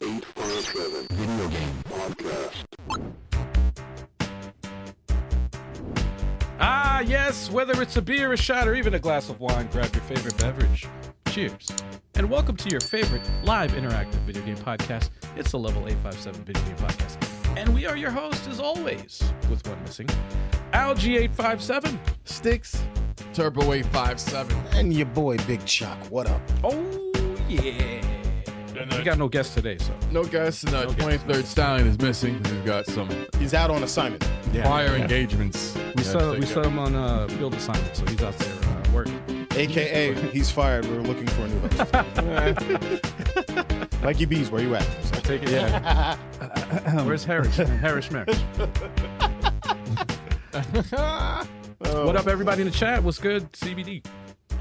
Purpose Driven Video Game Podcast. Ah, yes, whether it's a beer, a shot, or even a glass of wine, grab your favorite beverage. Cheers. And welcome to your favorite live interactive video game podcast. It's the Level 857 Video Game Podcast. And we are your hosts, as always, with one missing, Algie857. Sticks, Turbo 857. And your boy Big Chuck, what up? Oh, yeah. We got no guests today, so. No guess, and uh, No guess. 23rd Stallion is missing. He's got some He's out on assignment. prior engagements. We saw, we saw him on uh, field assignment, so he's out there uh, working. AKA, he's fired. We're looking for a new host. Mikey Bees, where you at? Take it, yeah. Where's Harris? Harris Merrick. What up, everybody in the chat? What's good? CBD.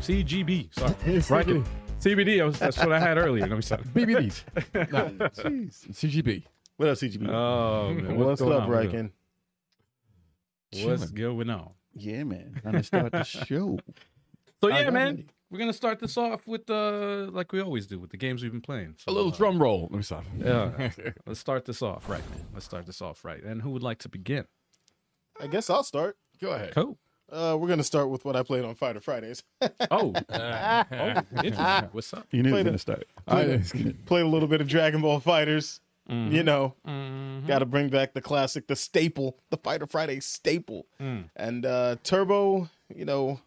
CGB. Sorry. Right? CBD. I was, that's what I had earlier. Let me stop. BBDs. Nah, CGB. What up, CGB? Oh, man. What's, going up, on? Ryken? What's going on? Yeah, man. Time to start the show. So, yeah, man, we're going to start this off with, uh, like we always do, with the games we've been playing. So, A little uh, drum roll. Let me stop. Yeah. Let's start this off right. Let's start this off right. And who would like to begin? I guess I'll start. Go ahead. Cool. Uh, we're gonna start with what I played on Fighter Fridays. Oh. oh interesting. What's up? You knew Play the- it was going to start. I didn't- played a little bit of Dragon Ball Fighters. Mm-hmm. You know, Mm, got to bring back the classic, the staple, the Fighter Friday staple. Mm. And uh, Turbo, you know,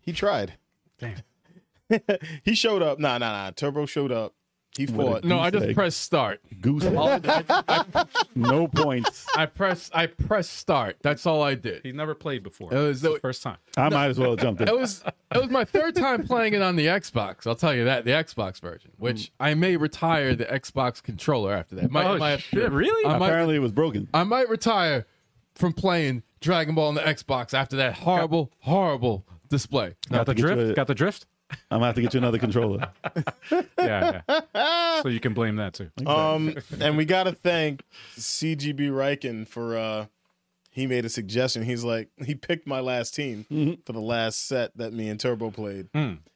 he tried. Damn. he showed up. Nah, nah, nah. Turbo showed up. He fought. no, I just Goose pressed start. Goose. no points. I press I pressed start. That's all I did. He never played before. It Oh, was, It's the it first time. I might as well jump in. was it was my third time playing it on the Xbox. I'll tell you that the Xbox version, which I may retire the Xbox controller after that. Might, Hmm. Oh, might have to- shit, really? I might, Apparently, it was broken. I might retire from playing Dragon Ball on the Xbox after that horrible, horrible display. Got the to get you drift? a- Got the drift? I'm going to have to get you another controller. Yeah, yeah. so you can blame that too. Um, and we got to thank CGB Riken for uh, he made a suggestion. He's like, he picked my last team for the last set that me and Turbo played, and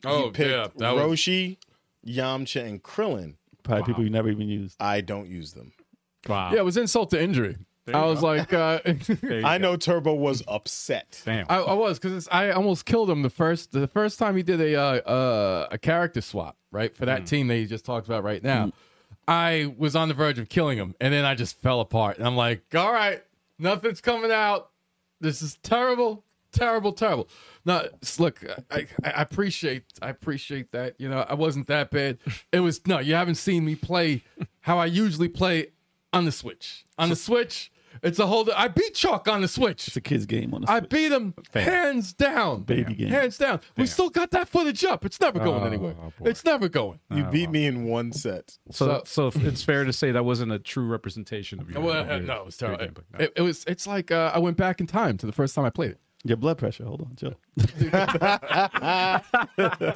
he Oh, picked yeah, that was- Roshi, Yamcha, and Krillin. Probably people you never even used. I don't use them. Wow. Yeah, it was insult to injury. I was like, uh, There you I go. know Turbo was upset. Damn. I, I was because I almost killed him the first the first time he did a uh, uh, a character swap right for that team that he just talked about right now. I was on the verge of killing him, and then I just fell apart. And I'm like, all right, nothing's coming out. This is terrible, terrible, terrible. Now, s- look, I, I I appreciate I appreciate that. You know, I wasn't that bad. It was no, you haven't seen me play how I usually play on the Switch. On the Switch, it's a whole. I beat Chalk on the Switch. It's a kid's game on the I Switch. beat him hands down. Baby game. Hands down. We still got that footage up. It's never going anywhere. It's never going. You beat me in one set. so, so, it's fair to say that wasn't a true representation of your. Well, uh, your- no, it was your terrible. gameplay. No. It, it was. It's like uh, I went back in time to the first time I played it. Your blood pressure. Hold on, chill.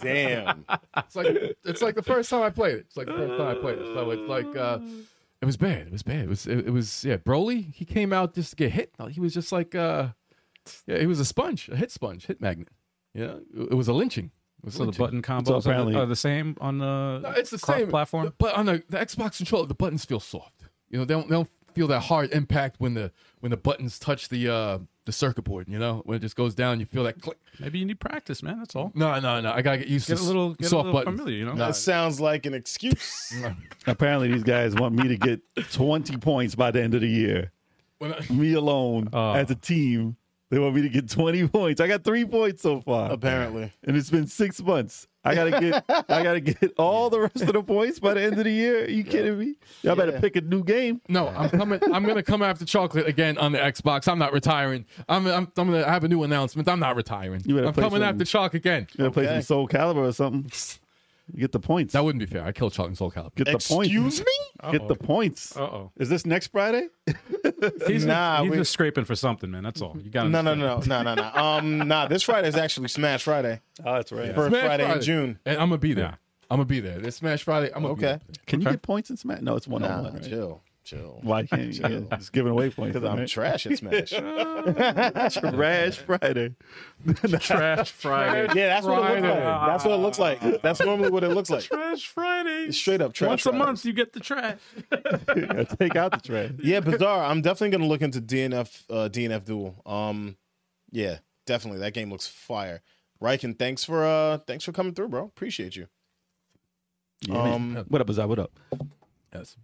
Damn. It's like it's like the first time I played it. It's like the first time I played it. So it's like uh, it was bad. It was bad. It was it, it was yeah. Broly he came out just to get hit. He was just like uh, yeah, he was a sponge, a hit sponge, hit magnet. Yeah, it, it was a lynching. It was a so the lynching. button combos are, apparently- the, are the same on uh, the. No, Uh, it's the cross same platform. But on the, the Xbox controller, the buttons feel soft. You know, they don't, they don't feel that hard impact when the when the buttons touch the uh, the circuit board. You know, when it just goes down, you feel that click. Maybe you need practice, man. That's all. No, no, no. I gotta get used Get a to little, get soft a little buttons. familiar, you know. That sounds like an excuse. Apparently, these guys want me to get 20 points by the end of the year. When I- Me alone Oh. as a team. They want me to get 20 points. I got three points so far. Apparently, and it's been six months. I gotta get I gotta get all the rest of the points by the end of the year. you kidding me? Y'all better pick a new game. no, I'm coming. I'm gonna come after chocolate again on the Xbox. I'm not retiring. I'm I'm, I'm gonna have a new announcement. I'm not retiring. You better I'm play coming some- after chalk again. You gotta play Okay. some Soul Calibur or something. Get the points. That wouldn't be fair. I killed chalk and soul caliber. get the points. excuse me. Get the points. Uh oh. Is this next Friday? He's, Nah, he's we- just scraping for something, man. That's all. You got No, no, no, no, no, no. Um, nah. This Friday is actually Smash Friday. Oh, that's right. First Friday, in June. and I'm gonna be there. Yeah. I'm gonna be there. This Smash Friday. I'm gonna Be Okay. there. Can you get points in Smash? No, it's one on Nah, one. Oh, chill. Chill. Why can't you? Yeah, it's giving away points. Because I'm right? trash at Smash. yeah, trash Friday. Trash Friday. that's what it looks like. That's what it looks like. That's normally what it looks like. Trash Friday. It's straight up trash. Once Friday. a month, you get the trash. I take out the trash. Yeah, bizarre. I'm definitely gonna look into DNF uh, DNF duel. Um, yeah, definitely. That game looks fire. Riken, thanks for uh, thanks for coming through, bro. Appreciate you. um, What up, Bizarre? What up? Yes.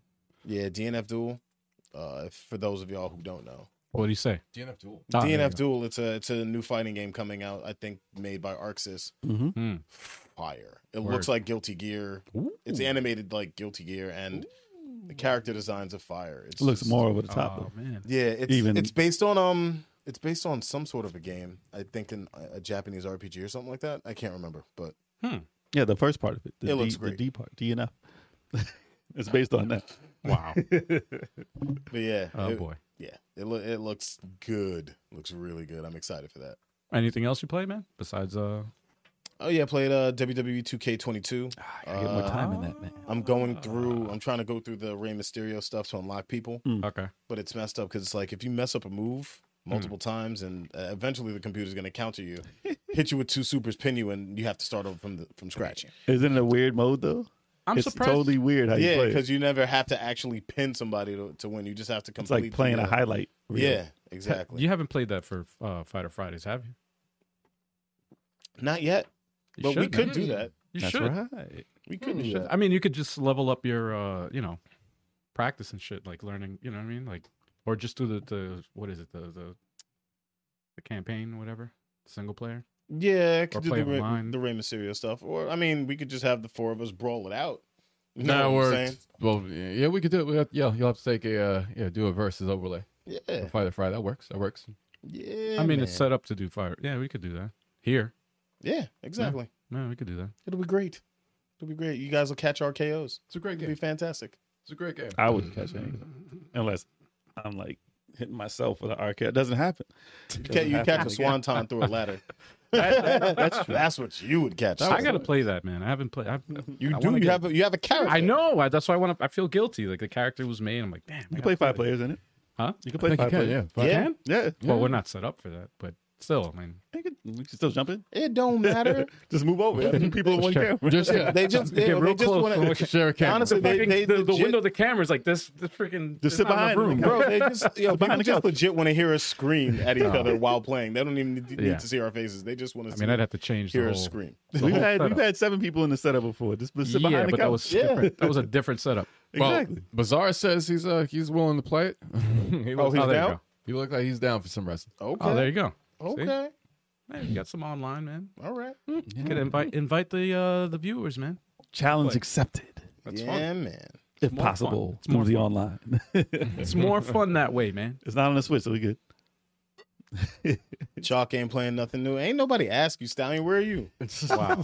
yeah, DNF duel. Uh, if- for those of y'all who don't know, What do you say? DNF duel. Ah, there you DNF go. duel. It's a it's a new fighting game coming out. I think made by Arxis. Mhm. Hmm. Fire. It looks Word. like Guilty Gear. It's animated like Guilty Gear, and the character designs are fire. It's It looks just- more over the top. Oh, man. Yeah, it's Even- it's based on um it's based on some sort of a game. I think in a, a Japanese RPG or something like that. I can't remember, but Yeah, the first part of it. The It looks D, great. The D part, DNF. it's based on that. Wow. but yeah. Oh, it- boy. Yeah. It loo- it looks good. Looks really good. I'm excited for that. Anything else you play, man? Besides, uh, Oh yeah, I played uh WWE 2K22. Ah, I get more time in that, man. I'm going through I'm trying to go through the Rey Mysterio stuff to unlock people, okay. but it's messed up cuz it's like if you mess up a move Hmm. multiple times and uh, eventually the computer's going to counter you, hit you with two supers, pin you and you have to start over from the, from scratch. Isn't it a weird mode though? I'm it's surprised. totally weird how you Yeah, play. it. because you never have to actually pin somebody to, to win. You just have to it's complete. like playing the, a highlight. reel. Yeah, exactly. You haven't played that for uh, Fighter Fridays, have you? Not yet, You but we should, could man. do that. You that's should. right. We could You do should. that. I mean, you could just level up your, uh, you know, practice and shit, like learning. You know what I mean? Like, or just do the, the what is it? The the the campaign, whatever, single player. Yeah, I Or could do play the, Ray, online. the Rey Mysterio stuff, or I mean, we could just have the four of us brawl it out. You No, know nah, what I'm we're well. Yeah, we could do it. We have, yeah, you'll have to take a uh, yeah, do a versus overlay. saying? Yeah. Friday, Friday. That works. That works. Yeah, yeah. I mean, man. it's set up to do fire. Yeah, we could do that here. yeah, exactly. No, we could do that. It'll be great. It'll be great. You guys will catch our KOs. It's a great It'll be game. fantastic. It's a great game. I wouldn't catch anything Mm-hmm. unless I'm like hitting myself with an arcade. It doesn't happen. You ca- You catch a swanton through a ladder. That's true. That's what you would catch. I gotta play that, man. I haven't played. I've, You I do. wanna You get- have. A, you have a character. I know. I, that's why I want to. I feel guilty. Like the character was made. I'm like, damn. You can play five players in it. Huh? You can I play think you five can. Yeah. players. Five- Yeah. Yeah. Well, we're not set up for that, but still, I mean, You can- We can still jump in. It don't matter. Just move over. People in one Sure. camera. Just yeah. They just Get they, they real just close. want to share a camera. honestly they, Fucking they the, the legit- window of the camera's like this. The freaking Just sit there's not enough behind the room. camera. bro. They just yo, people the just couch. legit want to hear us scream at each other while playing. They don't even need, need Yeah. to see our faces. They just want to I see, mean, I'd have to change the hear whole. us scream. We've whole had, we've setup. had seven people in the setup before. Just sit behind Yeah, the but couch. that was Yeah. different. That was a different setup. Exactly. Bazaar says he's uh he's willing to play it. he Oh, looked, he's oh, there you down. go. he looked like he's down for some wrestling. Okay, Oh, there you go. See? okay, Man, you got some online, man. all right. You can invite invite the uh, the viewers, man. Challenge accepted. That's yeah, fun. man. If more fun. possible, It's more through the fun. online. It's more fun that way, man. It's not on the Switch, so we good. Chalk ain't playing nothing new. Ain't nobody ask you, Stallion. Where are you? Wow.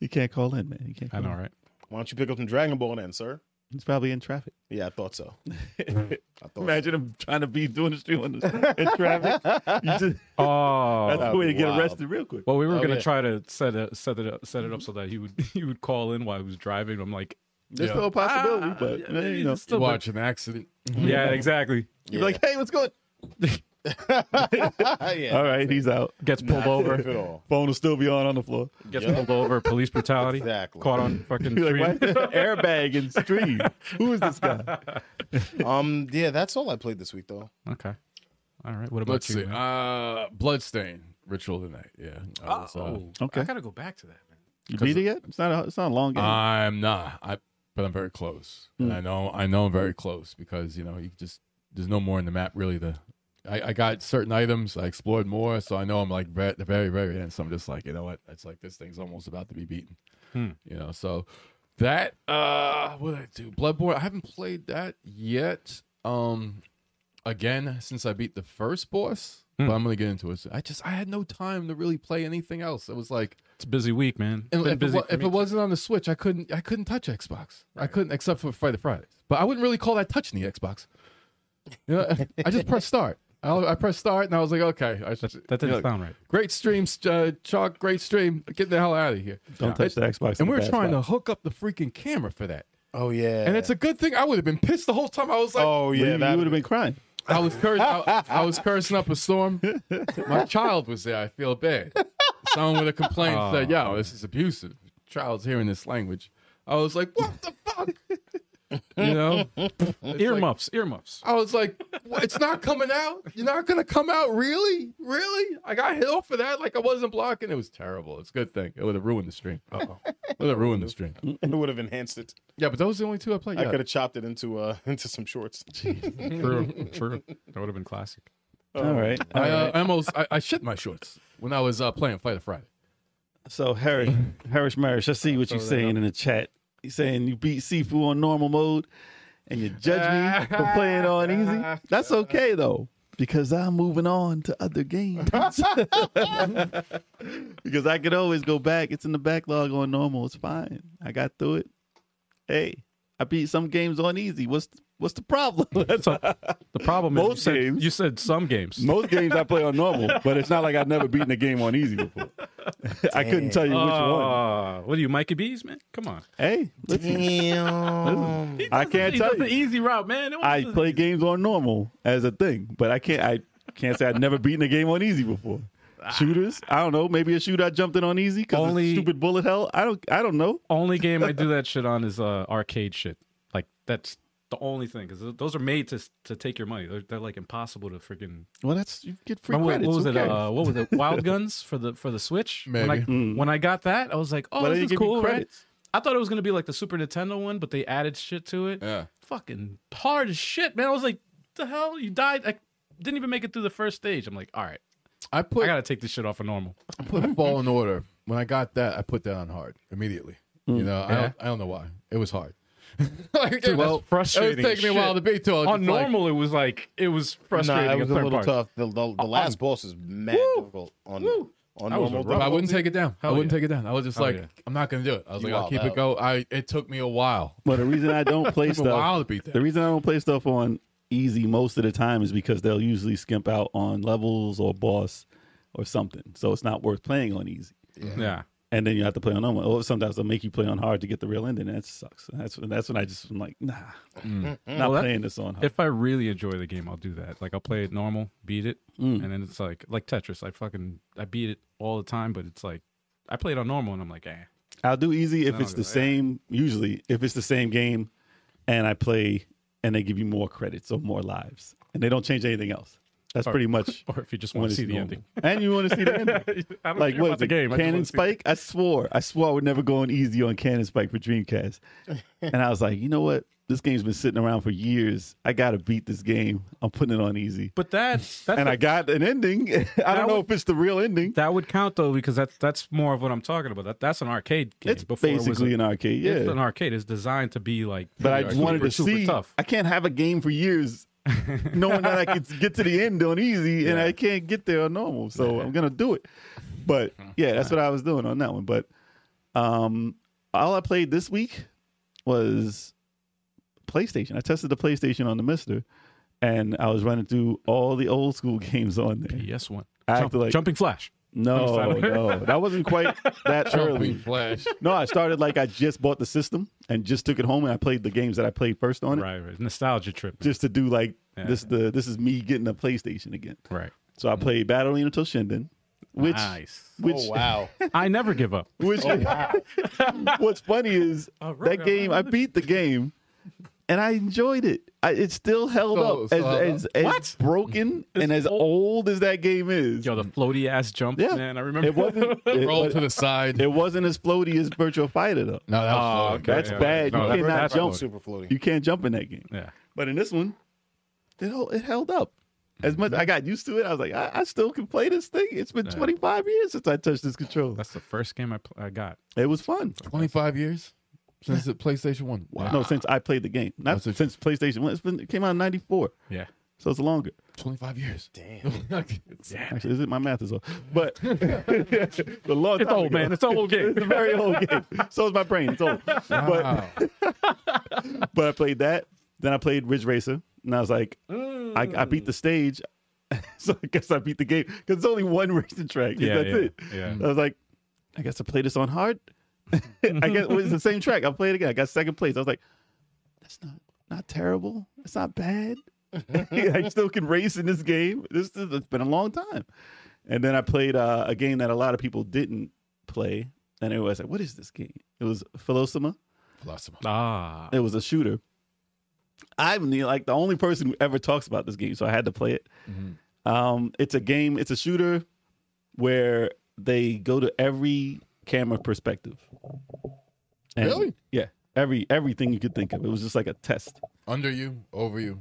You can't call in, man. You can't. I Call know, in. right? Why don't you pick up some Dragon Ball then, sir? He's probably in traffic. Yeah, I thought so. I thought so. Imagine him trying to be doing the stream on the, in traffic. You just, that's Oh. the way to get wild. arrested real quick. Well, we were Oh, gonna yeah. try to set it set it up set it up so that he would he would call in while he was driving. I'm like, There's yeah. still a possibility, ah, but yeah, you know, still- Watch an accident. yeah, exactly. you're Yeah. like, hey, what's going? yeah. All right, he's out. Gets pulled If over. at all. Phone will still be on on the floor. Gets Yeah. pulled over. Police brutality. Exactly. Caught on fucking You're stream. like, why is there an airbag in stream? Who is this guy? Um, yeah, that's all I played this week though. Okay. All right. What about Let's you? see. man? Uh, bloodstain ritual tonight. Yeah. I was, uh, Okay. Oh, gotta go back to that. Man. You beat it yet? It's not. A, it's not a long game. I'm not. I but I'm very close. And I know I know I'm very close because you know you just there's no more in the map really. The I, I got certain items. I explored more, so I know I'm like ve- the very very end. So I'm just like you know what? It's like this thing's almost about to be beaten. You know so. That uh what did I do? Bloodborne. I haven't played that yet. Um again since I beat the first boss, but I'm gonna get into it. soon. I just I had no time to really play anything else. It was like It's a busy week, man. It's and been if, it, busy wa- for if me, it too. wasn't on the Switch, I couldn't I couldn't touch Xbox. I couldn't except for Friday Fridays. But I wouldn't really call that touching the Xbox. You know, I just pressed start. I, I pressed start and I was like, okay, I should, that didn't you know, sound right. great stream, uh, chalk, great stream. Get the hell out of here. Don't touch the Xbox. And we are were trying to hook up the freaking camera for that. Oh yeah, And it's a good thing. I would have been pissed the whole time. I was like, oh You- yeah, you, that would have been crying. I was cursing. I, I was cursing up a storm. My child was there. I feel bad. Someone with a complaint said, "Yo, this is abusive. Child's hearing this language." I was like, "What the fuck?" You know, Earmuffs, earmuffs. I was like, "What? "It's not coming out. You're not gonna come out, really, really." I got hit off for that. Like I wasn't blocking. It was terrible. It's a good thing. It would have ruined the stream. Uh-oh. It would have ruined the stream. Mm-hmm. it would have enhanced it. Yeah, but those are the only two I played. I Yeah. could have chopped it into uh into some shorts. True, true. That would have been classic. all right. all I, uh, right. I almost I, I shit my shorts when I was uh, playing Fighter Friday. So Harris, Harris Marish, I see what you're saying in the chat. He's saying you beat Sifu on normal mode, and you judge me for playing on easy. That's okay though, because I'm moving on to other games. because I could always go back. It's in the backlog on normal. It's fine. I got through it. Hey, I beat some games on easy. What's what's the problem? That's a, the problem. Is you, Most said, games. you said some games. Most games I play on normal, but it's not like I've never beaten a game on easy before. I couldn't tell you which one. Ah, what are you, Mikey Bees, man? Come on. Hey, listen. Damn. He I does- can't he tell does you. the easy route, man. It I was- play games on normal as a thing, but I can't. I can't say I've never beaten a game on easy before. Ah. Shooters, I don't know. Maybe a shoot I jumped in on easy because Only- stupid bullet hell. I don't. I don't know. only game I do that shit on is uh, arcade shit. Like that's the only thing because those are made to to take your money. They're, they're like impossible to freaking. Well, that's you get free Remember what, credits. what was Who it? cares? Uh, what was it? Wild Guns for the for the Switch. When I, Maybe. when I got that, I was like, oh, Why don't this you is give me cool, right? credits? I thought it was gonna be like the Super Nintendo one, but they added shit to it. Yeah. Fucking hard as shit, man. I was like, the hell, you died. I didn't even make it through the first stage. I'm like, all right, I put I gotta take this shit off of normal. put Fallen Order. When I got that, I put that on hard immediately. You know, I don't, I don't know why. It was hard. like, it well, was- It frustrating was taking me a while to shit. beat to. I was On just like, normal, it was like it was Nah, frustrating. it at was a certain little parts. tough. The, the, the last boss is mad difficult on on That was normal. a rough- I wouldn't take it down. I Hell wouldn't yeah. take it down. I was just Hell like, yeah. I'm not gonna do it. I was You like, I'll wild keep out. it go. I it took me a while. But the reason I don't play It took me a stuff. while to beat The that. reason I don't play stuff on easy most of the time is because they'll usually skimp out on levels or boss or something. So it's not worth playing on easy. Yeah. and then you have to play on normal. Or sometimes they'll make you play on hard to get the real ending. That sucks. That's that's when I just am like, nah, not Mm. that- playing this on hard. If I really enjoy the game, I'll do that. Like I'll play it normal, beat it, Mm. and then it's like like Tetris. I fucking I beat it all the time, but it's like I play it on normal, and I'm like, eh. I'll do easy if I'll it's go, the yeah. same. Usually, if it's the same game, and I play, and they give you more credits or more lives, and they don't change anything else. That's pretty much. Or if you just when want to it's see the normal. ending, and you want to see the ending. I don't like care what about is the it, game. I just Cannon wanna see- Spike? I swore, I swore I would never go on easy on Cannon Spike for Dreamcast, and I was like, you know what? This game's been sitting around for years. I gotta beat this game. I'm putting it on easy, But that's that's and I got an ending. I don't know would- if it's the real ending. that would count though because that's that's more of what I'm talking about. That that's an arcade game. It's Before it was basically a- an arcade, yeah. It's an arcade. It's designed to be like. but I super, wanted to super see. tough. I can't have a game for years, knowing that I could get to the end on easy, and I can't get there on normal. So I'm gonna do it. But Uh-huh. yeah, that's what I was doing on that one. But um, all I played this week was PlayStation. I tested the PlayStation on the Mister, and I was running through all the old school games on there. Yes, one. I Jump- feel like- jumping flash. No, no, that wasn't quite that Jumping early. flash. No, I started like I just bought the system and just took it home, and I played the games that I played first on it Right, right. Nostalgia trip. just to do like Yeah. this the this is me getting a PlayStation again. Right. So I played Battle Arena until Shinden, which nice. which Oh wow! I never give up. which what's funny is right, that game I beat the game and I enjoyed it. I, it still held So- up so as held as, as What? broken and as old- old. as that game is. Yo, the floaty ass jump, Yeah. man. I remember. it wasn't it, Roll wa- to the side. it wasn't as floaty as Virtual Fighter though. no, that was Oh, slow. okay. That's yeah, bad. no, you that- cannot that's jump. Super floaty. You can't jump in that game. yeah. But in this one, it held, it held up. As much I got used to it, I was like, I, I still can play this thing. It's been 25 years since I touched this controller. That's the first game I, pl- I got. It was fun. 25 years since the PlayStation One. Wow. No, since I played the game, not That's a- since PlayStation. One. It's been, it came out in '94, Yeah. so it's longer. 25 years. Damn. Actually, is it my math is off? But the long It's time old, ago. man. It's an old game. It's a very old game. So is my brain. It's old. Wow. But but I played that. Then I played Ridge Racer, and I was like, I, I beat the stage, so I guess I beat the game because it's only one racing track. Yeah, that's yeah, it. yeah. I was like, I guess I play this on hard. I guess it was the same track. I played it again. I got second place. I was like, that's not not terrible. It's not bad. I still can race in this game. This is, it's been a long time. And then I played uh, a game that a lot of people didn't play, and it was like, what is this game? It was Philosoma. Philosopher. Ah. It was a shooter. I'm the, like the only person who ever talks about this game, so I had to play it. Mm-hmm. Um, it's a game. It's a shooter where they go to every camera perspective. And- Really? Yeah. Every everything you could think of. It was just like a test. Under you, over you.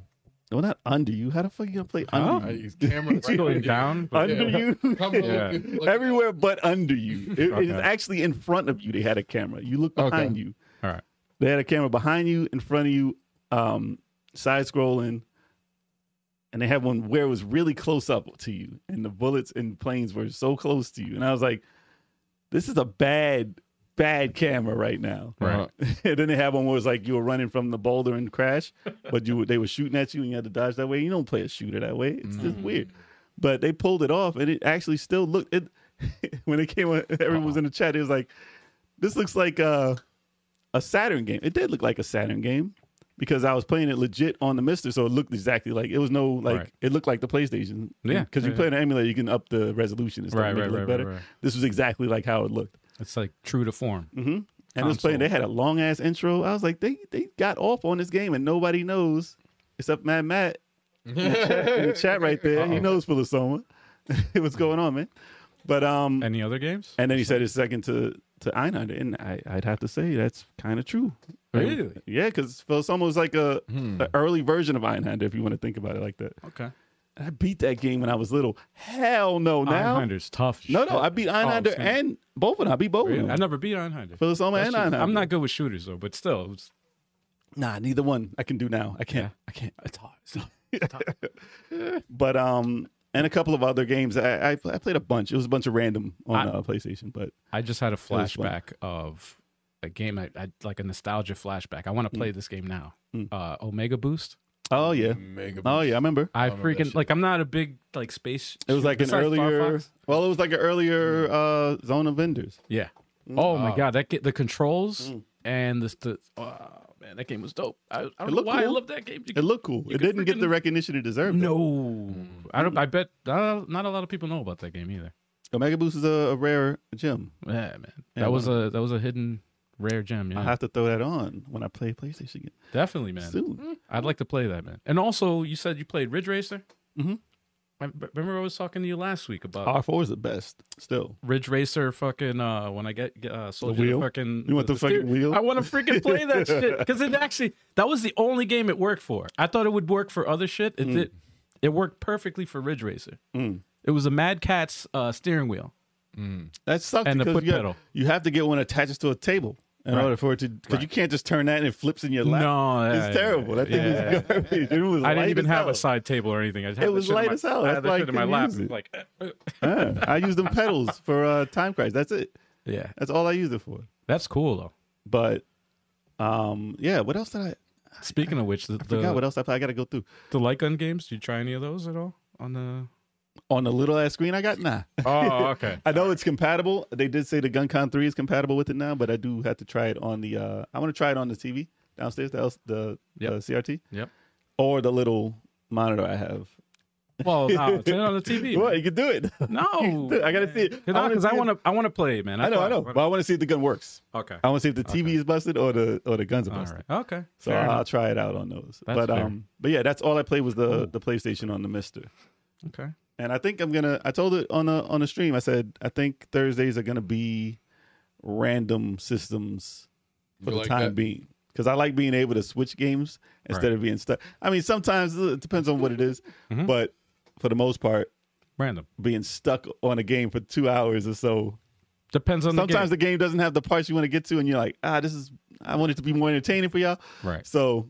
Well, not under you. How the fuck you gonna play I under you? use camera right going under you. down? But Under yeah. you. Come Yeah. look- look- Everywhere but under you. It- It's Okay. actually in front of you. They had a camera. You look behind Okay. you. All right. They had a camera behind you, in front of you, um, side scrolling, and they had one where it was really close up to you, and the bullets and planes were so close to you. And I was like, "This is a bad, bad camera right now." Right. and then they had one where it was like you were running from the boulder and crash, but you were- they were shooting at you and you had to dodge that way. You don't play a shooter that way. It's just weird. But they pulled it off, and it actually still looked. It when it came, on, everyone was in the chat. It was like, "This looks like a a Saturn game." It did look like a Saturn game because I was playing it legit on the Mister, so it looked exactly like it was no like Right. it looked like the PlayStation. Yeah. because you Yeah. play an emulator, you can up the resolution and stuff. Right, and make right, it look right, right, better. right. This was exactly like how it looked. It's like true to form. Mm-hmm. And it was playing. They had a long ass intro. I was like, they they got off on this game, and nobody knows except Matt Matt in the chat right there. He knows for the summer what's going on, man. But um, and, Any other games? then he said it's second to to Einhunter, and I I'd have to say that's kind of true. Really? Hmm. Yeah, because Philosoma was like a an early version of Einhunter, if you want to think about it like that. Okay. And I beat that game when I was little. Hell no, now Einhunder's tough. no no, I beat Einhunter snap. and both of them. I beat both Oh, Really? I of them. never beat Einhinder. Philosoma and Einhunter. I'm not good with shooters though, but still, it was, Nah, neither one I can do now. I can't. I can't. It's hard. but um, and a couple of other games. I, I I played a bunch. It was a bunch of random on I- uh, PlayStation. But I just had a was fun. flashback of a game I, I like a nostalgia flashback. I want Mm. to play this game now. Uh, Omega Boost. oh yeah, Mega oh yeah, I remember. I remember that freaking shit. like. I'm not a big like space. It was shooter- like an besides Mm. Star earlier. Fox. Well, it was like an earlier uh, Zone of Vendors. Yeah. Mm. Oh my god, that get the controls and the, the oh man, that game was dope. I, I don't know looked why I cool. love that game. You It looked Mm. cool. you it could didn't get the freaking- recognition it deserved. though. No, I don't. I bet not, not a lot of people know about that game either. Omega Boost is a, a rare gem. Yeah, man, I that was a that was a hidden rare gem. Yeah, I have to throw that on when I play PlayStation again definitely, man. Hmm. soon. I'd like to play that, man. And also, you said you played Ridge Racer. Mhm. I b- remember I was talking to you last week about R four is the best still. Ridge Racer. Fucking uh, when I get get, uh, soldier wheel? fucking You want the fucking steer- wheel? I want to freaking play that shit because it actually that was the only game it worked for. I thought it would work for other shit. Mm. It did. It worked perfectly for Ridge Racer. It was a Mad Cat's uh, steering wheel. That sucks. And the because foot you got- pedal. You have to get one attaches to a table in order for it to, because you can't just turn that and it flips in your lap. No, it's yeah, terrible. That thing yeah, is garbage. It was I light didn't even as have hell. a side table or anything. I just had It that was shit in light my- as hell. I had That's that why I shit in my couldn't lap. use it. Like, eh, eh. Yeah, I used them pedals for uh, Time Crisis. That's it. yeah, That's all I used it for. that's cool though. But um, yeah, what else did I? Speaking of which, the I forgot what the, else I, played. I got to go through. the light gun games. Do you try any of those at all on the? On the little ass screen I got, nah. Oh, okay. I know it's compatible. They did say the Gun Con 3 is compatible with it now, but I do have to try it on the, uh, I want to try it on the TV downstairs, the, L- the, uh, Yep. the CRT, Yep. or the little monitor I have. Well, no, turn it on the TV. Well, you can do it. No, I gotta see it. I wanna Because I see it. want to. I want to play, it, man. I know, I thought- know. But I want to see if the gun works. Okay. I want to see if the TV is busted or the or the guns are All busted. right. Okay. So uh, Fair I'll enough. try it out on those. That's but fair. um, but yeah, that's all I played was the the PlayStation on the Mister. Okay. And I think I'm gonna. I told it on a on a stream. I said I think Thursdays are gonna be random systems for You the like time that? being because I like being able to switch games instead Right. Mm-hmm. of being stuck. I mean, sometimes it depends on what it is, but for the most part, Random. being stuck on a game for two hours or so Depends on sometimes the the game doesn't have the parts you want to get to, and you're like, ah, this is I want it to be more entertaining for y'all. Right. So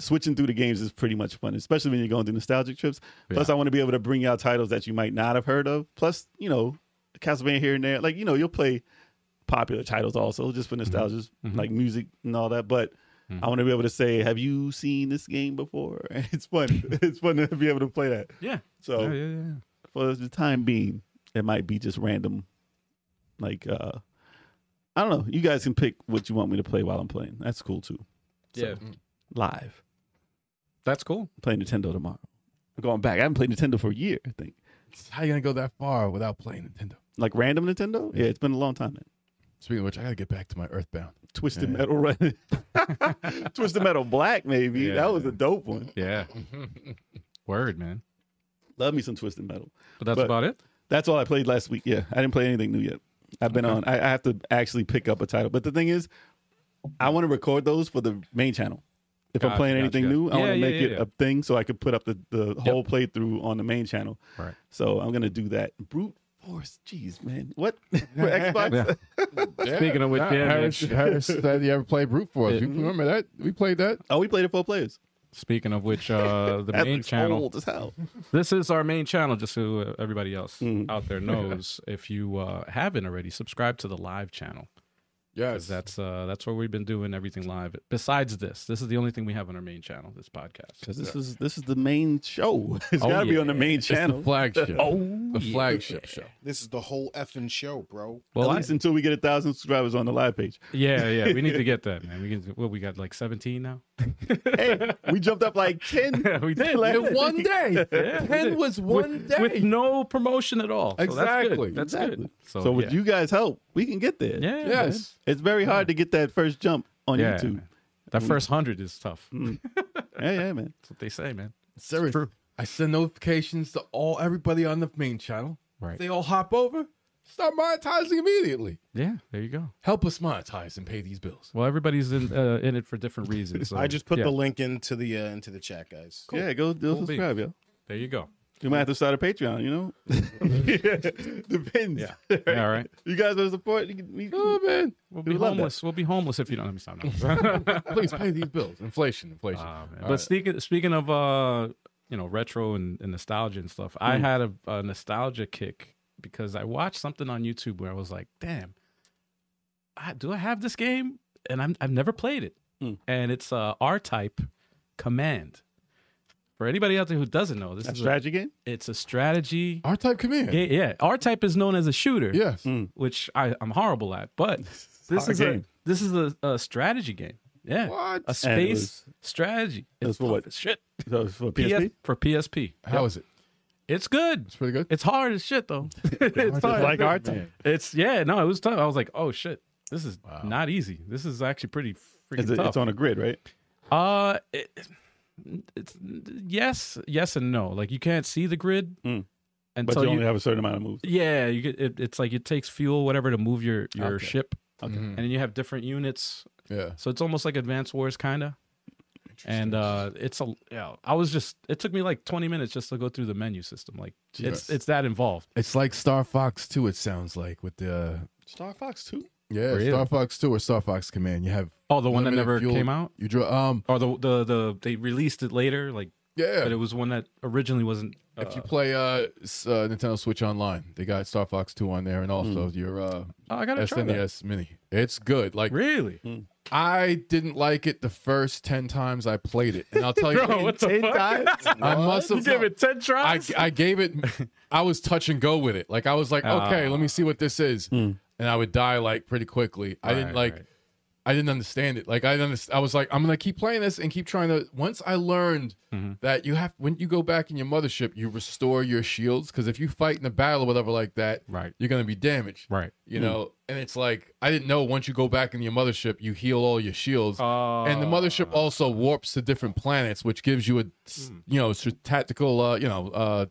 switching through the games is pretty much fun, especially when you're going through nostalgic trips. Plus, I want to be able to bring out titles that you might not have heard of. Plus, you know, Castlevania here and there. Like, you know, you'll play popular titles also just for Mm-hmm. nostalgia, like music and all that. But I want to be able to say, have you seen this game before? And it's fun. it's fun to be able to play that. game. Yeah. So yeah, yeah, yeah. yeah. for the time being, it might be just random. Like uh I don't know. You guys can pick what you want me to play while I'm playing. That's cool too. Yeah. live. That's cool. Play Nintendo tomorrow. I'm going back. I haven't played Nintendo for a year, I think. How you gonna go that far without playing Nintendo? Like random Nintendo? Yeah, it's been a long time. Man. Speaking of which, I gotta get back to my Earthbound. Twisted Metal Run. Twisted Metal Black, maybe. Yeah. That was a dope one. Yeah. Word, man. Love me some Twisted Metal. But that's But- about it. That's all I played last week. Yeah, I didn't play anything new yet. I've been on. I, I have to actually pick up a title. But the thing is, I want to record those for the main channel. If I'm Gotcha, playing gotcha, anything gotcha. new, I Yeah, want to yeah, make yeah, it yeah. a thing so I could put up the, the whole playthrough on the main channel. Right. So I'm gonna do that. Brute force, jeez, man, what for Xbox? Yeah. Speaking of which, yeah, Ah, Harris, man. Harris said you ever played Brute Force. You remember that? We played that. Oh, we played it four players. Speaking of which, uh, the That main looks channel. old as hell. This is our main channel, just so uh, everybody else Mm-hmm. out there knows. if you uh, haven't already, subscribe to the live channel. Yes, That's uh, that's where we've been doing everything live. Besides this, this is the only thing we have on our main channel. This podcast. Because this is this is the main show. It's Oh, gotta be yeah. on the main the channel. flagship. Oh, the flagship show. This is the whole effing show, bro. Well, At I- least until we get a thousand subscribers on the live page. yeah, yeah. We need to get that, man. We can. Well, we got like seventeen now. Hey, we jumped up like ten. we did. Like- In one day, Yeah, we ten did. was one with, day. with no promotion at all. So That's Exactly. good. That's Exactly. good. So, with yeah. you guys help, we can get there. Yeah. man. yes, It's very hard to get that first jump on Yeah, YouTube. man. That first hundred is tough. Yeah, yeah, man. That's what they say, man. serious. I send notifications to all everybody on the main channel. Right. They all hop over, start monetizing immediately. Yeah. There you go. Help us monetize and pay these bills. Well, everybody's in uh, in it for different reasons. So, I just put yeah, the link into the uh, into the chat, guys. Yeah, go, go Cool subscribe, yo. There you go. You might have to start a Patreon, you know? Depends. Yeah. Yeah, all right. You guys want to support? You can, you can- Oh man, We'll We be would love that. homeless. We'll be homeless if you don't. Let me stop. now. please pay these bills. Inflation, inflation. Ah, man. All But speaking speaking of uh, you know, retro and, and nostalgia and stuff, I had a, a nostalgia kick because I watched something on YouTube where I was like, "Damn, I, do I have this game?" And I'm I've never played it, Mm. and it's uh, R Type Command. For anybody out there who doesn't know, this a is a, strategy game? it's a strategy. R type command. Yeah, yeah. R Type is known as a shooter, Yes. Mm. which I, I'm horrible at, but this Hard is a game. this is a, a strategy game. Yeah, What? a And it space was- strategy. it was It's for tough what? as shit. So it's for PSP? PS for PSP. How is it? It's good. It's pretty good. It's hard as shit though. it's hard. like uh, our time. It's yeah. No, it was tough. I was like, oh shit, this is not easy. This is actually pretty freaking It's, a- tough. it's on a grid, right? Uh, it, it's yes, yes, and no. Like you can't see the grid Mm. But until you you. only have a certain amount of moves. yeah, you get it, it's like it takes fuel, whatever, to move your your Okay. ship, Okay. and then you have different units Yeah. so it's almost like Advanced Wars kind of. And uh it's a yeah, I was just it took me like 20 minutes just to go through the menu system. Like it's Jesus. it's that involved. It's like Star Fox 2, it sounds like, with the. uh, Star Fox 2? Yeah, Really? Star Fox 2 or Star Fox Command. You have. Oh, the one that limited never fuel. came out You draw. Um, or the the the they released it later like yeah. but it was one that originally wasn't uh, if you play uh, s- uh Nintendo Switch Online, they got Star Fox 2 on there and also your uh, oh, I got to try that. SNES Mini. It's good. Like, Really? I didn't like it the first 10 times I played it. And I'll tell you, Bro, what the fuck? I must you have. gave it 10 I, tries? I gave it, I was touch and go with it. Like, I was like, Ah. okay, Hmm. let me see what this is. And I would die, like, pretty quickly. I didn't, Right, like, right. I didn't understand it. Like I didn't underst- I was like, I'm gonna keep playing this and keep trying to. Once I learned Mm-hmm. that you have when you go back in your mothership, you restore your shields because if you fight in a battle or whatever like that, Right. you're gonna be damaged. Right. Hmm. You know, and it's like I didn't know once you go back in your mothership, you heal all your shields, and the Uh, mothership Oh. also warps to different planets, which gives you a s- Hmm. you know s- tactical uh, you know uh,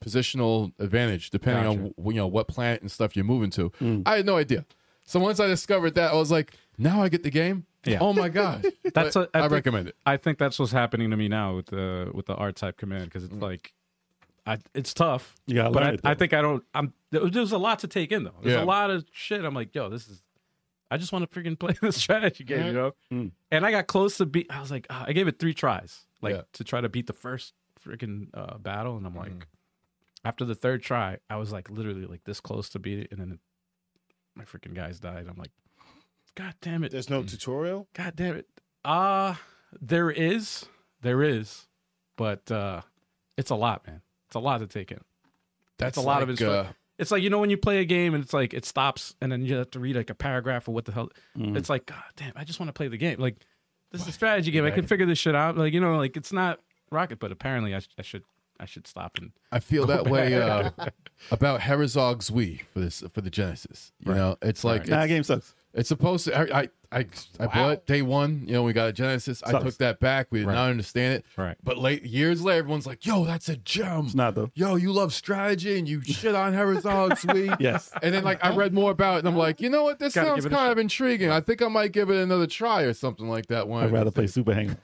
positional advantage depending on Gotcha. Hmm. w- you know what planet and stuff you're moving to. I had no idea. So once I discovered that, I was like, now I get the game. Yeah. Oh my gosh. That's But a- I I think- recommend it. I think that's what's happening to me now with the with the R type command because Mm. it's like, I it's tough. You gotta but learn I, it, I though. think I don't. I'm there- there's a lot to take in though. There's Yeah. a lot of shit. I'm like, yo, this is. I just want to freaking play this strategy game, you know. Mm. And I got close to beat. I was like, ah, I gave it three tries, like Yeah. to try to beat the first freaking uh, battle, and I'm like, after the third try, I was like literally like this close to beat it, and then my freaking guys died. I'm like, god damn it. There's no tutorial. God damn it. Uh there is. There is. But uh it's a lot, man. It's a lot to take in. That's a lot of like, instru- uh, It's like you know when you play a game and it's like it stops and then you have to read like a paragraph or Mm-hmm. what the hell. It's like God damn, I just want to play the game. Like This is a strategy game. I can figure this shit out. Like you know, like it's not rocket, but apparently I, sh- I should I should stop and I feel that way uh, about Herzog's Wii for this for the Genesis. You know, it's like Nah, it's, game sucks. it's supposed to. I I I, I bought it day one. You know, we got a Genesis. I Sucks. took that back. We did Right. not understand it. Right. But late years later, everyone's like, "Yo, that's a gem." It's not though. Yo, you love strategy and you shit on Herzog's Wii. Yes. And then like I read more about it and I'm like, you know what? This Gotta sounds give it a kind of intriguing. I think I might give it another try or something like that. One. I'd rather play Super Hang.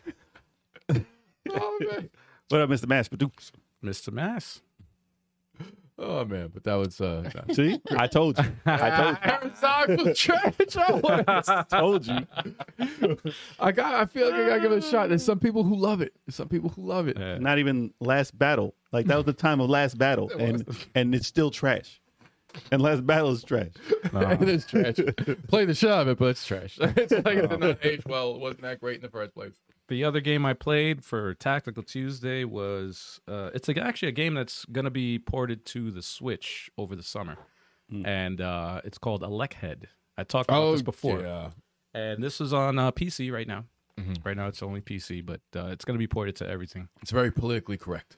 Oh man. What up, Mr. Mash? Badoo? Mr. Mass. Oh man, but that was uh See, I told you. I Herzog was trash. I was- told, told you. I got. I feel like I gotta give it a shot. There's some people who love it. There's some people who love it. Yeah. Not even Last Battle. Like that was the time of Last Battle, and and it's still trash. And Last Battle is trash. it is trash. Play the shit out of it, but it's trash. it's like it did not age well. It wasn't that great in the first place. The other game I played for Tactical Tuesday was uh, it's like actually a game that's gonna be ported to the Switch over the summer, and uh, it's called Electhead. I talked about this before. Oh, yeah. and this is on uh, PC right now. Right now, it's only PC, but uh, it's going to be ported to everything. It's very politically correct.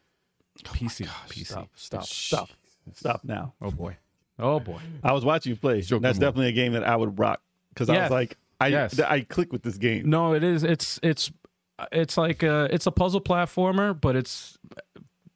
PC, PC. Stop. Stop. Stop now. Oh boy, oh boy. I was watching you play. Joker That's mode. definitely a game that I would rock because I Yes. was like, I Yes. th- I click with this game. No, it is. It's it's it's like a, it's a puzzle platformer, but it's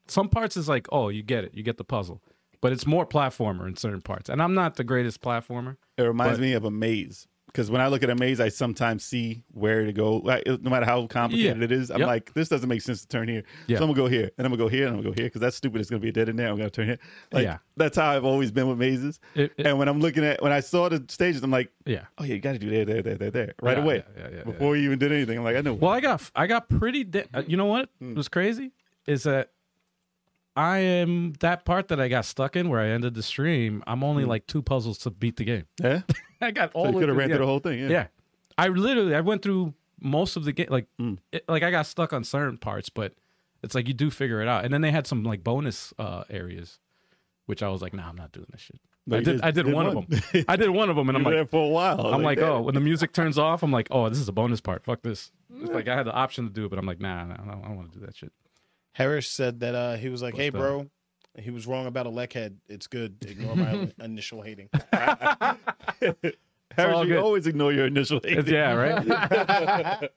some parts is like oh you get it, you get the puzzle, but it's more platformer in certain parts. And I'm not the greatest platformer. It reminds me of a maze because when I look at a maze, I sometimes see where to go. Like, it- no matter how complicated Yeah. it is, I'm Yep. like, this doesn't make sense to turn here. Yeah. So I'm gonna go here, and I'm gonna go here, and I'm gonna go here because that's stupid. It's gonna be a dead end there. I'm gonna turn here. Like Yeah. that's how I've always been with mazes. It- it- and when I'm looking at when I saw the stages, I'm like, Yeah. oh yeah, you got to do there, there, there, there, there, right Yeah, away. yeah, yeah, yeah, Before you even did anything, I'm like, I know. Well, I got I got pretty. Da- uh, you know what Hmm. was crazy is that I am that part that I got stuck in where I ended the stream. I'm only like two puzzles to beat the game. yeah. Hmm. I got all. So you of could have ran yeah. through the whole thing. Yeah. Yeah, I literally I went through most of the game. Like, Hmm. it, like I got stuck on certain parts, but it's like you do figure it out. And then they had some like bonus uh areas, which I was like, nah, I'm not doing this shit. But I you did, just I did, did one, one. of them. I did one of them, and I'm I'm there like, for a while. I'm like, "Damn." oh, when the music turns off, I'm like, oh, this is a bonus part. Fuck this. It's like I had the option to do it, but I'm like, nah, nah I don't, want to do that shit. Harris said that uh, he was like, "Hey, the- bro." He was wrong about a leckhead. It's good. Ignore my initial hating. Harris, all you good. always ignore your initial. It's- yeah, right.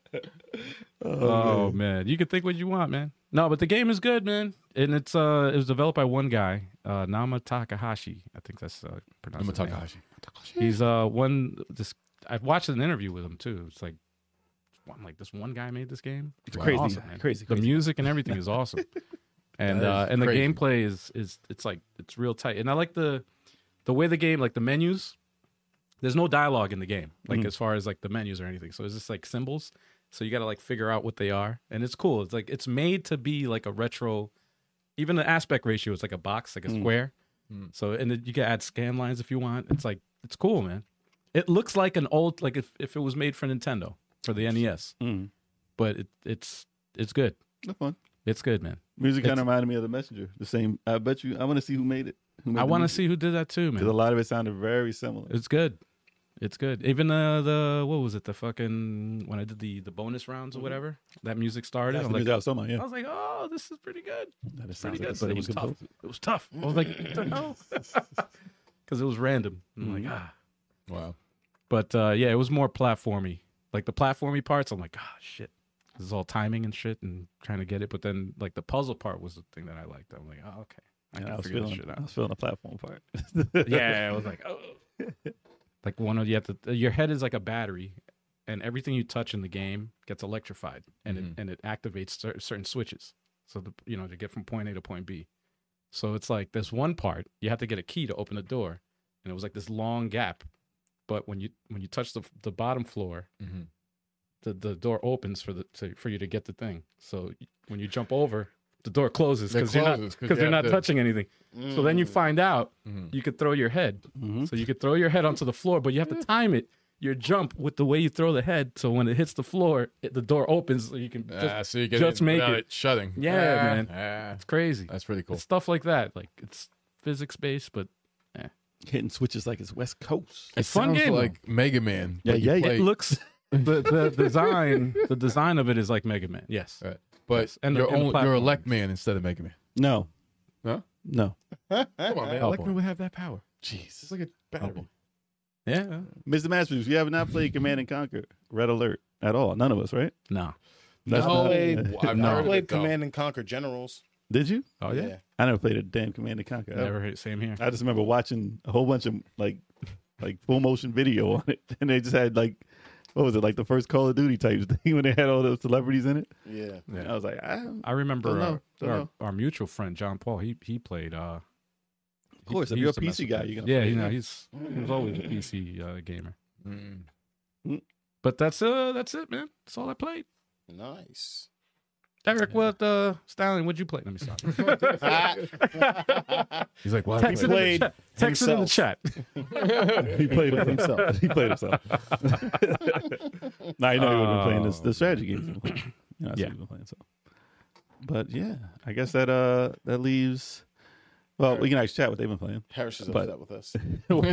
oh man, you can think what you want, man. No, but the game is good, man, and it's uh, it was developed by one guy, uh, Nama Takahashi. I think that's uh, pronounced. I'm a his name. Takahashi. He's uh one. This I watched an interview with him too. It's like I'm like this one guy made this game. It's crazy, man. crazy, The music and everything is awesome, and That uh, is and the crazy. gameplay is is it's like it's real tight. And I like the the way the game like the menus. There's no dialogue in the game, Mm. like as far as like the menus or anything. So it's just like symbols. So you got to like figure out what they are, and it's cool. It's like it's made to be like a retro. Even the aspect ratio is like a box, like a Mm. square. So and then you can add scan lines if you want. It's like it's cool, man. It looks like an old like if, if it was made for Nintendo for the NES, Mm. but it, it's it's good. They're fun. It's good, man. Music kind of reminded me of the messenger. The same. I bet you. I want to see who made it. Who made I the want to music, see who did that too, 'cause man. a lot of it sounded very similar. It's good. It's good. Even uh, the what was it? The fucking when I did the the bonus rounds or whatever, that music started. That's I'm the like, music I was talking about, I yeah. was like, oh, this is pretty good. That It's pretty sounds like good. it, but it, it was was tough. composed. It was tough. I was like, what the hell? Because it was random. I'm Mm-hmm. like, ah. Wow. But uh, yeah, it was more platformy. Like the platformy parts, I'm like, ah, shit. This is all timing and shit and trying to get it. But then like the puzzle part was the thing that I liked. I'm like, oh, okay. I Yeah, I can was figure this feeling. shit I out. was feeling the platform part. yeah, I was like, oh. Like one of you have to, your head is like a battery, and everything you touch in the game gets electrified, and Mm-hmm. it and it activates cer- certain switches. So the you know to get from point A to point B. So it's like this one part you have to get a key to open the door, and it was like this long gap. But when you when you touch the the bottom floor, Mhm. the the door opens for the to, for you to get the thing. So when you jump over, the door closes It because you're not closes 'cause because you they're have not to- Mm. touching anything. So then you Mm. find out you could throw your head. So you could throw your head onto the floor, but you have to time it your jump with the way you throw the head. So when it hits the floor, it, the door opens so you can just, Ah, so you get just it make without it. shutting. Yeah, Ah, man. ah. It's crazy. that's pretty cool. It's stuff like that. Like it's physics based, but Hitting switches like it's West Coast. it's fun Sounds game. though. like Mega Man. Yeah, but you yeah, yeah. play- it looks the, the design the design of it is like Mega Man. Yes. All right. uh, But Yes, and the- you're and the only, you're a platforms. Lek man instead of Mega Man. No. Huh? No. Come on, man. Oh, Lek boy. man would have that power. Jeez. It's like a battery. Yeah. Mr. Masters, if you have not played Command and Conquer, Red Alert at all. None of us, right? No. That's I not- played, I've No. I heard of played it, though. Command and Conquer Generals. Did you? Oh yeah. I never played a damn Command and Conquer. ever. Never heard same here. I just remember watching a whole bunch of like like full motion video on it, and they just had like what was it like the first Call of Duty type thing when they had all those celebrities in it. Yeah. And I was like, "Ah." I I, remember Don't know. our- Don't our, know. our mutual friend John Paul. He he played. Uh, of course, if he you're used a to mess PC with guy, that. you're gonna yeah, play you know it. he's he was always a PC uh, gamer. Mm. But that's uh that's it, man. That's all I played. Nice. Derek, what uh Stallion? What'd you play? Let me stop. Ah, He's like, why? Text it in the played chat. Text it in the chat. he played with himself. he played himself. Uh, now you know he would have been playing this, the strategy games. you know, that's Yeah. what he's been playing. So, but yeah, I guess that uh that leaves. Well, we can actually chat what they've been playing. Harris is But- upset with us. why?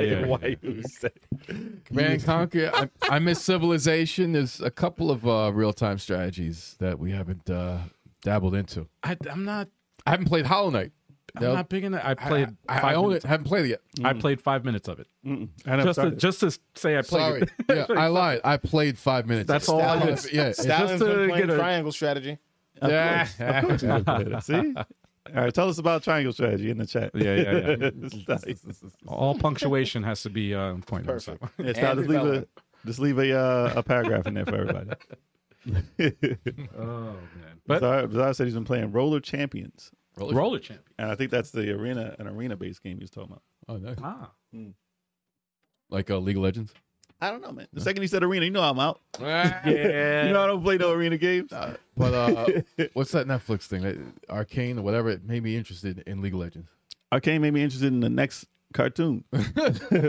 yeah, why yeah. you say? Man and Conquer. I, I miss Civilization. There's a couple of uh, real time strategies that we haven't uh, dabbled into. I, I'm not. I haven't played Hollow Knight. I'm No. not big in that. I played. I, five I own it. minutes- Haven't played it yet. I Mm. played five minutes of it. Mm-mm. I never Just to, started. just to say I played Sorry. it. yeah, I lied. I played five minutes. That's all I did. Yeah. Stalin's to been playing get a- triangle strategy. Of Yeah. course. Of course you never played it. See? All right, tell us about triangle strategy in the chat. Yeah, yeah, yeah. yeah. All punctuation has to be uh, on point. Perfect. It's not, just leave a just leave a uh, a paragraph in there for everybody. Oh man. But Bizarre, Bizarre said he's been playing Roller Champions, roller champion. and I think that's the arena an arena based game he was talking about. Oh, nice. Ah. Like uh, League of Legends. I don't know, man. The second he said arena, you know I'm out. Yeah. You know I don't play no arena games. But uh, what's that Netflix thing? That- Arcane or whatever. It made me interested in League of Legends. Arcane made me interested in the next cartoon,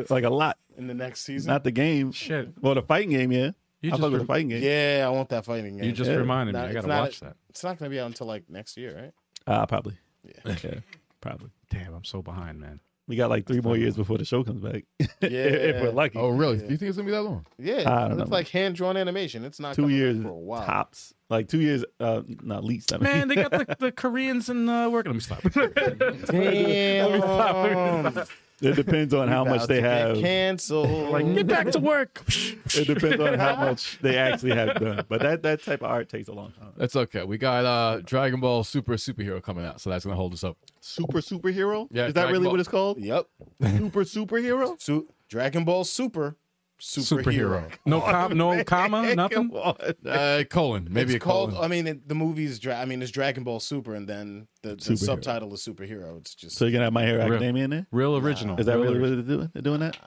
like a lot. in the next season. Not the game. Shit. Well, the fighting game, yeah. You I just fuck with rem- the fighting game. yeah, I want that fighting game. You just Yeah. reminded me. Nah, I it's gotta not watch a- that. It's not going to be out until like next year, right? Uh, probably. Yeah. yeah, probably. Damn, I'm so behind, man. We got like three more years before the show comes back. Yeah, if we're lucky. Oh, really? Do you think it's gonna be that long? I yeah. don't It's know. like hand drawn animation. It's not two coming out years for a while. tops. Like two years, uh, not least. I mean. Man, they got the, the Koreans and uh, working. Let me stop. Damn, it depends on how much they have. canceled. like, get back to work. It depends on how much they actually have done. But that that type of art takes a long time. That's okay. We got uh, Dragon Ball Super Superhero coming out, so that's gonna hold us up. Super superhero. Yeah, is that Dragon really Ball. what it's called? yep. Super superhero. Su- Dragon Ball Super superhero. Superhero. No com- no comma, nothing. Come on. Uh, colon, maybe it's a called. colon. I mean, it, the movie's. Dra- I mean, it's Dragon Ball Super, and then the, the Superhero. subtitle is superhero. It's just. So you're gonna have My Hero Real. Academia in there? Real original. Is that really original. what they're doing? They're doing that?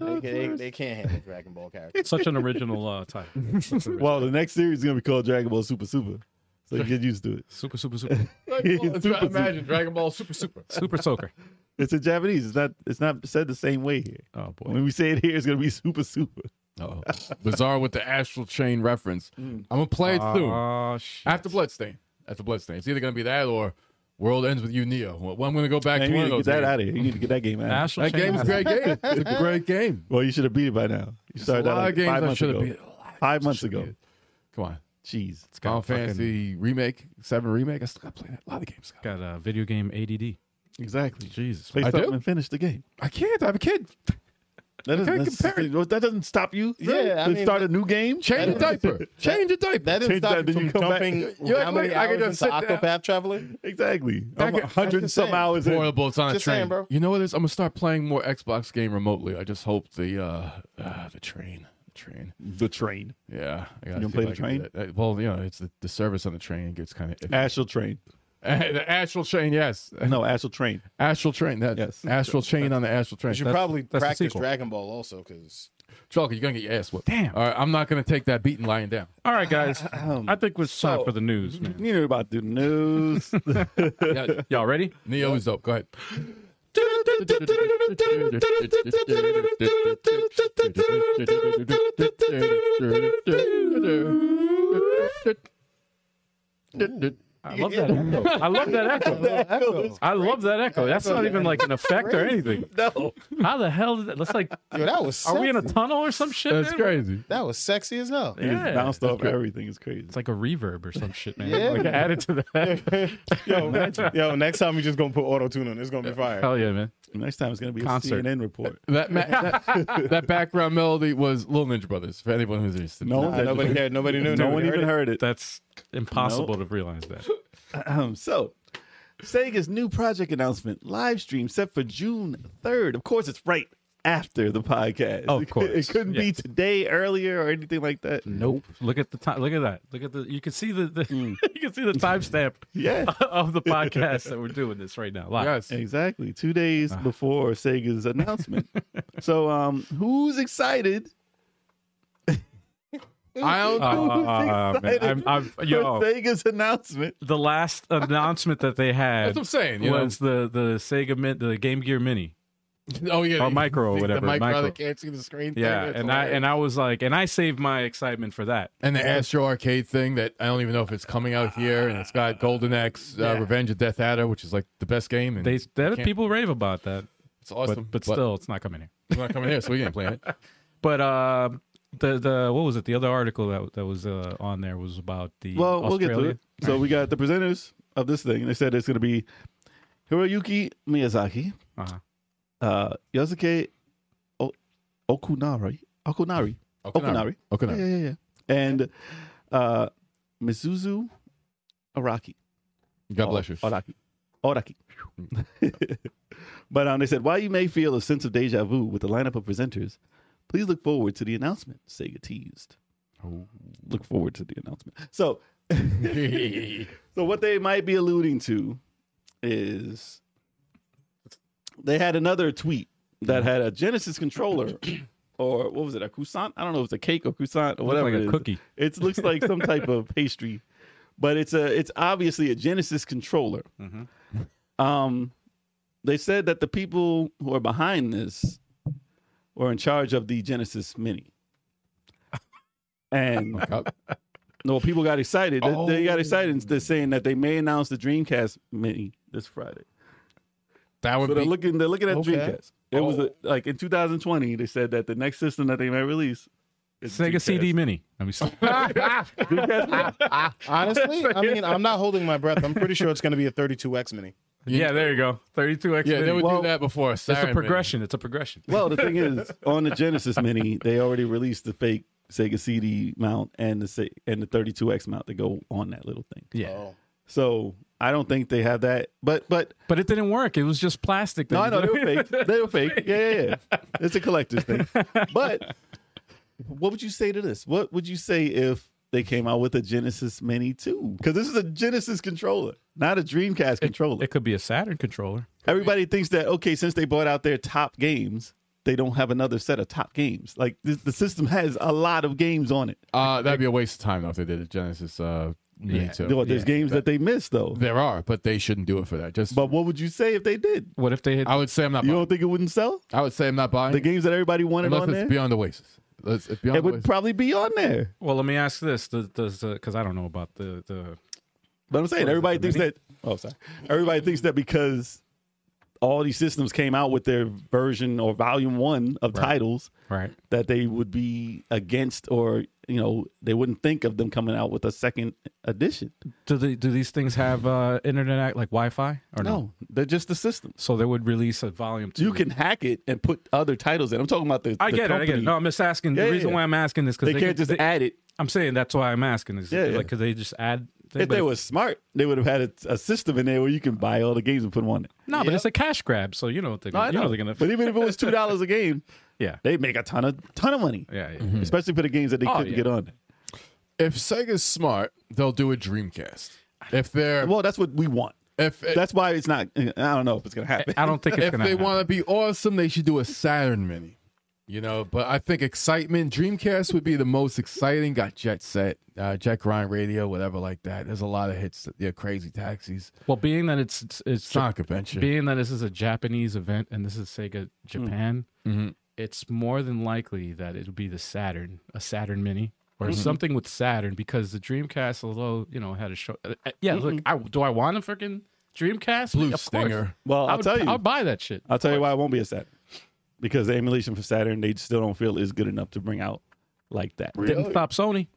they, they, they can't handle Dragon Ball characters. Such an original uh, title. Such an original- Well, the next series is gonna be called Dragon Ball Super Super. So you get used to it. super, super, super, uh, Dragon Ball- Super, super. imagine Dragon Ball Super Super. super soaker. It's in Japanese. It's not. It's not said the same way here. Oh boy. When we say it here, it's gonna be Super Super. Oh, bizarre with the astral chain reference. Mm. I'm gonna play it Uh, soon Oh shit. after Bloodstain. After Bloodstain, it's either gonna be that or World Ends with You, Neo. Well, I'm gonna go back Man, to you one need of to those. get that games. out of here. You need to get that game out. National That game chain was a great game. It's a great game. Well, you should have beat it by now. You There's started a lot out of like games five I months should ago. have beat. Five months shoulda ago. beat. Come on, Jeez. Final fucking- Fantasy remake seven remake. I still got to play that. A lot of games. Got a video game ADD. Exactly. Jesus. Play I something do? and finish the game. I can't. I have a kid. That doesn't, can't that's- compare it. well, that doesn't stop you. Yeah, I to mean, start a new game. Change a diaper. Change a diaper. That didn't Change stop that, you then you from come back. jumping You're how many like, I could hours just into sit down. Octopath Traveler? Exactly. That I'm could- a hundred and some hours in. horrible. It's on Just a train, saying, bro. You know what it is? I'm gonna start playing more Xbox game remotely. I just hope the uh, uh the train, the train. The train. Yeah, I gotta You gonna see play if the I can do train? that. Uh, Well, you know, it's the, the service on the train gets kind of Astral train. the astral chain. Yes, No, astral train. astral train. That Yes. astral chain on the astral train. You should That's- probably the practice sequel. Dragon Ball also because Chalker, you're gonna get your ass whooped. Damn. All right, I'm not gonna take that beating lying down. All right, guys. I think it's time Um, so- for the news, man. You know about the news. Yeah, Y'all ready? Neo is dope. Go ahead. I love that echo. I love that echo. I love that echo. That's not even like an effect or anything. No. How the hell did that? That's like, Yo, that was sexy. are we in a tunnel or some shit? That's man? crazy. that was sexy as hell. He Yeah. just bounced off everything. It's crazy. It's like a reverb or some shit, man. Yeah. Like added to that. Yo, yo, next time we just gonna put auto tune on. It's gonna be fire. Hell yeah, man. Next time it's gonna be Uh, Concert. a CNN report. That, ma- that that background melody was Little Ninja Brothers. For anyone who's interested, No, one's Nobody actually- cared. Nobody knew. no nobody one even heard it. That's impossible to realize that. Um, so, Sega's new project announcement live stream set for June 3rd. Of course, it's right after the podcast. Of It cou- course, It couldn't be yes. Mm. today, earlier, or anything like that. Nope. Look at the time. Look at that. Look at the. You can see the. the you can see the timestamp. Yeah. Of the podcast that we're doing this right now. Live. Yes. Exactly. Two days Ah. before Sega's announcement. so, um, who's excited? I don't. Uh, uh, Who's uh, man, excited I'm, I'm, for yo, Sega's announcement. the last announcement that they that's had what I'm saying. You know? was the the Sega Min, the Game Gear Mini. Oh yeah, Or micro or the- whatever, The micro, micro. that can't see the screen. thing, Yeah, that's and I hilarious. and I was like, and I saved my excitement for that. and the Astro Arcade thing that I don't even know if it's coming out here, and it's got Golden Axe, uh, Revenge of Death Adder, which is like the best game, and They that can't- people rave about that, it's but awesome. but still, it's not coming here. it's not coming here, so we can't play it. But uh, the the what was it? The other article that that was uh, on there was about the Well, Australia. we'll get to it. So we got the presenters of this thing. They said it's going to be Hiroyuki Miyazaki, Uh-huh. uh, Yasuke o- Okunari, Okunari, Okunari, Okunari. Yeah, yeah, yeah. And uh, Mizuzu Araki. God bless you. Araki. Araki. but um, they said, while you may feel a sense of deja vu with the lineup of presenters, please look forward to the announcement. Sega teased. Oh. Look forward to the announcement. So so what they might be alluding to is they had another tweet that had a Genesis controller or what was it, a croissant? I don't know if it's a cake or croissant or Looked whatever. like it a is. cookie. It looks like some type of pastry, but it's a it's obviously a Genesis controller. Mm-hmm. Um, they said that the people who are behind this were in charge of the Genesis Mini, and God. no people got excited. They- They got Oh. excited. and They're saying that they may announce the Dreamcast Mini this Friday. That would So be they're looking they're looking at Okay. Dreamcast. It was a, like in 2020. They said that the next system that they may release is the Sega Dreamcast. CD Mini. I mean, Dreamcast Honestly, I mean, I'm not holding my breath. I'm pretty sure it's going to be a 32x mini. yeah, there you go. Thirty-two X. yeah. They would Well, do that before. It's a Siren Man. progression. It's a progression. Well, the thing is, on the Genesis Mini, they already released the fake Sega CD mount and the Se- and the 32X mount that go on that little thing. Yeah, Oh. So I don't think they have that. But but but it didn't work. It was just plastic. no, I that- know they were fake. They were fake. Yeah, yeah, yeah. It's a collector's thing. But what would you say to this? What would you say if they came out with a Genesis Mini too? Because this is a Genesis controller, not a Dreamcast controller. It could be a Saturn controller. Everybody thinks that okay, since they bought out their top games, they don't have another set of top games. Like this, the system has a lot of games on it. Uh, that'd be a waste of time though if they did a Genesis uh, Mini too. Well, There's games that they missed though. There are, but they shouldn't do it for that. Just But what would you say if they did? What if they had? I would say I'm not. You Buying. don't think it wouldn't sell? I would say I'm not buying The games that everybody wanted unless on it's there, beyond Oasis. Unless it's beyond it would Oasis. probably be on there. Well, let me ask this: Does because I don't know about the the But I'm saying What is it, everybody the thinks Mini? that. Oh, sorry. Everybody thinks that because all these systems came out with their version or volume one of titles, right? that they would be against or you know they wouldn't think of them coming out with a second edition Do the do these things have uh, internet act- like Wi-Fi or no? no they're just the systems So they would release a volume two. you can hack it and put other titles in i'm talking about the I the get it. I get it. company. No, I'm just asking. Yeah, the yeah, reason yeah. why I'm asking this because they, can't just add it I'm saying that's why I'm asking. Is Yeah, like yeah. could they just add? thing, if but they were smart they would have had a, a system in there where you can buy all the games and put them on it no, but it's a cash grab. So you know what they're gonna, I you know know. they're gonna but even if it was two dollars a game yeah they make a ton of ton of money yeah yeah. Mm-hmm. especially for the games that they Oh, couldn't yeah. get on If Sega's smart, they'll do a Dreamcast. If they're well that's what we want if that's why it's not i don't know if it's gonna happen I don't think it's if gonna. they happen. want to be awesome, they should do a Saturn Mini. You know, but I think excitement Dreamcast would be the most exciting. Got Jet Set, uh, Jet Grind Radio, whatever like that. There's a lot of hits. Yeah, Crazy Taxis. well, being that it's it's, it's It's not a convention. being that this is a Japanese event and this is Hmm. Sega Japan, Mhm. Mm-hmm. it's more than likely that it'll be the Saturn, a Saturn Mini, or Mm-hmm. something with Saturn because the Dreamcast, although you know, had a show. uh, uh, yeah, look, I, do I want a freaking Dreamcast? Blue of Course. Stinger. Well, I I'll would, tell you. I'll buy that shit. I'll tell you why it won't be a Saturn. Because the emulation for Saturn, they still don't feel is good enough to bring out like that. Didn't stop Sony.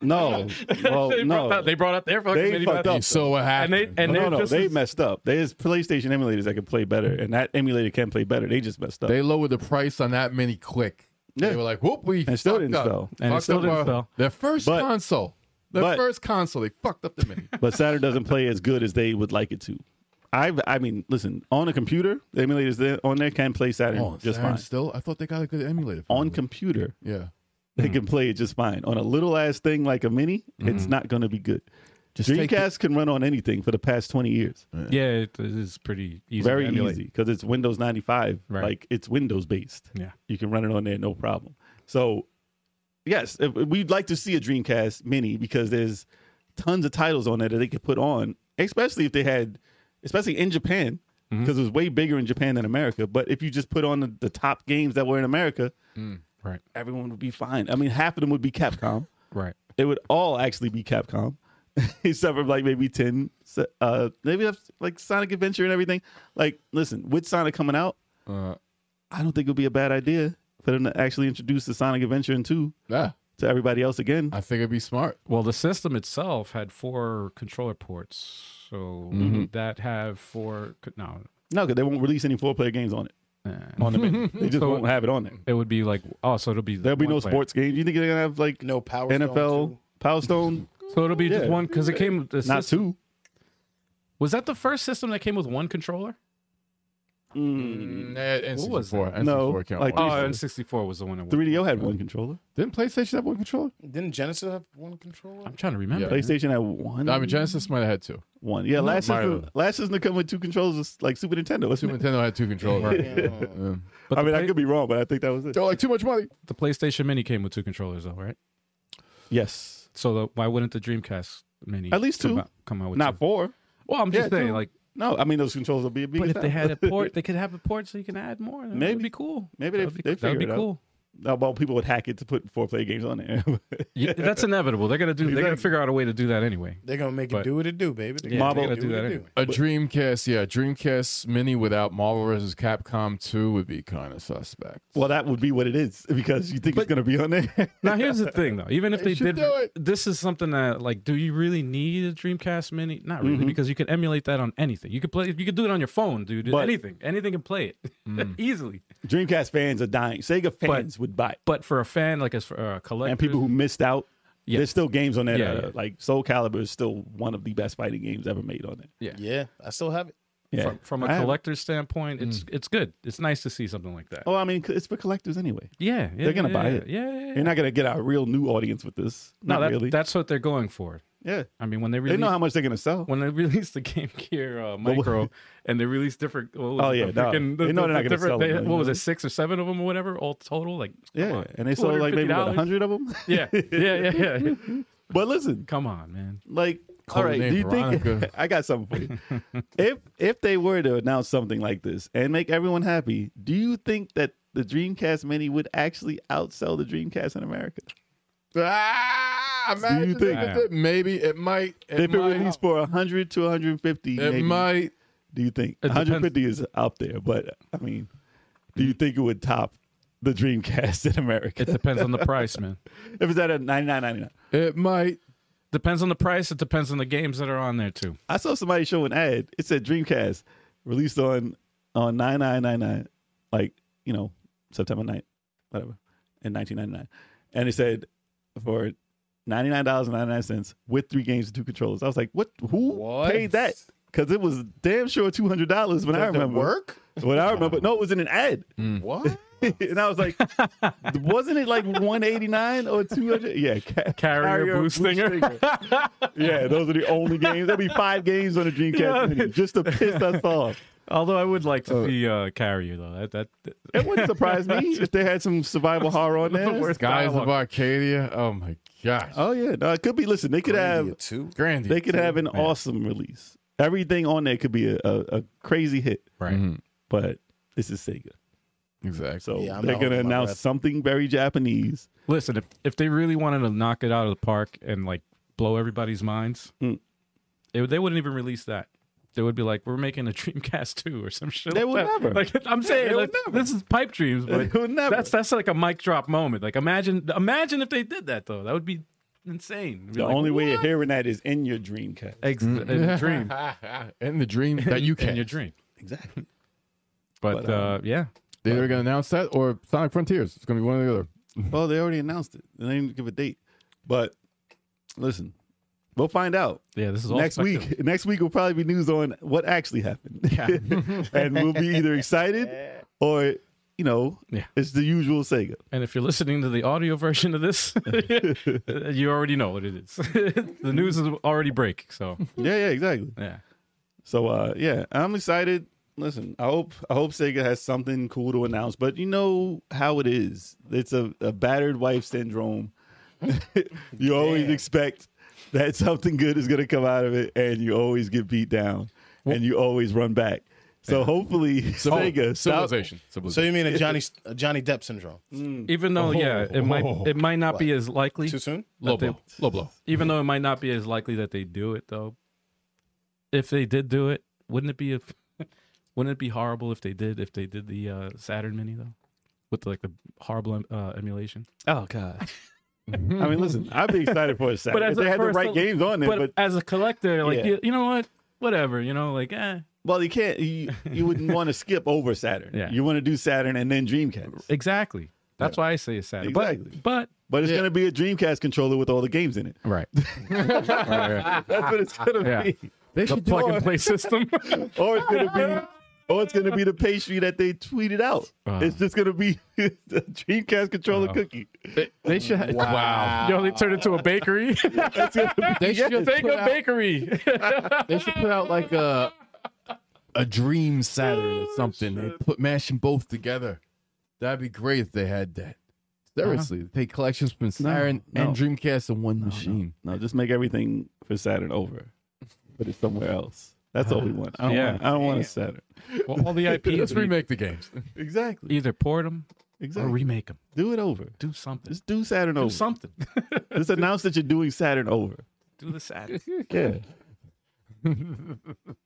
No, well, they Oh, no, Brought out, they brought out their fucking They mini fucked batteries. up. So Oh, what and happened? they and no, they're no, just they as- messed up. There's PlayStation emulators that can play better, and that emulator can play better. They just messed up. They lowered the price on that mini quick. Yeah. They were like, "Whoop, we it still fucked didn't up. sell. And it Fucked still up didn't our- sell. Their first But- console, their but- first console, they fucked up the mini. but Saturn doesn't play as good as they would like it to. I I mean, listen, on a computer, the emulators there, on there can play Saturn Oh, just Oh, Saturn fine. Still, I thought they got a good emulator. for On it. computer, yeah, Hmm. they can play it just fine. On a little ass thing like a mini, it's not going to be good. Mm-hmm. Just take the- Dreamcast can run on anything for the past twenty years, Yeah, it is pretty easy. to very emulate. easy because it's Windows ninety five. Right. Like it's Windows based. Yeah. you can run it on there no problem. So, yes, if- we'd like to see a Dreamcast Mini because there's tons of titles on there that they could put on, especially if they had, especially in Japan, Mm-hmm. because it was way bigger in Japan than America. But if you just put on the, the top games that were in America, Right. everyone would be fine. I mean, half of them would be Capcom. Right. It would all actually be Capcom, except for like maybe ten, uh, maybe that's like Sonic Adventure and everything. Like, listen, with Sonic coming out, uh, I don't think it would be a bad idea for them to actually introduce the Sonic Adventure in two yeah. to everybody else again. I think it'd be smart. Well, the system itself had four controller ports, so Mm-hmm. would that have four. co- No, No, because they won't release any four player games on it. on the menu. They just So- won't have it on there. It would be like oh, so it'll be There'll be one no player. sports games. You think they're gonna have like No power. Stone NFL two. Power Stone? So it'll be just Yeah. one because it came. with The Not system- two. Was that the first system that came with one controller? Hmm. Mm. what was that? No, like- Oh, Three- N64 was the one. That won. 3DO had one controller. Didn't PlayStation have one controller? Didn't Genesis have one controller? I'm trying to remember. Yeah. PlayStation had one. No, I mean Genesis might have had two. one. Yeah, last Mario. system, last system to come with two controllers was like Super Nintendo. Super Wasn't it? Nintendo had two controllers. Yeah. Yeah. But I the mean, I play- could be wrong, but I think that was it. They're like too much money. the PlayStation Mini came with two controllers, though, right? Yes, So the, why wouldn't the Dreamcast Mini At least come two. out, come out with not two? four. Well, I'm just yeah, saying, two. like, No, I mean those controllers will be a big. but if they had a a port, they could have a port so you can add more. That would Maybe. be cool. that Maybe they- would be, they that'd be figure it out. cool. well, people would hack it to put four player games on there. Yeah, that's inevitable. They're gonna do. They're gonna Exactly. figure out a way to do that anyway. They're gonna make But- it do what it do, baby. They're Yeah, Marvel- they're gonna do what that it anyway. A Dreamcast, yeah, Dreamcast Mini without Marvel vs. Capcom 2 would be kind of suspect. Well, that would be what it is because you think it's going to be on there. Now here's the thing though. Even if they, should did, do it. this is something that like, do you really need a Dreamcast Mini? Not really, Mm-hmm. because you can emulate that on anything. You could play. You could do it on your phone, dude. But- anything, anything can play it easily. Dreamcast fans are dying. Sega fans would buy, it. But for a fan, like as for uh, a collector, and people who missed out. Yeah. There's still games on there. Yeah, that are- yeah. Like Soul Calibur is still one of the best fighting games ever made on it. Yeah, I still have it. Yeah. from, from a I have- collector's standpoint, it's it's good. It's nice to see something like that. Oh, I mean, c- it's for collectors anyway. yeah, yeah, they're gonna buy yeah, it. Yeah, yeah, yeah. You're not going to get a real new audience with this. no, Not that, really. that's what they're going for. yeah. I mean, when they They release know how much they're going to sell. when they released the Game Gear uh, what- Micro and they released different. What was Oh, it, yeah, the no. freaking- They know they're not gonna different- sell they- them, What was you it, know? six or seven of them or whatever, all total? Like, Yeah. come on, and they sold like maybe $250? what, 100 of them. Yeah, yeah, yeah, yeah. but listen, Come on, man. like, Code all right, name do you Veronica. think I got something for you? if if they were to announce something like this and make everyone happy, do you think that the Dreamcast Mini would actually outsell the Dreamcast in America? Ah, imagine think- they did it. maybe it might. It if it might, released for 100 to 150, it maybe, might. do you think It depends. 150 is up there? But I mean, do you think it would top the Dreamcast in America? It depends on the price, man. if it's at a 99.99, It might. Depends on the price. It depends on the games that are on there too. I saw somebody show an ad. It said Dreamcast released on on 9999, like you know September 9th, whatever, in 1999, and it said for. Ninety-nine dollars and ninety-nine cents with three games and two controllers. I was like, "What? Who What? paid that? Because it was damn sure two hundred dollars when I Does it remember. work? When I remember, no, it was in an ad. What? and I was like, wasn't it like 189 or 200? Yeah, ca- Carrier, Blue Stinger. yeah, those are the only games. There'll be five games on the Dreamcast Yeah. Mini just to piss us off. Although I would like to Oh. see uh, Carrier though. That that, that- It wouldn't surprise me if they had some survival horror on the there. worst Guys of dialogue. Arcadia. Oh my gosh. Oh yeah, no, it could be. Listen, they could have two. Grandy. they could have an awesome release. Everything on there could be a, a, a crazy hit, right. but this is Sega, Exactly. so Yeah, I'm they're not gonna holding my announce breath. something very Japanese Listen, if, if they really wanted to knock it out of the park and like blow everybody's minds, Hmm. it- they wouldn't even release that. They would be like, "We're making a Dreamcast two or some shit." They like would that. never. Like I'm saying, they like, would never. this is pipe dreams, but They would never. that's that's like a mic drop moment. Like imagine, imagine if they did that though. That would be insane. It'd be The like, only way of "What?" hearing that is in your Dreamcast. Ex- in a dream and the dream that you in can. your dream. Exactly. But, But, um, uh, yeah, They're going to announce that or Sonic Frontiers. It's going to be one or the other. Well, they already announced it. They didn't give a date. But listen, we'll find out. yeah, this is all Next speculative. week, next week will probably be news on what actually happened. and we'll be either excited or, you know, Yeah. it's the usual Sega. And if you're listening to the audio version of this, you already know what it is. the news is already break. So Yeah, yeah, exactly. yeah, So uh yeah, I'm excited. Listen, I hope I hope Sega has something cool to announce, but you know how it is. It's a, a battered wife syndrome. you always expect that something good is gonna come out of it and you always get beat down and you always run back. So hopefully Sega stop- Civilization. So Civilization. you mean a Johnny a Johnny Depp syndrome? even though yeah, it might it might not be as likely. Too soon? Low that they- blow. Low blow. Even though it might not be as likely that they do it though. If they did do it, wouldn't it be a, wouldn't it be horrible if they did if they did the uh, Saturn Mini though, with like the horrible uh, emulation? Oh god. I mean listen, I'd be excited for a second. But as If they a had the first- right games on it, But, but, as a collector, like Yeah. you, you know what, whatever, you know, like eh. well you can't you, you wouldn't want to skip over Saturn. Yeah. You want to do Saturn and then Dreamcast. Exactly. That's why I say it's Saturn. Exactly. But But it's gonna be a Dreamcast controller with all the games in it. but right. That's what it's gonna Yeah. be. They The should do plug a- and play system. Or it's gonna be or it's gonna be the pastry that they tweeted out. Wow. it's just gonna be the Dreamcast controller Wow. cookie. They should. ha- Wow. Yo, they turned into a bakery. It's gonna be- They should Think put of out, bakery. They should put out like a a dream Saturn or something. and put mash them both together. That'd be great if they had that. Seriously, take collections from Saturn no. and Dreamcast in one machine. no, just make everything for Saturn over. But it's somewhere else. That's all we want. I don't Yeah. want I don't want a Saturn. well, all the Let's IPs. remake the games. Exactly. Either port them or Exactly. remake them. do it over. Do something. Just do Saturn Do over. something. Just announce that you're doing Saturn over. Do the Saturn. Yeah.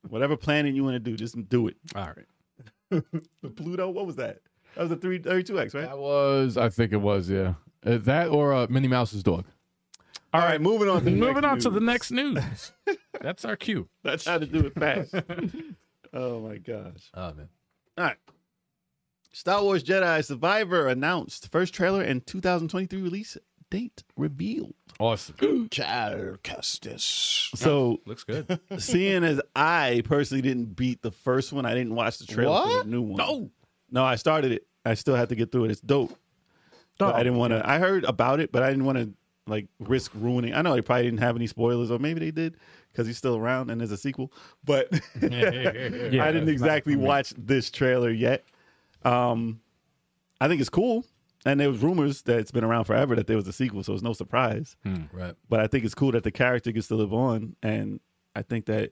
Whatever planning you want to do, just do it. All right. The Pluto, what was that? That was a 332X, right? That was, I think it was, yeah. Uh, that or uh, Minnie Mouse's dog. All right, moving on. To the Moving next on to news. the next news. That's our cue. That's how to do it fast. oh my gosh! Oh man, All right, Star Wars Jedi Survivor announced first trailer and 2023 release date revealed. awesome. Kyle Custis. So, Looks good. seeing as I personally didn't beat the first one, I didn't watch the trailer for the new one. No, no, I started it. I still have to get through it. It's dope. But I didn't want to. I heard about it, but I didn't want to like risk ruining. I know they probably didn't have any spoilers, or maybe they did because he's still around and there's a sequel. But I didn't exactly watch this trailer yet. Um, I think it's cool, and there was rumors that it's been around forever that there was a sequel, so it's no surprise. Right. But I think it's cool that the character gets to live on, and I think that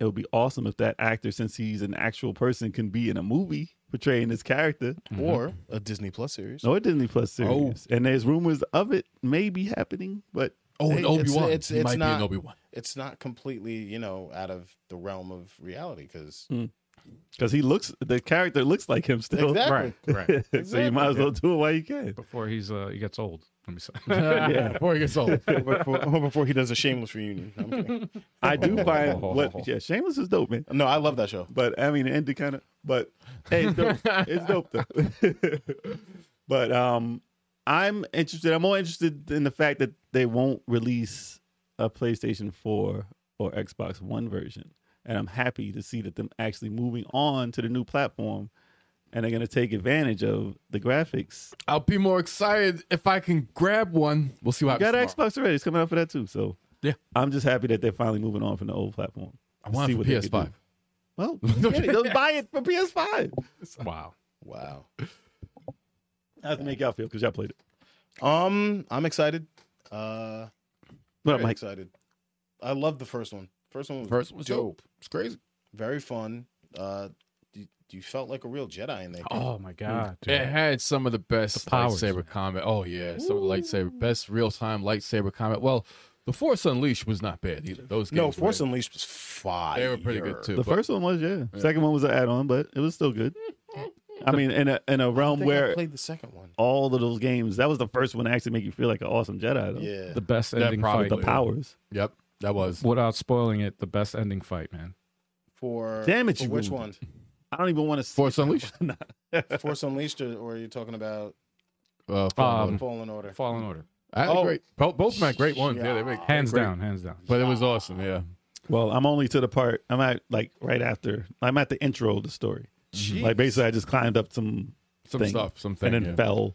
it would be awesome if that actor, since he's an actual person, can be in a movie portraying this character Or a Disney Plus series. or Disney Plus series. And there's rumors of it maybe happening, but Oh, Hey, and Obi it's- Wan. It's, it's- it's might be not- an Obi Wan. It's not completely, you know, out of the realm of reality because because he looks, the character looks like him still. Right. Right. so you might as well do it while you can. Before he's uh, he gets old. Let me say. yeah. Before he gets old. Or before, or before he does a shameless reunion. No, I'm kidding. I do find what, yeah, Shameless is dope, man. No, I love that show. But I mean, it ended kind of. But hey, it's dope. it's dope though. but um, I'm interested. I'm more interested in the fact that they won't release a PlayStation 4 or Xbox One version, and I'm happy to see that them actually moving on to the new platform, and they're going to take advantage of the graphics. I'll be more excited if I can grab one. We'll see what You got an happens. tomorrow. Xbox already. It's coming out for that too. So Yeah. I'm just happy that they're finally moving on from the old platform. I want See it for what they could PS5. do. Well, yeah, they'll buy it for PS5. wow. Wow. That's to make y'all feel because y'all played it. Um, I'm excited. Uh, What up, very Mike? excited. I love the first one. First one was First was dope. dope. It's crazy. Very fun. Uh, you, you felt like a real Jedi in there. Oh my god, dude. Mm. It had some of the best powers, lightsaber combat. Oh yeah, some of the lightsaber best real time lightsaber combat. Well, the Force Unleashed was not bad either. Those games no, were- Force Unleashed was fire. they were pretty good too. The but- first one was yeah. Second one was an add-on, but it was still good. I mean, in a in a I realm think I where played the second one. all of those games, that was the first one to actually make you feel like an awesome Jedi. Though. Yeah. the best That ending probably- fight. With the powers. yep, that was Without spoiling it, the best ending fight, man. For Damn it, for you which one? ruined I don't even want to. Force Unleashed. Force Unleashed, or, or are you talking about Uh, Fallen Um, Order. Fallen Order? Fallen Order, I had a oh. great, both, both of my great ones. Yeah, they were hands great. down, hands down. But it was awesome. Yeah, Well, I'm only to the part I'm at like right after. I'm at the intro of the story. Like basically, I just climbed up some some Thing. stuff, some thing. and then yeah. fell,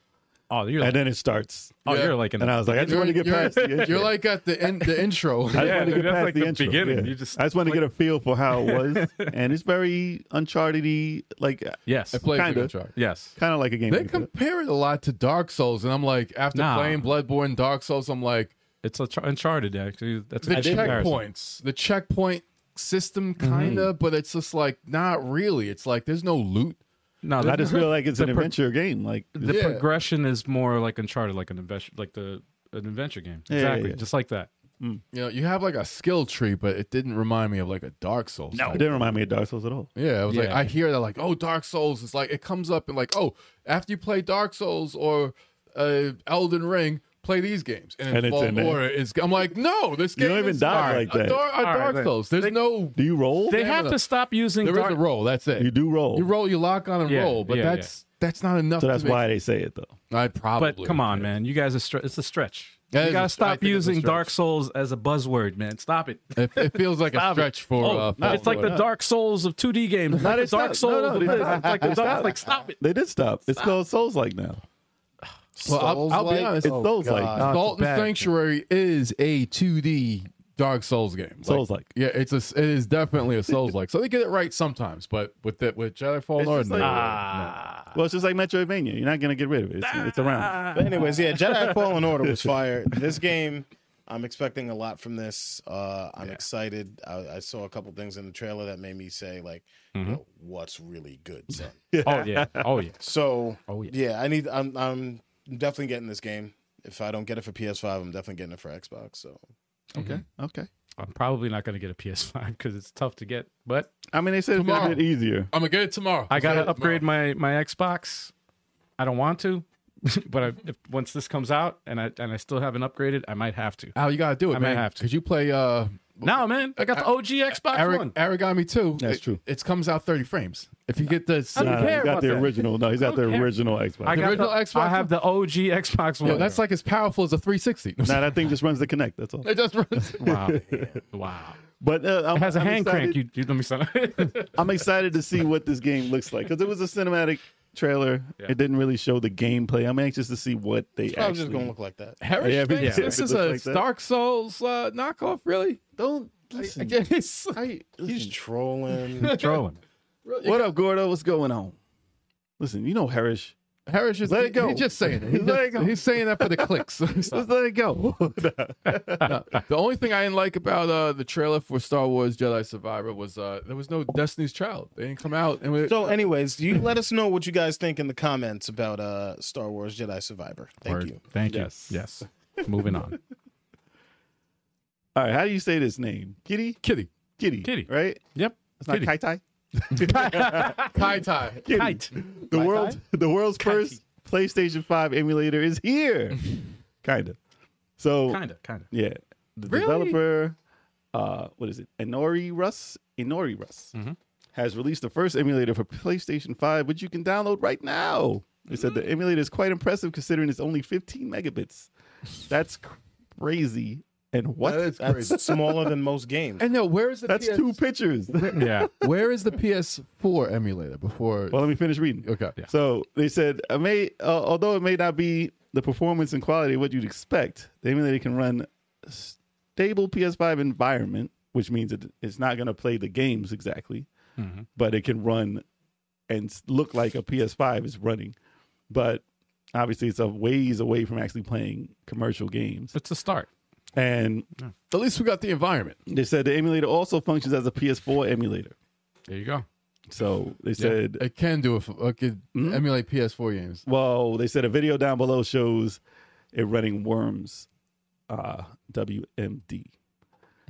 Oh, you're and like, then it starts. oh, yeah. you're like an. And I was like, I just You're, want to get you're- past the intro. you're like at the end, the intro. I just Yeah, wanted to dude, get that's past like the, the intro. beginning. yeah. You just- I just wanted to get a feel for how it was, and it's very uncharted-y, like uh, yes, I played kinda. the intro. yes. kind of like a game. They we did. compare it a lot to Dark Souls, and I'm like, after Nah. playing Bloodborne, Dark Souls, I'm like, It's a char- Uncharted, actually. That's a the good comparison. checkpoints, the checkpoint system, Mm-hmm. kind of, but it's just like not really. It's like there's no loot. No, I just feel like it's an the pro- adventure game. Like the Yeah. progression is more like Uncharted, like an adventure, like the an adventure game. Yeah, yeah, exactly, yeah. just like that. You know, you have like a skill tree, but it didn't remind me of like a Dark Souls. it type. didn't remind me of Dark Souls at all. Yeah, I was like, Yeah. I hear that like, oh, Dark Souls. It's like it comes up and like, oh, after you play Dark Souls or uh, Elden Ring, play these games. And, And it's it's Fallen in there. Order is. I'm like, no, this You game don't even is die not like a that. Dar- a right, Dark then. Souls. There's no. Do you roll? They Damn have it. to stop using. There is Dark- a roll. That's it. you do roll. You roll. You lock on and Yeah, roll. But yeah, that's that's not enough. So to that's make- why they say it though. I probably. But come on, man, you guys are stre- it's a stretch. you That is a- I gotta stop think it's a using stretch. Dark Souls as a buzzword, man. Stop it. It, it feels like a Stop it. stretch for. Oh, uh, Fallen it's like the Order. Dark Souls of 2D games. It's like the it's not. Dark No, Souls. no, of they- this. It's like the it's Dark. not. Like stop it. They did stop. It's called Souls like now. Well, I'll, I'll be Souls-like? honest. It's Oh, Souls like. God. not Dalton bad. Sanctuary is a 2D Dark Souls game. Like, Souls-like. Yeah, it's a it is definitely a Souls like. so they get it right sometimes, but with the, with Jedi Fallen It's Order, just no. like- Ah. Well, it's just like Metroidvania. You're not gonna get rid of it. It's, it's around. But anyways, yeah, Jedi Fallen Order was fire. This game, I'm expecting a lot from this. Uh, I'm excited. I, I saw a couple things in the trailer that made me say, like, Mm-hmm. yo, what's really good, son? oh yeah. Oh yeah. So, Oh, yeah. I need. I'm, I'm definitely getting this game. If I don't get it for PS5, I'm definitely getting it for Xbox. So, Okay. Okay. I'm probably not gonna get a PS5 because it's tough to get. But I mean, they said it's gonna Tomorrow. get easier. I'm gonna get it tomorrow. I gotta Tomorrow. upgrade my my Xbox. I don't want to, but I, if, once this comes out and I and I still haven't upgraded, I might have to. Oh, you gotta do it, I might man. have to. Could you play uh No, man, I got the OG Xbox One. Ari- Origami 2? That's It- true. It comes out 30 frames. If you get uh, the don't Nah, care he's Uh, got about the that. original. No, he's got the care. original Xbox. I got original the, Xbox I have the OG Xbox One. Yo, that's like as powerful as a 360. Nah, that thing just runs the connect. That's all. it just runs. wow, wow. But uh, I'm, It has a I'm hand excited. crank. You, you let me sign. I'm excited to see what this game looks like because it was a cinematic trailer. Yeah. It didn't really show the gameplay. I'm anxious to see what they it's probably actually. just going to look like that. Harry, Yeah, if it- thinks yeah, this if it is looks a like that. Dark Souls uh, knockoff, really? Don't I listen. guess. I- He's listen. trolling. Trolling. what up, Gordo? What's going on? Listen, you know Harris. Harris just Let it go. He's just saying it. He's, Let it just- go. he's saying that for the clicks. Just let it go. the only thing I didn't like about uh, the trailer for Star Wars Jedi Survivor was uh, there was no Destiny's Child. They didn't come out, and we, So, anyways, you let us know what you guys think in the comments about uh, Star Wars Jedi Survivor. Thank Word. you. Thank Yes. you. Yes. Moving on. All right, how do you say this name? Kitty, Kitty Kitty, Kitty. Right? Yep. It's not Kitty. Kai Tai. Kai Tai. Kitty. Kite. The world, the world's first PlayStation Five emulator is here. kinda. So Kinda. Kinda. Yeah. The Really? developer, uh, what is it? Inori Russ? Inori Russ has released the first emulator for PlayStation 5, which you can download right now. They said the emulator is quite impressive considering it's only 15 megabits. That's crazy. And what? That is crazy. That's smaller than most games. And no, where is the That's PS, two pictures. well, Yeah. Where is the PS4 emulator before? let me finish reading. okay, So they said, I may, uh, although it may not be the performance and quality of what you'd expect, the emulator can run a stable PS5 environment, which means it, it's not going to play the games exactly, but it can run and s- look like a PS5 is running. But obviously, it's a ways away from actually playing commercial games. It's a start. And at least we got the environment. they said the emulator also functions as a PS4 emulator. There you go. So they said, it can do it. It could Mhm. emulate PS4 games. well, they said a video down below shows it running worms, uh, WMD.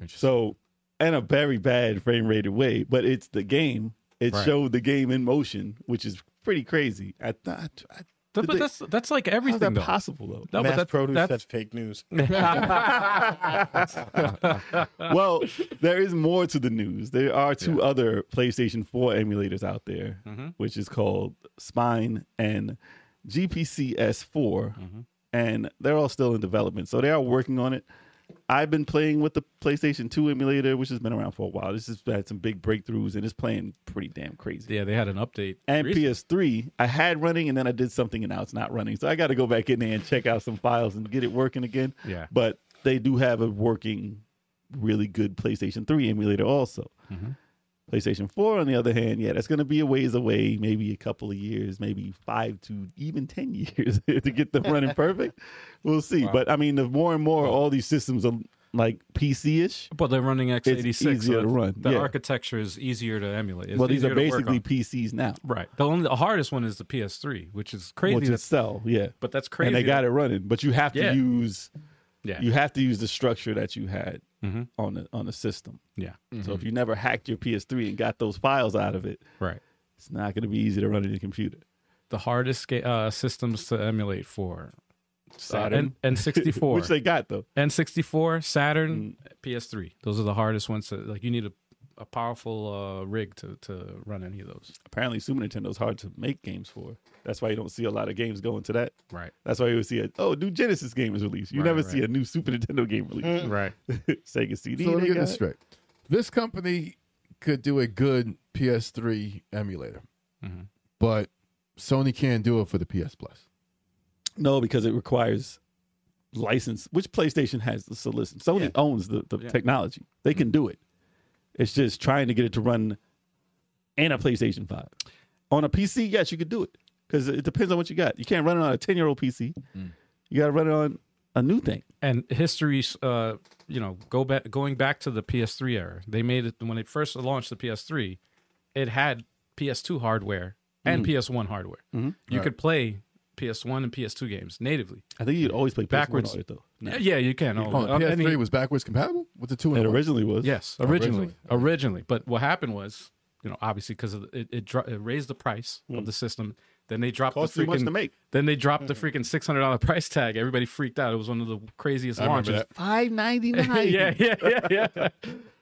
So, in a very bad frame rated way, but it's the game. It Right. showed the game in motion, which is pretty crazy. I thought, I, Th- but they- that's that's like how's everything that though. possible though? no, Mass but that, produce, that's- that's, fake news. well, there is more to the news. There are two other PlayStation 4 emulators out there, which is called Spine and GPCS4, and they're all still in development. So they are working on it. I've been playing with the PlayStation 2 emulator, which has been around for a while. This has had some big breakthroughs and it's playing pretty damn crazy yeah, they had an update. and recently. PS3 I had running, and then I did something, and now it's not running. So I got to go back in there and check out some files and get it working again. Yeah. But they do have a working, really good PlayStation 3 emulator also. Mm-hmm. PlayStation 4, on the other hand, yeah, that's going to be a ways away, maybe a couple of years, maybe five to even 10 years to get them running perfect. We'll see. But I mean, the more and more all these systems are like PC ish. but they're running x86. easier the- to run, The yeah. architecture is easier to emulate. It's Well, these easier are to work basically on. PCs now, right. The only the hardest one is the PS3, which is crazy. which is that's- sell, yeah. but that's crazy. and they that- got it running. But you have to Yeah. use Yeah. you have to use the structure that you had Mhm. on the on the system. yeah. So if you never hacked your PS3 and got those files out of it, Right. it's not going to be easy to run in your computer. The hardest ga- uh, systems to emulate for Saturn. and N64. which they Mm. got though. N64, Saturn, PS3. Those are the hardest ones to like. You need a, a powerful uh, rig to to run any of those. Apparently, Super Nintendo's hard to make games for. That's why you don't see a lot of games going to that. Right. That's why you would see a oh new Genesis game is released. You Right, never right. see a new Super Nintendo game released. Right. Sega CD. Mm. So let they me get got. this straight. This company could do a good PS3 emulator, Mhm. but Sony can't do it for the PS Plus. No, because it requires license, which PlayStation has. So listen, Sony Yeah. owns the, the Yeah. technology. They can do it. It's just trying to get it to run in a PlayStation 5. On a PC, yes, you could do it because it depends on what you got. You can't run it on a 10 year old PC. Mm. You got to run it on a new thing. and history uh you know go back going back to the ps3 era they made it when they first launched the ps3 it had ps2 hardware and ps1 hardware you could play ps1 and ps2 games natively I think you'd always play PlayStation Backwards. on it, though. yeah, yeah, you can Oh, Uh, PS3 any- was backwards compatible with the two It and one. originally was. yes originally originally, but what happened was you know obviously because it, it, dro- it raised the price of the system then they dropped Cost the too freaking much to make. then they dropped the freaking $600 price tag everybody freaked out it was one of the craziest remember launches that. Five ninety nine. yeah, yeah, yeah, yeah.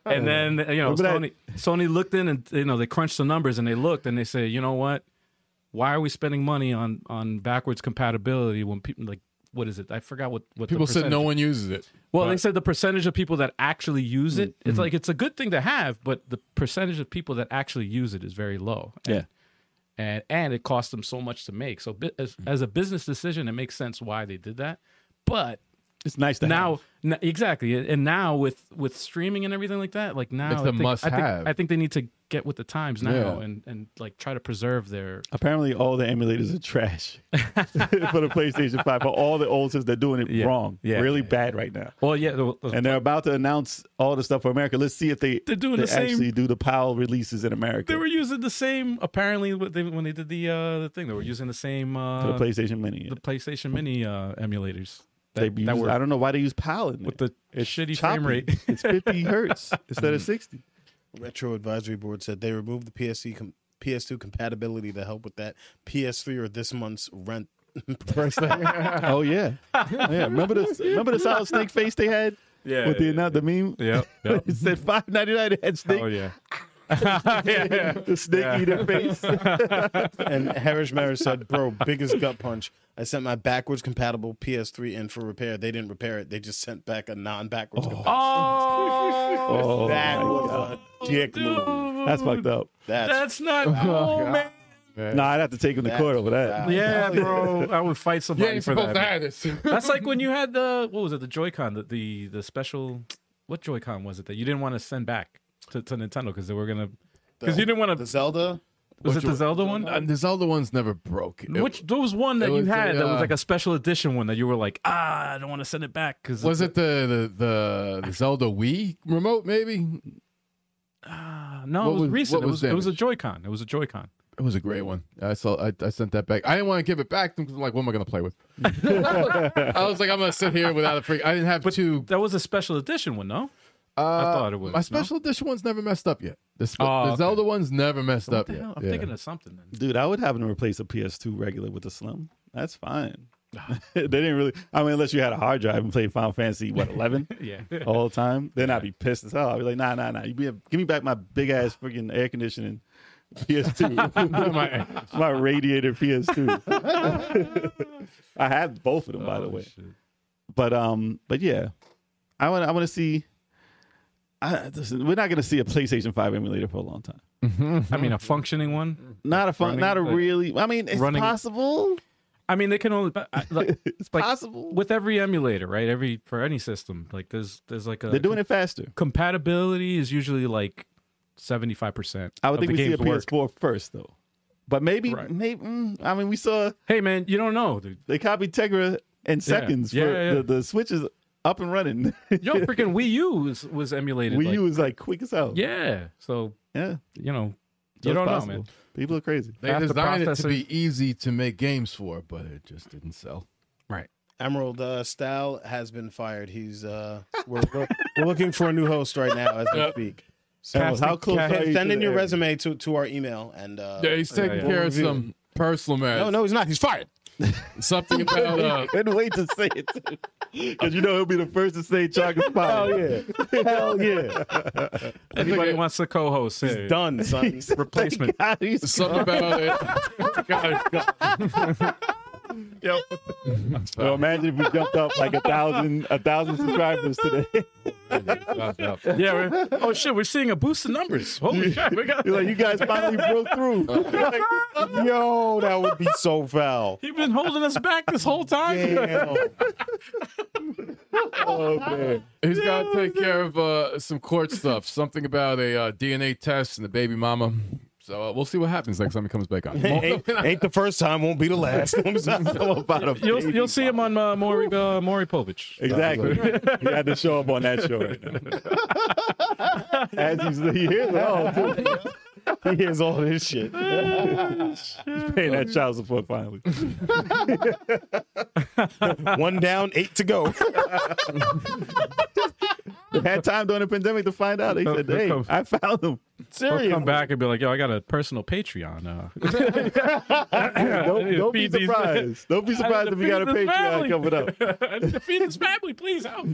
And then you know Remember Sony, Sony looked in and you know they crunched the numbers and they looked and they say, you know what? Why are we spending money on on backwards compatibility when people like what is it? I forgot what what the People said no percentage- one Mm-hmm. uses it. Well, they said the percentage of people that actually use it. It's like it's a good thing to have, but the percentage of people that actually use it is very low. And, Yeah. And and it cost them so much to make. So bu- as, Mm. as a business decision, it makes sense why they did that. But It's nice to now have. n- exactly and now with with streaming and everything like that like now It's I the think, must I, think, have. I think they need to get with the times now Yeah. and and like try to preserve their Apparently, all the emulators are trash for the PlayStation 5. For all the old systems, they're doing it wrong. Yeah. really bad right now. well yeah the- And they're about to announce all the stuff for America. Let's see if they, They're doing they the same- actually do the PAL releases in America they were using the same apparently what they, when they did the uh the thing they were using the same for uh the PlayStation Mini. the PlayStation Mini uh emulators they that, use, that I were don't know why they use PAL in with there. the shitty choppy. frame rate it's 50 hertz instead of 60. Retro Advisory Board said they removed the PSC com- PS2 compatibility to help with that PS3 or this month's rent. price tag. Oh, yeah. yeah. Remember the, remember the solid snake face they had? Yeah, With the, not the meme? yeah yeah It said five ninety nine. It had snake, oh yeah the snake eater face. and Harish Marriage said, "Bro, biggest gut punch. I sent my backwards compatible PS3 in for repair. They didn't repair it. They just sent back a non-backwards compatible. oh Oh, that my was God. a dick move. that's fucked up. That's, that's not oh man No, I'd have to take him to That's court over that. foul. yeah bro I would fight Yeah, somebody you're for supposed that to have this. That's like when you had the what was it? The Joy-Con, the the, the special. What Joy-Con was it that you didn't want to send back to, to Nintendo because they were gonna? Because you didn't want the to. Zelda. Was it the Zelda one? And the Zelda ones never broke. It- Which there was one that it you was had the, that was uh, like a special edition one that you were like, ah, I don't want to send it back because was it the the, the, the Zelda Wii remote? Maybe Ah, no, What it was, was- recent. what It was was, it was a damage? Joy-Con. It was a Joy-Con. It was a great one. I saw. I, I sent that back. I didn't want to give it back because I'm like, what am I going to play with? I was like, I'm going to sit here without a freak. I didn't have two. That was a special edition one, no? Uh, I thought it was, My no? special edition one's never messed up yet. The, spe- Oh, the okay. Zelda one's never messed up The yet. hell? I'm Yeah. thinking of something. Then. Dude, I would have them replace a PS2 regular with a Slim. That's fine. they didn't really. I mean, unless you had a hard drive and played Final Fantasy what eleven Yeah. all the time, then I'd be pissed as hell. I'd be like, Nah, nah, nah. You be, give me back my big ass freaking air conditioning PS2, My- my radiator PS2. I had both of them, by the way. But um, but yeah, I want I want to see. I, listen, we're not going to see a PlayStation Five emulator for a long time. I mean, a functioning one. Not a fun, not a like- really. I mean, it's running- possible. I mean, they can only. but I- Like, It's like, possible. with every emulator, right? Every for any system, like there's there's like a They're doing it faster. compatibility is usually like seventy five percent. I would think the we see a game's work. PS4 first, though. But maybe, Right. maybe. mm, I mean, we saw Hey man, you don't know, dude. they copied Tegra in seconds Yeah, for yeah, yeah. The, the Switch is up and running. Yo, freaking Wii U was, was emulated. Wii like- U is like quick as hell. yeah. So yeah. you know, so you it's don't possible. know, man. People are crazy. They Half the designed it to processor- be easy to make games for, but it just didn't sell. Emerald uh, Style has been fired. He's uh, we're, we're, we're looking for a new host right now as we speak. So Casting- how close ca- are you? send in your Yeah. resume to, to our email and uh, Yeah, he's taking yeah. care of some personal matters. no, no, he's not. He's fired. something about uh, Couldn't wait to say it because you know he'll be the first to say chocolate pie. Oh yeah, Hell yeah. Anybody wants a co-host? hey, Done, son. replacement. God, he's something about it. God, God. Well, imagine if we jumped up like a thousand, a thousand subscribers today. Yeah. We're, oh shit, we're seeing a boost in numbers. Holy shit, we got. You're like, you guys finally broke through. Yo, that would be so foul. You've been holding us back this whole time. Damn. oh man, He's got to take care of uh, some court stuff. Something about a uh, DNA test and the baby mama. So uh, we'll see what happens next time he comes back on. ain't, ain't the first time, won't be the last. about a You'll you'll see him on uh, Maury uh, Maury Povich. Exactly. he had to show up on that show right now. As he's, he hears it all, too. he hears all this shit. He's paying that child support finally. One down, eight to go. Had time during the pandemic to find out. He said, Here hey, comes- I found him. He'll come back and be like, "Yo, I got a personal Patreon." Uh, Don't, need to don't be feed these- surprised. Don't be surprised if you got a Patreon coming up. I need to feed this family, please help.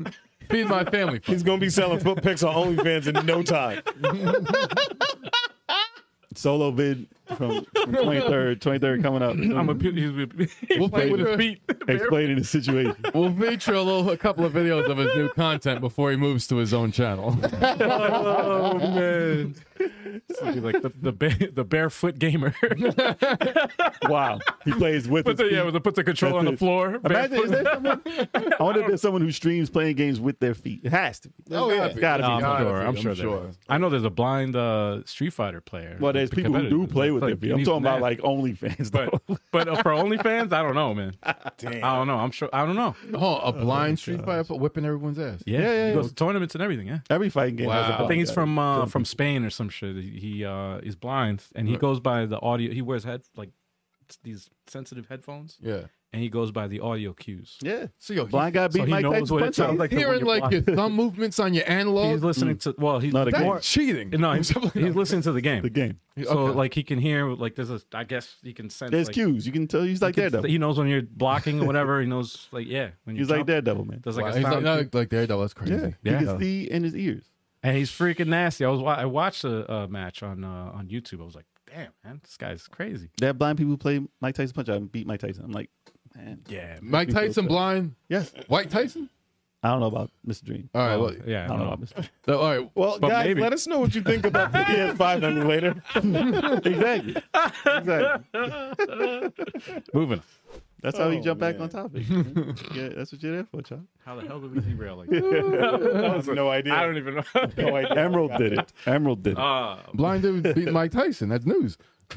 Feed my family. He's gonna be selling foot pics on OnlyFans in no time. Solo vid from, from 23rd, 23rd coming up. I'm a pu- he's, he's We'll playing with his pay you. feet. explaining the situation. We'll feature a little, a couple of videos of his new content before he moves to his own channel. oh man! So he's like the the, ba- the barefoot gamer. Wow. He plays with Put his the, yeah, feet. with the, put the controller on the floor. Imagine, barefoot. is there someone, I wonder if there's someone who streams playing games with their feet. It has to be. oh yeah, Gotta be. I'm Gotta sure. be, I'm I'm sure. there sure. is. I know there's a blind uh, Street Fighter player. Well, there's people who do competitive. play with their feet. I'm he's talking about nasty. like OnlyFans. Though. But but uh, for OnlyFans, I don't know, man. I Damn. don't know. I'm sure. I don't know. Oh, a blind street fighter whipping everyone's ass. Yeah, yeah, He yeah. goes to tournaments and everything. Yeah. Every fighting game has a Wow. body I think he's guy. from uh, from Spain or some shit. He he, uh, is blind and he goes by the audio. He wears head like s- these sensitive headphones Yeah. and he goes by the audio cues. Yeah. So yo, Blind guy beat he Mike knows Tyson's what it punch sounds out. like. he's the one hearing you're like your blind. thumb movements on your analog. He's listening to well, he's Not a That's game. cheating. no, he's, he's listening to the game. The game. So Okay. like he can hear like there's a I guess he can sense There's like, cues. You can tell he's like he, can- Daredevil. he knows when you're blocking or whatever. He knows like yeah when you He's like jump, Daredevil, man. There's like Wow, a he's like, sound no, cue. like there, that was crazy. Yeah. Yeah. He can see in his ears. and he's freaking nasty. I was wa- I watched a, a match on uh, on YouTube. I was like, damn man, this guy's crazy. There are blind people who play Mike Tyson punch out and beat Mike Tyson. I'm like, man. Yeah, Mike Tyson blind. Yes. White Tyson. I don't know about Mr. Dream. All right. well, yeah. I I don't know know. about Mr. Dream. so, all right. Well, But guys, maybe. let us know what you think about the PS5 emulator. exactly. Exactly. Moving. on. That's how he Oh, jumped back man. on topic. yeah, that's what you're there for, child. How the hell did we derail like that? no idea. I don't even know. no idea. Emerald did it. Emerald did it. Uh, Blind dude beat Mike Tyson. That's news.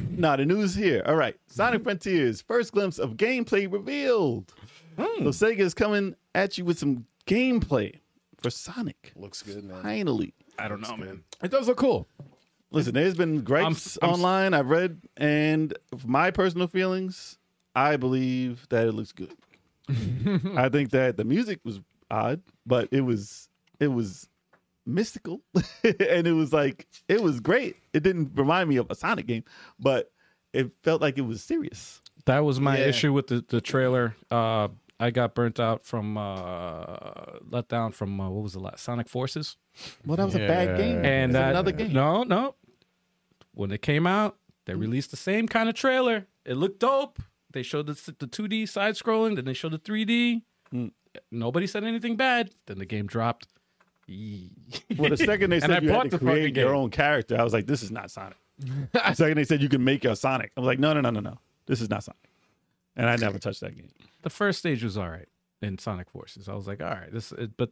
Now the news here. All right, Sonic Frontiers first glimpse of gameplay revealed. Hmm. So Sega is coming at you with some gameplay for Sonic. Looks good, man. Finally, I don't know, man. It does look cool. Listen, there's been gripes I'm s- online I've read, and my personal feelings, I believe that it looks good. I think that the music was odd, but it was it was mystical, and it was like it was great. It didn't remind me of a Sonic game, but it felt like it was serious. That was my Yeah. issue with the the trailer. Uh, I got burnt out from uh, let down from uh, what was the last Sonic Forces Well, that was a bad game. and It's uh, another game. No, no. When it came out, they released the same kind of trailer. It looked dope. They showed the the 2D side scrolling, then they showed the 3D. Mm. Nobody said anything bad. Then the game dropped. Yee. Well, the second they And said I you bought had the to fucking create your game. own character, I was like, this is not Sonic. the second they said you can make your Sonic, I was like, no, no, no, no, no. This is not Sonic. And I never touched that game. the first stage was all right in Sonic Forces. I was like, all right, this. It, but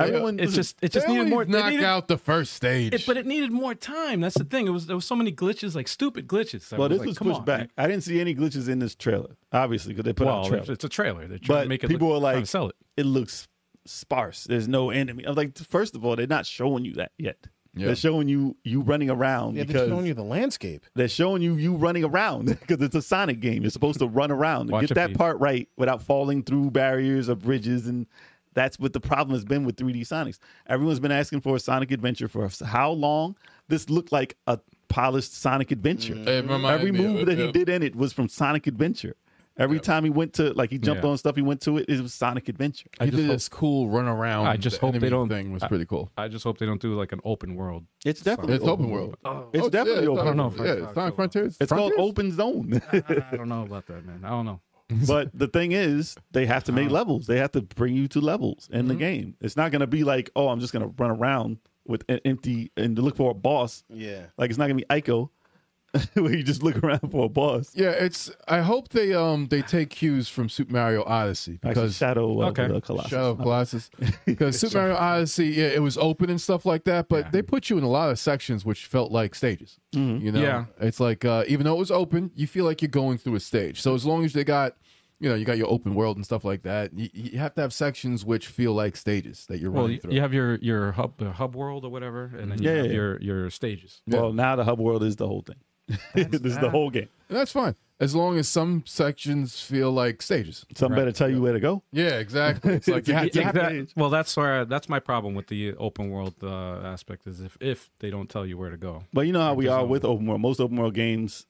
Everyone, it just it just They needed always more. it knock needed- out the first stage. It, but it needed more time. That's the thing. It was there was so many glitches, like stupid glitches. I well, this like, was come pushed on, back. man. I didn't see any glitches in this trailer, obviously, because they put out Well, a trailer. it's a trailer. They're trying to But make it. people look, are trying to like- sell it. It looks sparse. There's no enemy. I'm like, first of all, they're not showing you that yet. Yeah. They're showing you you running around Yeah, they're because showing you the landscape. they're showing you you running around because it's a Sonic game. You're supposed to run around and Watch get it, that Pete. part right without falling through barriers or bridges, and that's what the problem has been with 3D Sonics. Everyone's been asking for a Sonic Adventure for how long? This looked like a polished Sonic Adventure. It reminded Every me of move it, that he yeah. did in it was from Sonic Adventure. Every time he went to like he jumped Yeah. on stuff, he went to it. It was Sonic Adventure. he did this cool run around. I just hope they enemy don't- Thing was I- pretty cool. I just hope they don't do like an open world. It's definitely It's open world. Oh, It's definitely yeah, open. It's I not, don't know. Yeah, it's not frontiers. It's called Open Zone. I don't know about that, man. I don't know. but the thing is, they have to Uh-huh. make levels. They have to bring you to levels in the Mm-hmm. game. It's not going to be like, oh, I'm just going to run around with an empty and look for a boss. Yeah. Like it's not going to be Ico, where you just look around for a boss. Yeah, it's. I hope they um they take cues from Super Mario Odyssey Actually, because Shadow of Okay. the Colossus. Shadow of Colossus because Super Mario Odyssey yeah it was open and stuff like that, but they put you in a lot of sections which felt like stages. Mm-hmm. You know, Yeah. it's like uh, even though it was open, you feel like you're going through a stage. So as long as they got you know you got your open world and stuff like that, you, you have to have sections which feel like stages that you're Well, running you, through. you have your your hub uh, hub world or whatever, and then you Yeah, have yeah. your your stages. Well, now the hub world is the whole thing. this is the whole game. And that's fine as long as some sections feel like stages. Some better tell you where to go. Yeah, exactly. It's like you have to. Yeah, have that- to- well, that's where that's my problem with the open world uh, aspect is if if they don't tell you where to go. But you know how we Just are open. with open world. Most open world games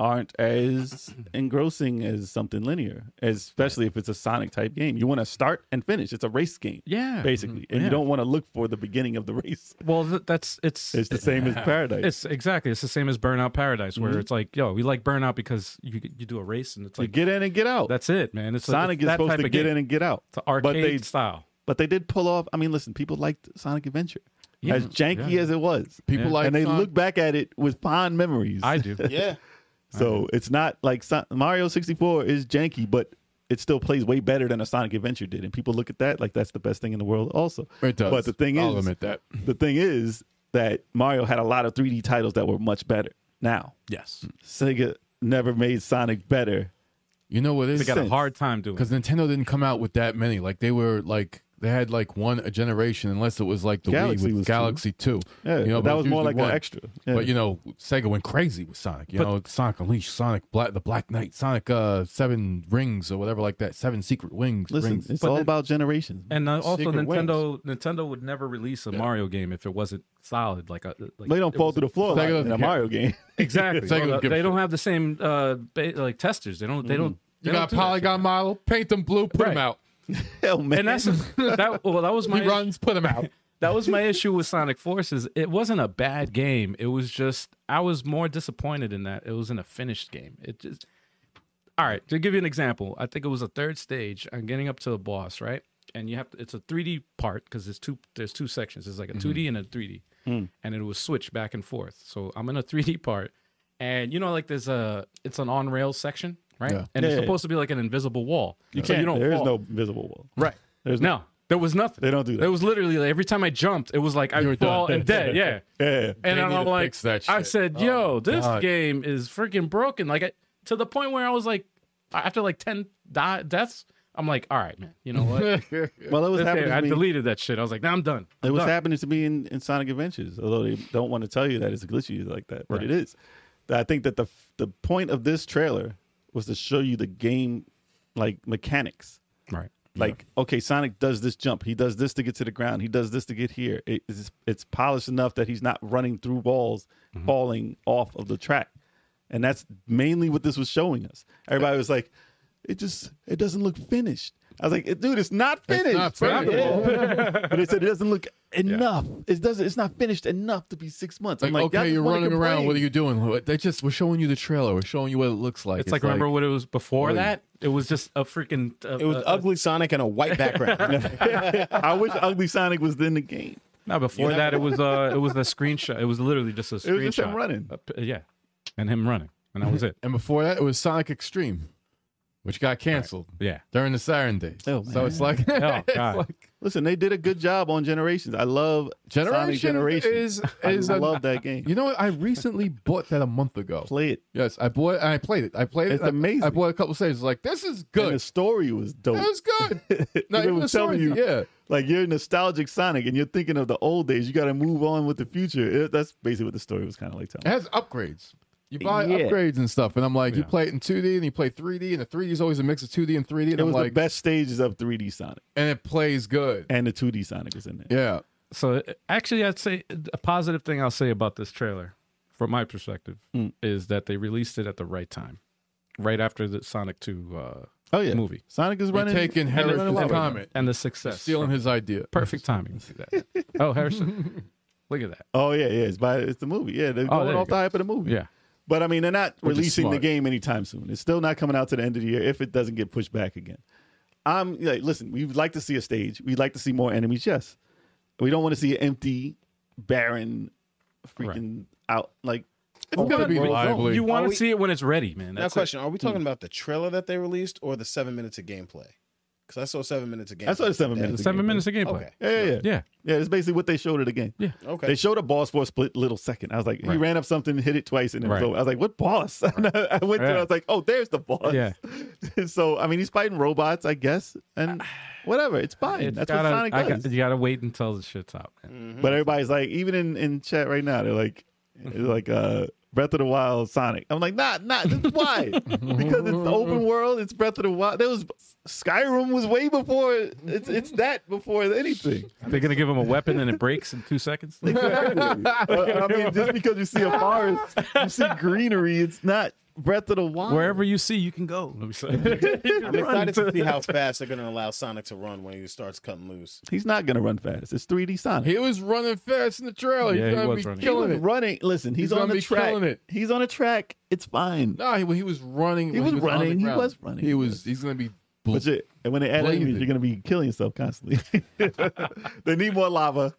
aren't as engrossing as something linear, especially if it's a Sonic type game. You want to start and finish. It's a race game. Yeah. Basically. And Yeah. you don't want to look for the beginning of the race. Well, th- that's it's It's the same as Paradise. It's exactly it's the same as Burnout Paradise, where it's like, yo, we like Burnout because you Mm-hmm. you do a race and it's you like get in and get out. that's it, man. It's Sonic it's is that supposed type to of get game. in and get out. It's an but arcade they style. but they did pull off. I mean, listen, people liked Sonic Adventure. Yeah. As janky Yeah. as it was. People Yeah. like and they Sonic. look back at it with fond memories. I do. Yeah. So it's not like Son- Mario 64 is janky, but it still plays way better than a Sonic Adventure did. And people look at that like that's the best thing in the world, also. It does. But the thing I'll is, admit that. the thing is that Mario had a lot of 3D titles that were much better. Now, Yes, Sega never made Sonic better. You know what it is? they got a Sense. hard time doing. it. because Nintendo didn't come out with that many. Like they were like they had like one a generation, unless it was like the Galaxy Wii with was two. Galaxy Two. Yeah, but but that it was more usually like an extra. Yeah. But you know, Sega went crazy with Sonic. You But- know, Sonic Unleashed, Sonic Black, the Black Knight, Sonic uh, Seven Rings or whatever like that, Seven Secret Wings. Listen, rings. it's But all then- about generations. And uh, also, Secret Nintendo Nintendo would never release a Mario game if it wasn't solid. Like, a, like they don't it fall was- through the floor Sega like in doesn't a care. Mario game. Exactly. Sega Well, would give a they shit. Mm-hmm. don't have the same uh, ba- like testers. They don't. They don't. you they don't got do a that polygon model, paint them blue, put Right. them out. Hell, shit. man. And that's that. Well, that was He my runs, put them out. that was my issue with Sonic Forces. It wasn't a bad game. It was just I was more disappointed in that it wasn't a finished game. It just all right. To give you an example, I think it was a third stage. I'm getting up to the boss, right? And you have to, it's a 3D part because there's two there's two sections. There's like a 2D and Mm-hmm. a 3D, Mm. and it was switched back and forth. So I'm in a 3D part, and you know like there's a it's an on rail section, right? Yeah. And it's Yeah. supposed to be like an invisible wall. you so can't. you don't there is fall. no visible wall. Right. There's No, there was nothing. They don't do that. There was literally like, every time I jumped, it was like I fall and dead. Yeah. Yeah. And They I'm need to like, fix that I shit. said, Oh "Yo, my this God. game is freaking broken." Like I, to the point where I was like, after like ten di- deaths, I'm like, all right, man. You know what? Well, it That's was it. happening. I to me. deleted that shit. I was like, nah, I'm done. It I'm was done. happening to me in, in Sonic Adventures, although they don't want to tell you that it's glitchy like that, but Right. it is. I think that the the point of this trailer was to show you the game like mechanics. Right. Like, okay, Sonic does this jump. He does this to get to the ground. He does this to get here. It- it's, it's polished enough that he's not running through walls, Mm-hmm. falling off of the track. And that's mainly what this was showing us. Everybody was like, it just it doesn't look finished. I was like, dude, it's not finished. not first of finished. all. but it said it doesn't look enough. It doesn't. It's not finished enough to be six months. I'm Like, like, y'all okay, just you're wanna running around. complain. What are you doing? They just we're showing you the trailer. We're showing you what it looks like. It's, like, remember what it was before Really? that? It was just a freaking. Uh, It was uh, ugly Sonic and a white background. I wish Ugly Sonic was in the game. No, before that it was uh it was a screenshot. It was literally just a screenshot. It was just him running. Uh, p- yeah, and him running, and that was it. And before that, it was Sonic Extreme, which got canceled Yeah. during the Siren Days. Oh, so it's like, Oh it's God. like Listen, they did a good job on Generations. I love Sonic Generation, Generation. is I is a- love that game. You know what? I recently bought that a month ago. Play it. Yes, I bought. I played it. I played It's it. I- amazing. I, bought a couple saves. Like this is And the good. story was dope. It was good. They even were the telling story- you- Yeah. like you're nostalgic Sonic, and you're thinking of the old days. You got to move on with the future. It- that's basically what the story was kind of like telling. It has upgrades. You buy Yeah. upgrades and stuff, and I'm like, you Yeah. play it in 2D and you play 3D, and the 3D is always a mix of 2D and 3D, and It I'm was like, the best stages of 3D Sonic, and it plays good. and the 2D Sonic was in there. Yeah, So uh, actually, I'd say a positive thing I'll say about this trailer, from my perspective, Hmm. is that they released it at the right time, right after the Sonic Two uh, Oh yeah, movie Sonic is we're running. taking and Harris's the, comment, and the success, stealing his idea. perfect timing. See that? oh, Harrison, look at that. Oh yeah, yeah. It's by it's the movie. Yeah, Oh, they're there going you off go. the hype of the movie. Yeah. but I mean, they're not is releasing the smart. game anytime soon. It's still not coming out to the end of the year if it doesn't get pushed back again. I'm like, listen, we'd like to see a stage. We'd like to see more enemies. Yes, we don't want to see an empty, barren, freaking out like. It's gonna be lively. You want Are to we- see it when it's ready, man. now, That's it. question: Are we talking about the trailer that they released or the seven minutes of gameplay? Because I saw seven minutes of gameplay. I saw the seven today. minutes. Seven minutes of gameplay. Okay. Yeah, yeah, yeah. Yeah. Yeah, it's basically what they showed at the game. Okay. They showed a boss for a split little second. I was like, he Right. ran up something, hit it twice, and then Right. so I was like, what boss? And I went through, I Yeah. was like, oh, there's the boss. Yeah. so, I mean, he's fighting robots, I guess, and whatever. It's fine. It's That's gotta- what Sonic I got- does. you gotta wait until the shit's out. Man. but everybody's like, even in, in chat right now, they're like, it's like uh, Breath of the Wild Sonic. I'm like, nah, nah, this- why? because it's open world, it's Breath of the Wild. There was Skyrim was way before, it's, it's that before anything. They're gonna give him a weapon and it breaks in two seconds. I mean, just because you see a forest, you see greenery, it's not Breath of the Wild. Wherever you see, you can go. Let me say. I'm excited to see how fast they're going to allow Sonic to run when he starts cutting loose. he's not gonna run fast. It's 3D Sonic. He was running fast in the trailer. Yeah, he he's gonna was be running. killing He's it. running. Listen, he's, He's on gonna the be track. killing it. Nah, He's on a track. It's fine. No, he, he was running. He when was on the running, he ground. was running. He was. He's gonna be. Bl- But you, and when they add Blazing. enemies, you're gonna be killing yourself constantly. they need more lava.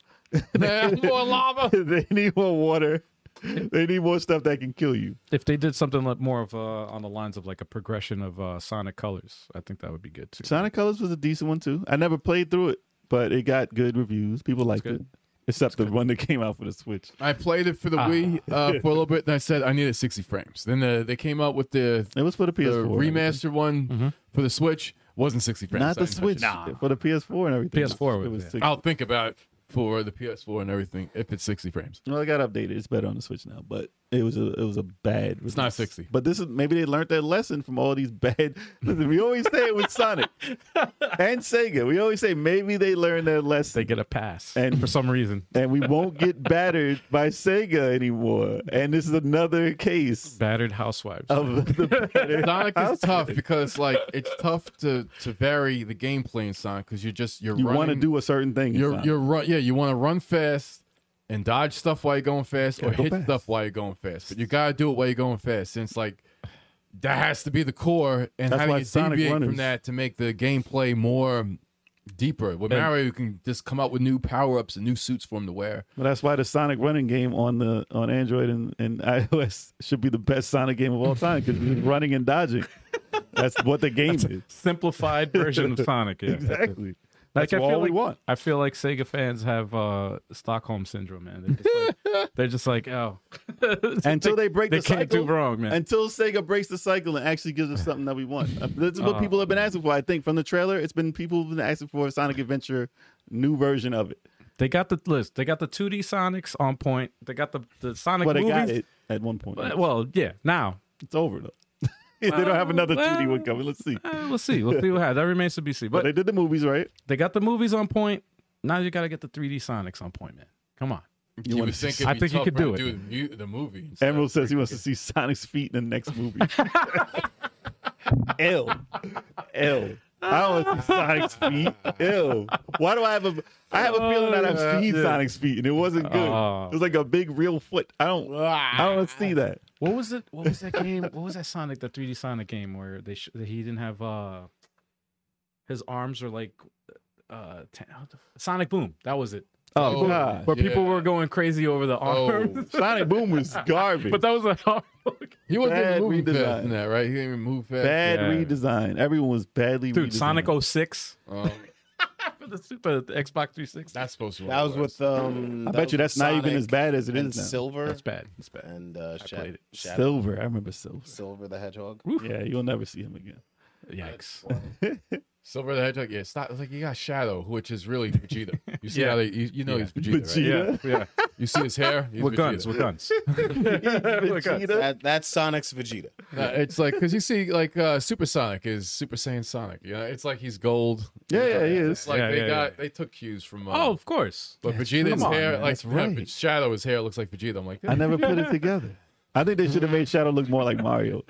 more lava. they need more water. They need more stuff that can kill you. if they did something like more of uh, on the lines of like a progression of uh, Sonic Colors, I think that would be good too. Sonic Colors was a decent one too. I never played through it, but it got good reviews. People liked it, good. except the one that came out for the Switch. I played it for the Wii Ah. uh, for a little bit, and I said I needed 60 frames. Then the, they came out with the It was for the the PS4. remastered one for the Switch. Wasn't 60 frames. Mm-hmm. Not I the didn't touch Switch it. for the PS4 and everything. PS4 was- it was. yeah. six- I'll think about it for the PS4 and everything if it's 60 frames. well, it got updated. It's better on the Switch now, but it was a it was a bad. It's not 60. But this is maybe they learned their lesson from all these bad. Listen, we always say it with Sonic and Sega. We always say maybe they learned their lesson. They get a pass, And- and for some reason, and we won't get battered by Sega anymore. And this is another case battered housewives. of the Sonic is tough because like it's tough to to vary the gameplay in Sonic because you're just you're you running, want to do a certain thing. in you're Sonic. you're run yeah you want to run fast and dodge stuff while you're going fast or go hit fast. stuff while you're going fast but you gotta do it while you're going fast since like that has to be the core and That's how do why you Sonic deviate from runners- that to make the gameplay more deeper with Mario you can just come up with new power ups and new suits for him to wear Well, that's why the Sonic running game on the on Android and, and iOS should be the best Sonic game of all time because you're running and dodging. That's what the game is. Simplified version of Sonic. Yeah, Exactly. Like, That's all feel we like, want. I feel like Sega fans have uh, Stockholm syndrome, man. They're just like, they're just like oh, until they break they the can't cycle, do wrong, man. Until Sega breaks the cycle and actually gives us something that we want. Uh, This is what Oh, people have been asking for. I think from the trailer, it's been people have been asking for a Sonic Adventure new version of it. they got the list. They got the 2D Sonics on point. They got the the Sonic But they movies. got it at one point. Uh, Well, yeah. Now it's over though. they don't have another 2D well, one coming. Let's see. eh, we'll see. We'll see what happens. That remains to be seen. But But they did the movies right. they got the movies on point. Now you got to get the 3D Sonics on point, man. Come on. You, would think it'd I be think you tough, could do right, it. the, mu- the movie. and stuff. Emerald says he wants to see Sonic's feet in the next movie. Ill. Ill. I don't want to see Sonic's feet. Ew. Why do I have a? I have a feeling that I've seen Sonic's feet and it wasn't good. Oh. It was like a big real foot. I don't. I don't wanna see that. What was it? What was that game? What was that Sonic? The 3D Sonic game where they sh- he didn't have uh his arms are like uh t- how the- Sonic Boom. That was it. Oh, Oh, god. Where people yeah. Oh. were going crazy over the arms. Sonic Boom was garbage. but that was a horrible He wasn't Bad even moving redesign. fast in that, right? He didn't even move fast. Bad Yeah. redesign. Everyone was badly dude. redesigned. Sonic 06 Um, for the Super the Xbox 360. that's supposed to. be That what was it with um. I that bet you was that's with not even Sonic as bad as it and is now. Silver That's bad. That's bad. and uh, Sha- played it. Shadow- Silver. I remember Silver. Silver the Hedgehog. Yeah, you'll never see him again. Yikes. Silver the Hedgehog. Yeah, stop. It's like you got Shadow, which is really Vegeta. You see Yeah. how they? You, you know Yeah. he's Vegeta. Right? Yeah, yeah. You see his hair. He's We're Vegeta. guns. We're guns. Vegeta. That, that's Sonic's Vegeta. No, it's like because you see like uh, Supersonic is Super Saiyan Sonic. You know, it's like he's gold. Yeah, yeah, he It's is. like Yeah, they yeah, got yeah. they took cues from. Uh, Oh, of course. but Vegeta's come on, hair, man, like that's right. yeah, Shadow, his hair looks like Vegeta. I'm like, I never put it together. I think they should have made Shadow look more like Mario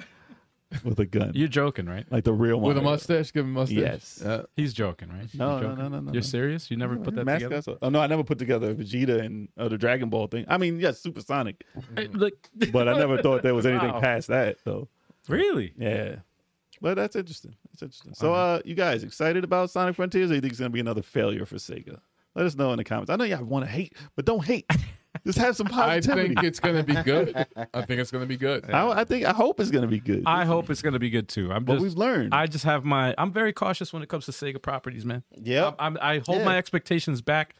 with a gun, You're joking, right? like the real Mario. with a mustache, give him a mustache. Yes. Uh, He's joking, right? No, You're no, joking? no, no, no, You're no. serious? You never put that Uh-huh. Mask together? also- Oh no, I never put together Vegeta and uh, the Dragon Ball thing. I mean, yes, Supersonic, Hey, look, but I never thought there was anything Wow. past that though. really? Yeah, but that's interesting. That's interesting. So, Uh-huh. uh, you guys excited about Sonic Frontiers? Or you think it's gonna be another failure for Sega? Let us know in the comments. I know y'all want to hate, but don't hate. Just have some I positivity. think it's gonna be good. I think it's gonna be good. I, I think I hope it's gonna be good. I hope it's gonna be good too. I'm what just, we've learned. I just have my. I'm very cautious when it comes to Sega properties, man. Yep. I'm, I hold Yeah. my expectations back.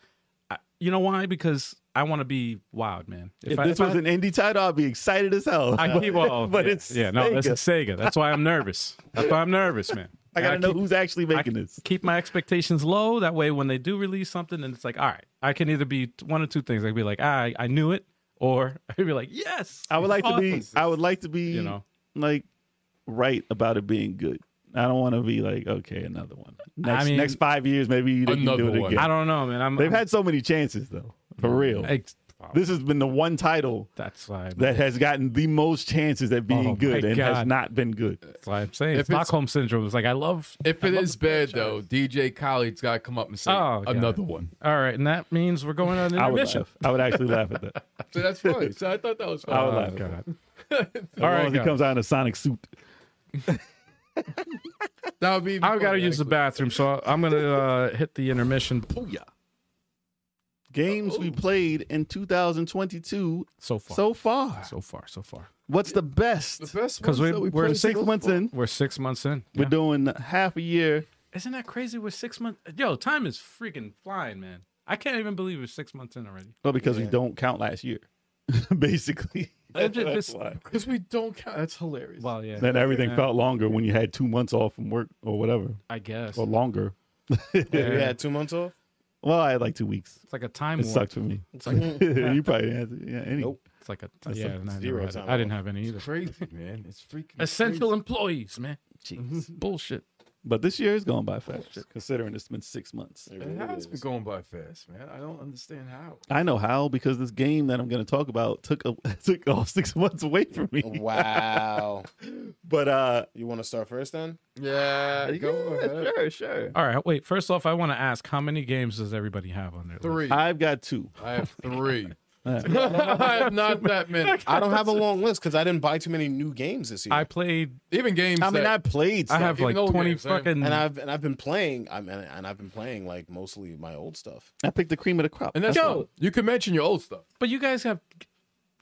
I, you know why? Because I want to be wild, man. if, I, this I- was an indie title, I'd be excited as hell. I keep well, but yeah, it's yeah, no, this is Sega. That's why I'm nervous. That's why I'm nervous, man. I gotta keep, know who's actually I making this. keep my expectations low. That way, when they do release something, and it's like, all right, I can either be t- one of two things. I can be like, "Ah, I I knew it, or I could be like, yes. I would like to be. awesome. I would like to be. You know. like right about it being good. I don't want to be like okay, another one. Next, mean- next five years, maybe they can Another do it one. again. I don't know, man. I'm. They've had so many chances though, for real. Ex- This has been the one title that's why. I'm- that has gotten the most chances at being Oh, my good and has God. not been good. That's why I'm saying If it's- Stockholm syndrome is like I love. If it is bad though, DJ Khaled's got to come up and say Oh, God. another one. All right, and that means we're going on I would intermission. laugh. I would actually laugh at that. So that's funny. So I thought that was I would funny. laugh. At that. Oh, God. All As long right, as he guys. comes out in a Sonic suit. That would be. even I got to funnier, use the actually. bathroom, so I'm gonna uh, hit the intermission Games we played in 2022 so far. so far. so far, so far. What's the best? The best 'Cause because we- we, we we're played Six so months far. in, We're six months in. we're doing half a year. Isn't that crazy? We're six months. Yo, time is freaking flying, man. I can't even believe we're six months in already. Well, Oh, because we don't count last year, basically. It just- it's- Because we don't count. That's hilarious. well, yeah, Then everything Yeah. felt longer when you had two months off from work or whatever, I guess. or longer. We Yeah. had two months off. Well, I had like two weeks. It's like a time It warp. sucked for me. you probably had yeah, any. Nope. It's like a It's yeah. like no, I never zero had it. time I didn't have any either. It's crazy, man. It's freaking Essential employees, man. Jeez, bullshit. But this year has gone by fast, considering it's been six months. Crazy. It has been going by fast, man. I don't understand how. I know how because this game that I'm going to talk about took a, took all six months away from Oh, me. Wow. But uh, you want to start first then? Yeah, go yeah, ahead. sure, sure. All right, wait. First off, I want to ask how many games does everybody have on their list? Three. I, I've got two. have three. I have not that many. I don't have a long list because I didn't buy too many new games this year. I played. Even games. I mean, I that, played. I have even like old twenty games, I ain't- fucking. and I've and I've been playing. I mean, and I've been playing like mostly my old stuff. I picked the cream of the crop. and that's That's fine. You can mention your old stuff. but you guys have.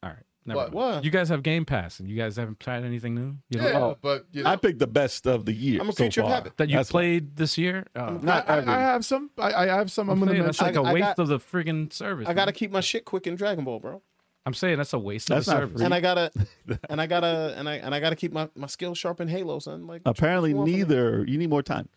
All right, Never What- mind. what? You guys have Game Pass, and you guys haven't tried anything new. You Yeah, don't- but you know, I picked the best of the year. I'm a so creature of far. habit. that you That's- played this year. Uh, Not I- I- every. I- have some. I, I have some. I'm saying that's like a I- I waste got- of the friggin' service. I gotta man. keep my shit quick in Dragon Ball, bro. I'm saying that's a waste That's of not the service. free. And I gotta, and I gotta, and I and I gotta keep my my skill sharp in Halo, son. Like Apparently, what you want from me? neither. You need more time.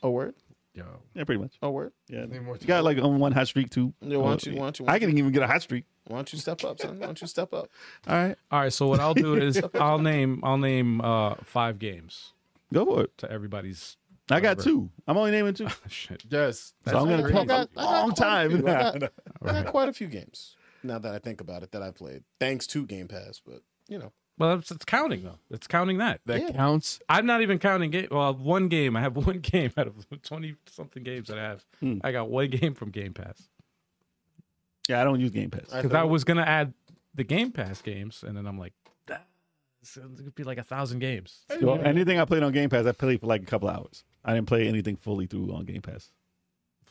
Oh word, Yo. Yeah, pretty much. oh word. Yeah, Need more you got like on one hot streak too. Oh, Uh, Yeah, e- why don't you- why don't you- why I don't can even get a hot streak. Why don't you step up, son? Why don't you step up? All right, All right, so what I'll do is I'll name I'll name uh, five games go for it. to everybody's. I got Whatever. two. I'm only naming two. So Shit. yes. I'm gonna I take got- a I got long quite a time. few. I got- I got quite a few games. Now that I think about it, that I played thanks to Game Pass, but you know, Well, it's, it's counting though. It's counting that. That Yeah. counts. I'm not even counting game. Well, one game. I have one game out of twenty something games that I have. I got one game from Game Pass yeah, I don't use Game Pass. because I was gonna add the Game Pass games, and then I'm like, "Ah, it's gonna be like a thousand games. So anything I played on Game Pass, I played for like a couple hours. I didn't play anything fully through on Game Pass,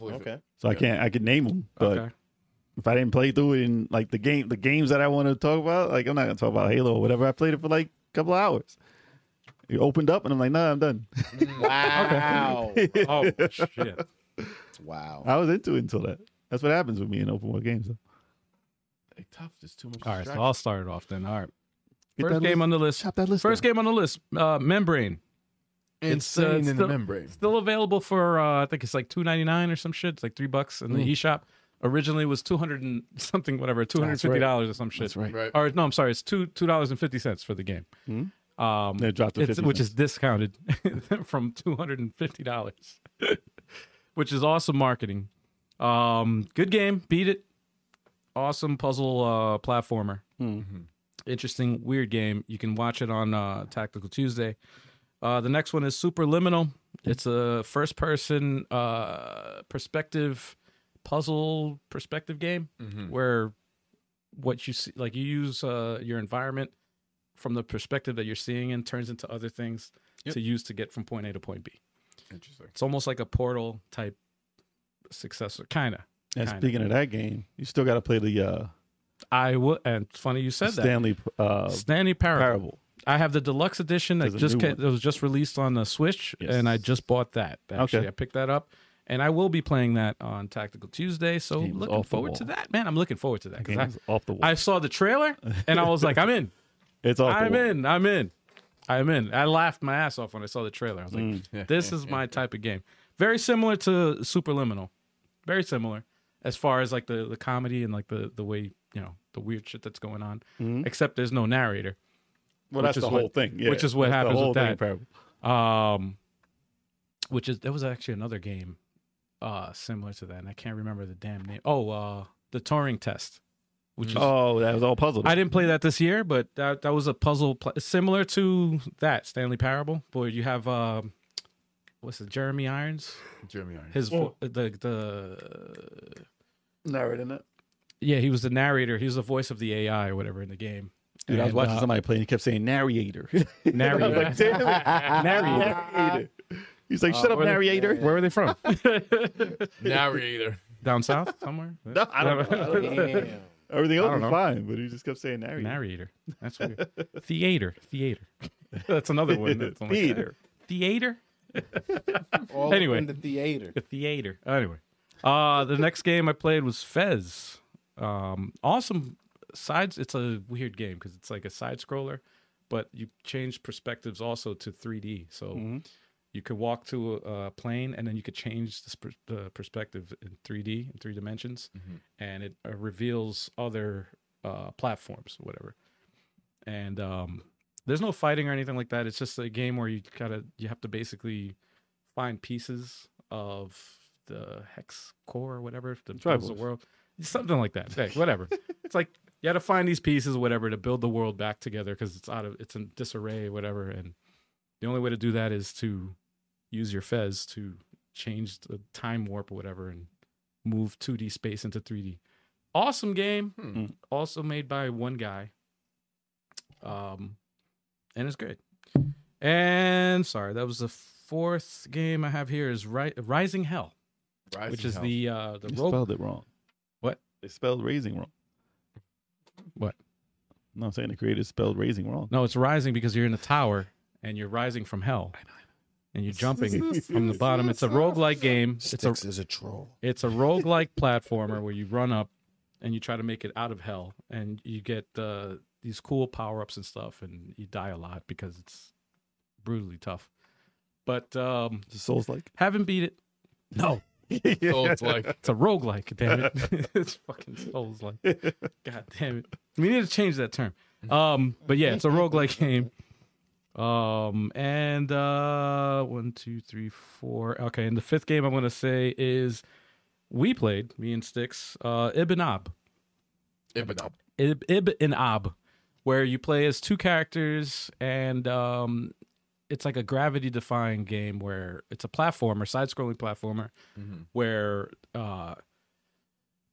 okay. so I Yeah. can't. I could name them, but okay. if I didn't play through it in like the game, the games that I want to talk about, like I'm not gonna talk about Halo or whatever. I played it for like a couple hours. It opened up, and I'm like, nah, I'm done. Wow, Oh shit. wow. I was into it until that. That's what happens with me in open world games. Though. Hey, tough. There's too much. All right, so distraction. I'll start it off then. All right. Get First that game list- on the list. Chop that list. First game on the list. Uh, Membrane. It's, uh, insane in the still- membrane. Still available for uh, I think it's like two ninety nine or some shit. It's like three bucks in the eShop. Originally was two hundred and something, whatever, two hundred fifty dollars or some shit. right. Right. Or no, I'm sorry, it's two two dollars and fifty cents for the game. Um, They dropped to it's, 50 which is discounted from two hundred and fifty dollars, which is awesome marketing. Um, good game, beat it. Awesome puzzle uh, platformer. Interesting, weird game. You can watch it on uh, Tactical Tuesday. Uh, the next one is Superliminal. It's a first-person uh, perspective puzzle perspective game where what you see, like you use uh, your environment from the perspective that you're seeing and turns into other things to use to get from point A to point B. Interesting. It's almost like a portal type successor, kind of. And kinda. speaking of that game, you still got to play the uh, I would, and it's funny you said Stanley uh, that. Stanley Parable. Parable. I have the deluxe edition that There's a just new ca- one. that was just released on the Switch, Yes. and I just bought that. Actually, Okay. I picked that up, and I will be playing that on Tactical Tuesday. So Game was looking off the forward to wall. that, man. I'm looking forward to that Game because is off the wall. I, I saw the trailer and I was like, I'm in. it's off I'm the wall. in. I'm in. I'm in. I laughed my ass off when I saw the trailer. I was like, this is my type of game. Very similar to Superliminal. Very similar as far as like the, the comedy and like the, the way, you know, the weird shit that's going on. Except there's no narrator. Well, which that's is the what- whole thing. Yeah. which is what That's happens the with whole thing, that. Parable. Um, which is there was actually another game, uh, similar to that, and I can't remember the damn name. Oh, uh, the Turing Test, which is Oh, that was all puzzled. I didn't play that this year, but that that was a puzzle pl- similar to that Stanley Parable, where you have um, what's it, Jeremy Irons, Jeremy Irons. his vo- the the narrating it. yeah, he was the narrator, he was the voice of the AI or whatever in the game. Dude, I was And, watching uh, somebody play and he kept saying narrator. I was narrator. like, "Damn it, narrator. narrator. He's like, shut up, where they- narrator. Where were they from? Narrator. Down south somewhere. No, I don't know. I don't know. Damn. Everything else don't was know. fine, but he just kept saying narrator. Narrator. That's weird. theater. Theater. That's another one. That's I'm like, Theater. Theater. All Anyway. in the theater. The theater. Anyway, uh, the next game I played was Fez. Um, awesome sides. It's a weird game because it's like a side scroller, but you change perspectives also to 3D. So you could walk to a, a plane and then you could change the, sp- the perspective in 3D in three dimensions, and it uh, reveals other uh, platforms, whatever. And um, there's no fighting or anything like that. It's just a game where you gotta you have to basically find pieces of the hex core or whatever to build the Tribals. world, something like that. Hey, whatever. it's like you got to find these pieces, whatever, to build the world back together because it's out of it's in disarray, whatever. And the only way to do that is to use your fez to change the time warp or whatever and move 2D space into 3D. Awesome game, Hmm. also made by one guy. Um, and it's good. And sorry, that was the fourth game I have here is Ri- Rising Hell, Rising which is Hell. the uh the They rope. spelled it wrong. What? They spelled raising wrong. What? No, I'm saying the creator spelled raising wrong. No, it's rising because you're in a tower and you're rising from hell. And you're jumping from the bottom. It's a roguelike game. It's a Sticks is a troll. it's a roguelike platformer where you run up and you try to make it out of hell and you get uh, these cool power-ups and stuff and you die a lot because it's brutally tough. But um Souls like. haven't beat it. No. So it's like It's a roguelike, damn it. it's fucking souls like. God damn it. We need to change that term. Um, but yeah, it's a roguelike game. Um, and uh one, two, three, four. Okay, and the fifth game I'm gonna say is we played, me and Sticks, uh Ibn Ob. Ibn Ob. Ib, Ib and Ob, where you play as two characters, and um, it's like a gravity defying game where it's a platformer, side scrolling platformer, where uh,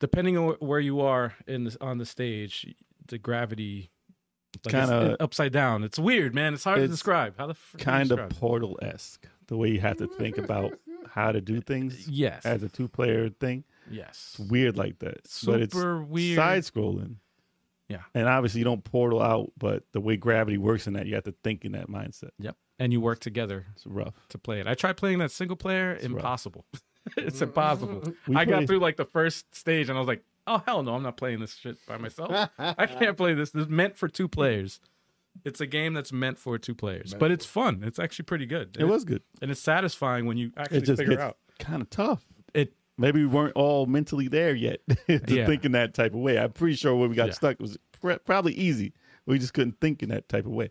depending on where you are in the, on the stage, the gravity like it's Kinda- upside down. It's weird, man. It's hard to It's describe. How the frick do you Kind of describe it? portal esque. The way you have to think about how to do things yes, as a two player thing. yes, Weird like that. but it's super weird. side scrolling. Yeah. And obviously you don't portal out, but the way gravity works in that, you have to think in that mindset. Yep, and you work together It's rough. to play it. I tried playing that single player. rough. impossible. it's impossible. We I got played- through like the first stage and I was like, oh hell no, I'm not playing this shit by myself. I can't play this. This is meant for two players. It's a game that's meant for two players, but it's fun. It's actually pretty good. It was good. and it's satisfying when you actually It just figure gets out. kind of tough. It Maybe we weren't all mentally there yet to Yeah. think in that type of way. I'm pretty sure when we got Yeah. stuck, it was pr- probably easy. We just couldn't think in that type of way.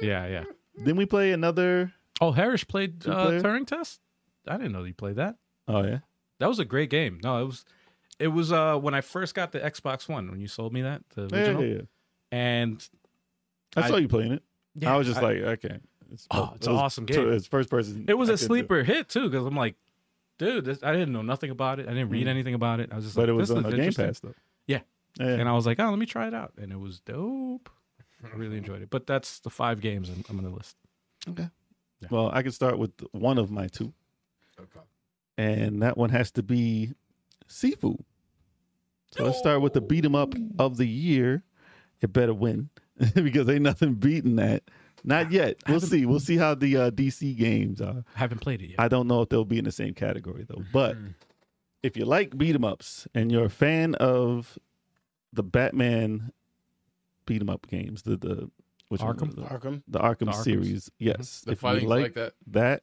yeah, yeah. Then we play another. Oh, Harris played uh, player? Turing Test? I didn't know you played that. Oh yeah, That was a great game. No, it was it was uh when I first got the Xbox One when you sold me that, the yeah, original. yeah, yeah. And I, I- saw you playing it. yeah, I was just like, okay, it's, Oh, it's an it was- awesome so game. It's first person. It was I a could do. sleeper hit too, because I'm like, dude, this, I didn't know nothing about it. I didn't read anything about it. I was just Mm. like, but it was this on the looks Game interesting. Pass though. Yeah. yeah. and I was like, oh, let me try it out, and it was dope. I really enjoyed it. But that's the five games I'm, I'm on the list. Well, I can start with one of my two, Okay. and that one has to be Sifu. So let's start with the beat 'em up of the year. It better win because ain't nothing beating that. Not yet. We'll see. We'll see how the uh, DC games are. I haven't played it yet. I don't know if they'll be in the same category though. But Hmm. if you like beat 'em ups and you're a fan of the Batman beat 'em up games, the the which one Arkham? was it? Arkham. the Arkham The Arkhams. series, yes. Mm-hmm. The if you fighting's like, like, that. that,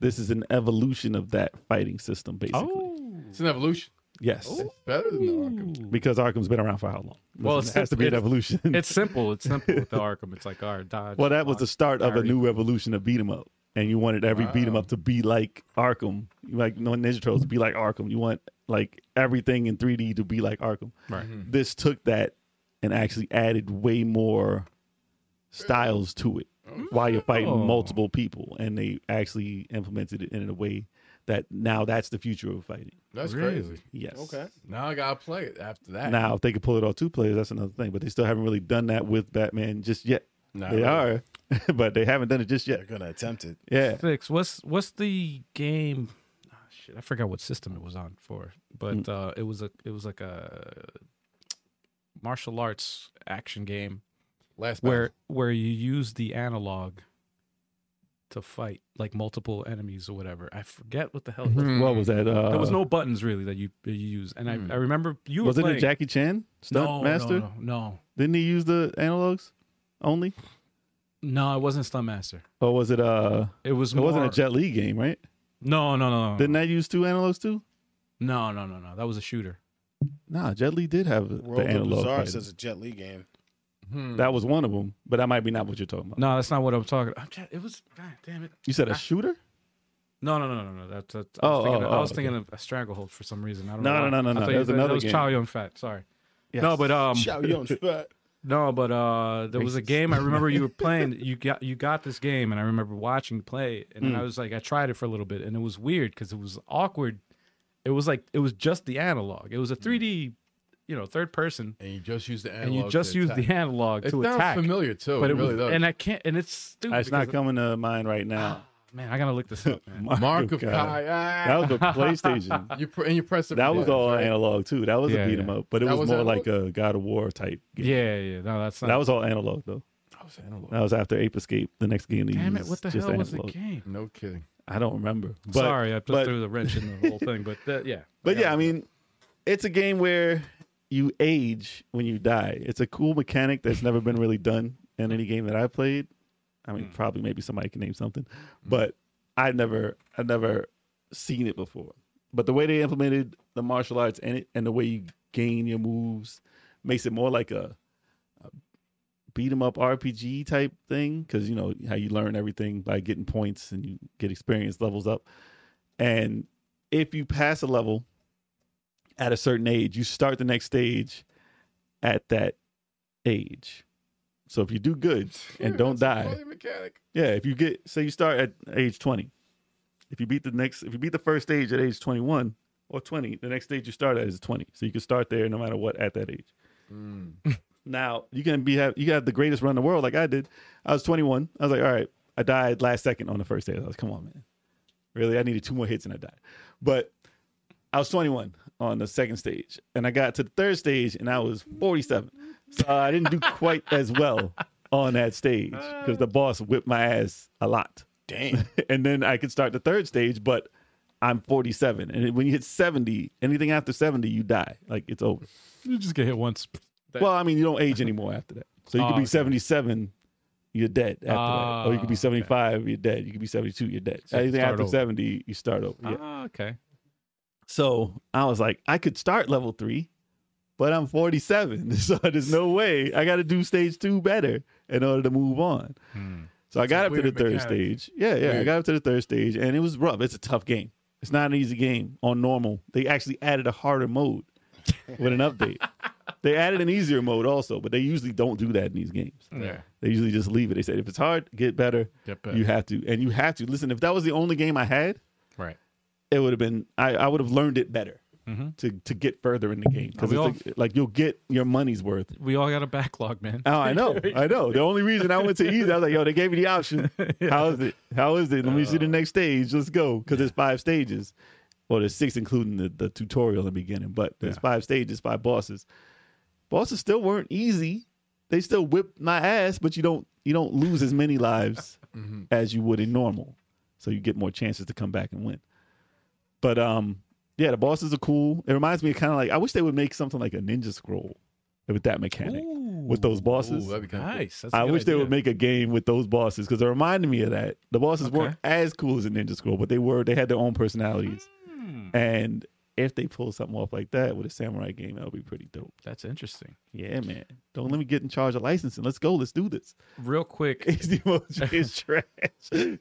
this is an evolution of that fighting system, basically. oh, It's an evolution. Yes, It's better than the Arkham. because Arkham's been around for how long? Well, Listen, it's- it has to be an it's- evolution. it's simple. It's simple with the Arkham. It's like our dodge. well, that was the block, start of a parry. new evolution of beat 'em up, and you wanted every beat 'em up to be like Arkham, You like no Ninja Turtles to be like Arkham. You want like everything in 3D to be like Arkham. Right. This took that and actually added way more styles to it while you're fighting Oh. multiple people, and they actually implemented it in a way that now that's the future of fighting. That's Really? crazy. Yes. Okay. Now I gotta play it after that. Now, if they could pull it off two players, that's another thing. But they still haven't really done that with Batman just yet. Not they really. are, but they haven't done it just They're yet. gonna attempt it. Yeah. Six. What's what's the game? Ah, shit, I forgot what system it was on for, but Mm. uh, it was a it was like a martial arts action game Last where Oh. where you use the analog to fight like multiple enemies or whatever. I forget what the hell. It was. What was that? Uh, Mm. there Hmm. was no buttons really that you that you use, and I, I remember you Was were it a playing. Jackie Chan stunt no, master? No, no, no, Didn't he use the analogs only, no, it wasn't Stunt Master. or was it? Uh, It was. it wasn't a more- Jet Li game, right? Uh-huh. No, no, no, no, Didn't that use two analogs too? no, no, no, no. That was a shooter. Nah, Jet Li did have the World of analog. Bizarre fighting. says a Jet Li game. Hmm. That was one of them, but that might be not what you're talking about. No, that's not what I'm talking. I'm try- It was. God damn it. You said a shooter? No, no, no, no, no. That's, that's I was, Oh, thinking, oh, of, I was okay. thinking of a stranglehold for some reason. I don't No, know. why. no, no, no, I no. thought That you was said- another That was game. Chow Yun Fat. Sorry. Yes. No, but um, Chow Yun Fat. no, but uh, there was a Racist. game I remember you were playing. You got you got this game, and I remember watching play, and Mm. then I was like, I tried it for a little bit, and it was weird because it was awkward. It was like it was just the analog. It was a 3D, you know, third person, and you just use the analog. and you just to use attack. the analog It to sounds attack. familiar too. but it it really was, does. and I can't, and it's stupid. It's not because- coming to mind right now. Man, I gotta look this up. Man. Mark of Oh, God. Kai. That Ah, was a PlayStation. you pr- and you press the That was all analog too. That was Yeah, a beat 'em yeah. up, but it That was, was more analog? like a God of War type. Game. Yeah, yeah. No, that's not. that was all analog though. That was analog. That was after Ape Escape, the next game. they Damn it! used, What the just hell was the analog. game? No kidding. I don't remember. But, Sorry, I but- threw the wrench in the whole thing, but that, yeah. But yeah, I mean, it's a game where you age when you die. It's a cool mechanic that's never been really done in any game that I played. I Mm. mean, probably maybe somebody can name something, but I never, I never seen it before. But the way they implemented the martial arts and it, and the way you gain your moves makes it more like a, a beat 'em up RPG type thing because you know how you learn everything by getting points and you get experience levels up, and if you pass a level at a certain age, you start the next stage at that age. So if you do good and don't die, mechanic. yeah, if you get say you start at age 20. If you beat the next if you beat the first stage at age 21 or 20, the next stage you start at is 20. So you can start there no matter what at that age. now, you can be have you got the greatest run in the world like I did. I was 21. I was like, "All right, I died last second on the first day." I was, "Come on, man." Really, I needed two more hits and I died. But I was 21 on the second stage, and I got to the third stage, and I was 47. So I didn't do quite as well on that stage because the boss whipped my ass a lot. Damn. and then I could start the third stage, but I'm 47, and when you hit 70, anything after 70, you die. Like it's over. You just get hit once. Well, I mean, you don't age anymore after that. So you Oh, could be okay. 77, you're dead after that, or Ah, you could okay. be 75, you're dead. You could be 72, you're dead. So you anything start after over. 70, you start over. Yeah. Ah, okay. So I was like, I could start level three, but I'm 47. So there's no way I got to do stage two better in order to move on. Hmm. So I got a up to the weird third mechanic. stage. Yeah, yeah. I Weird. got up to the third stage and it was rough. It's a tough game. It's not an easy game on normal. They actually added a harder mode with an update. they added an easier mode also, but they usually don't do that in these games. Yeah. They usually just leave it. They said, if it's hard, get better. Get better. You have to. And you have to. Listen, if that was the only game I had, Right. it would have been I, I would have learned it better Mhm. to to get further in the game because We like, like you'll get your money's worth. We all got a backlog, man. Oh, I know, I know. The only reason I went to easy, I was like, yo, they gave me the option. How is it? How is it? Let me see the next stage. Let's go because there's five stages. Well, there's six including the, the tutorial in the beginning, but there's Yeah. five stages, five bosses. Bosses still weren't easy. They still whipped my ass, but you don't you don't lose as many lives Mm-hmm. as you would in normal. So you get more chances to come back and win. But um, yeah, the bosses are cool. It reminds me of kind of like I wish they would make something like a Ninja Scroll with that mechanic with those bosses. Ooh, that'd be kind of Nice. That's a I good wish they idea. would make a game with those bosses because it reminded me of that. The bosses Okay. weren't as cool as a Ninja Scroll, but they were. They had their own personalities, and if they pull something off like that with a samurai game, that would be pretty dope. That's interesting. Yeah, man. Don't let me get in charge of licensing. Let's go. Let's do this. Real quick, HD Mojo is trash.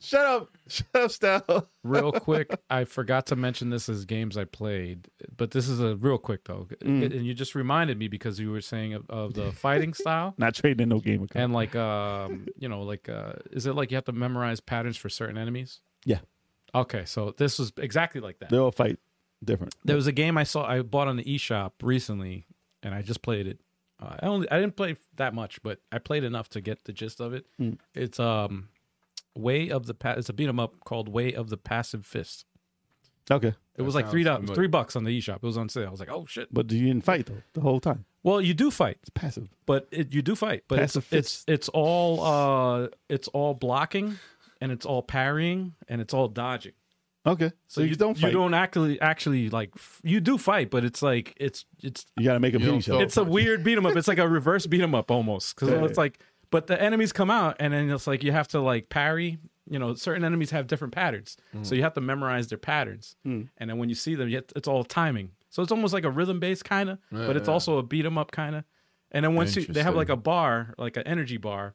Shut up. Shut up, Style. real quick. I forgot to mention this as games I played, but this is a real quick though, Mm. and you just reminded me because you were saying of, of the fighting style. Not trading in no game account. and like um you know like uh is it like you have to memorize patterns for certain enemies Yeah. okay so this was exactly like that they all fight different. there was a game i saw i bought on the eShop recently and i just played it uh, i only i didn't play that much but i played enough to get the gist of it Hmm. it's um way of the pa- it's a beat 'em up called way of the passive fist Okay. it was like three dollars three bucks on the eShop. It was on sale. I was like, oh shit. But you didn't fight though the whole time. Well, you do fight. It's passive. but it, you do fight but it's, Passive it's fist. it's all uh it's all blocking and it's all parrying and it's all dodging Okay. So, you, don't fight. you You, don't actually actually like f- you do fight but it's like it's it's gotta make a You don't beauty shot. throw- it's a weird beat 'em up it's like a reverse beat 'em up almost because it's like but the enemies come out and then it's like you have to like parry you know certain enemies have different patterns so you have to memorize their patterns and then when you see them you have- it's all timing so it's almost like a rhythm based kind of but it's also a beat 'em up kind of and then once you, they have like a bar like an energy bar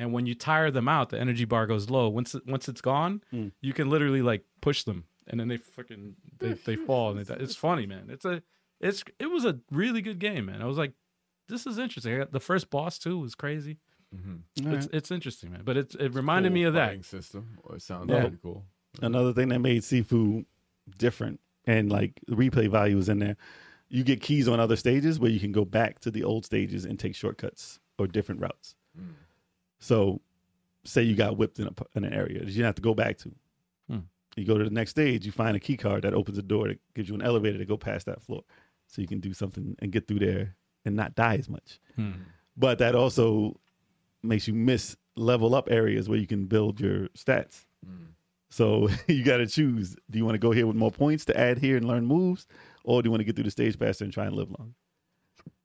and when you tire them out the energy bar goes low once it, once it's gone Hmm. you can literally like push them and then they fucking they, they fall and they, die. it's funny man it's a it's it was a really good game man i was like this is interesting I got- the first boss too was crazy Mm-hmm. it's, it's interesting man but it's it reminded me of that fighting system. Or it sounds Yeah. pretty cool. another thing that made seafood different and like the replay value is in there you get keys on other stages where you can go back to the old stages and take shortcuts or different routes so say you got whipped in, a, p- in an area that you have to go back to You go to the next stage, you find a key card that opens a door that gives you an elevator to go past that floor. So you can do something and get through there and not die as much. Hmm. But that also makes you miss level up areas where you can build your stats. So you got to choose. Do you want to go here with more points to add here and learn moves? Or do you want to get through the stage faster and try and live long?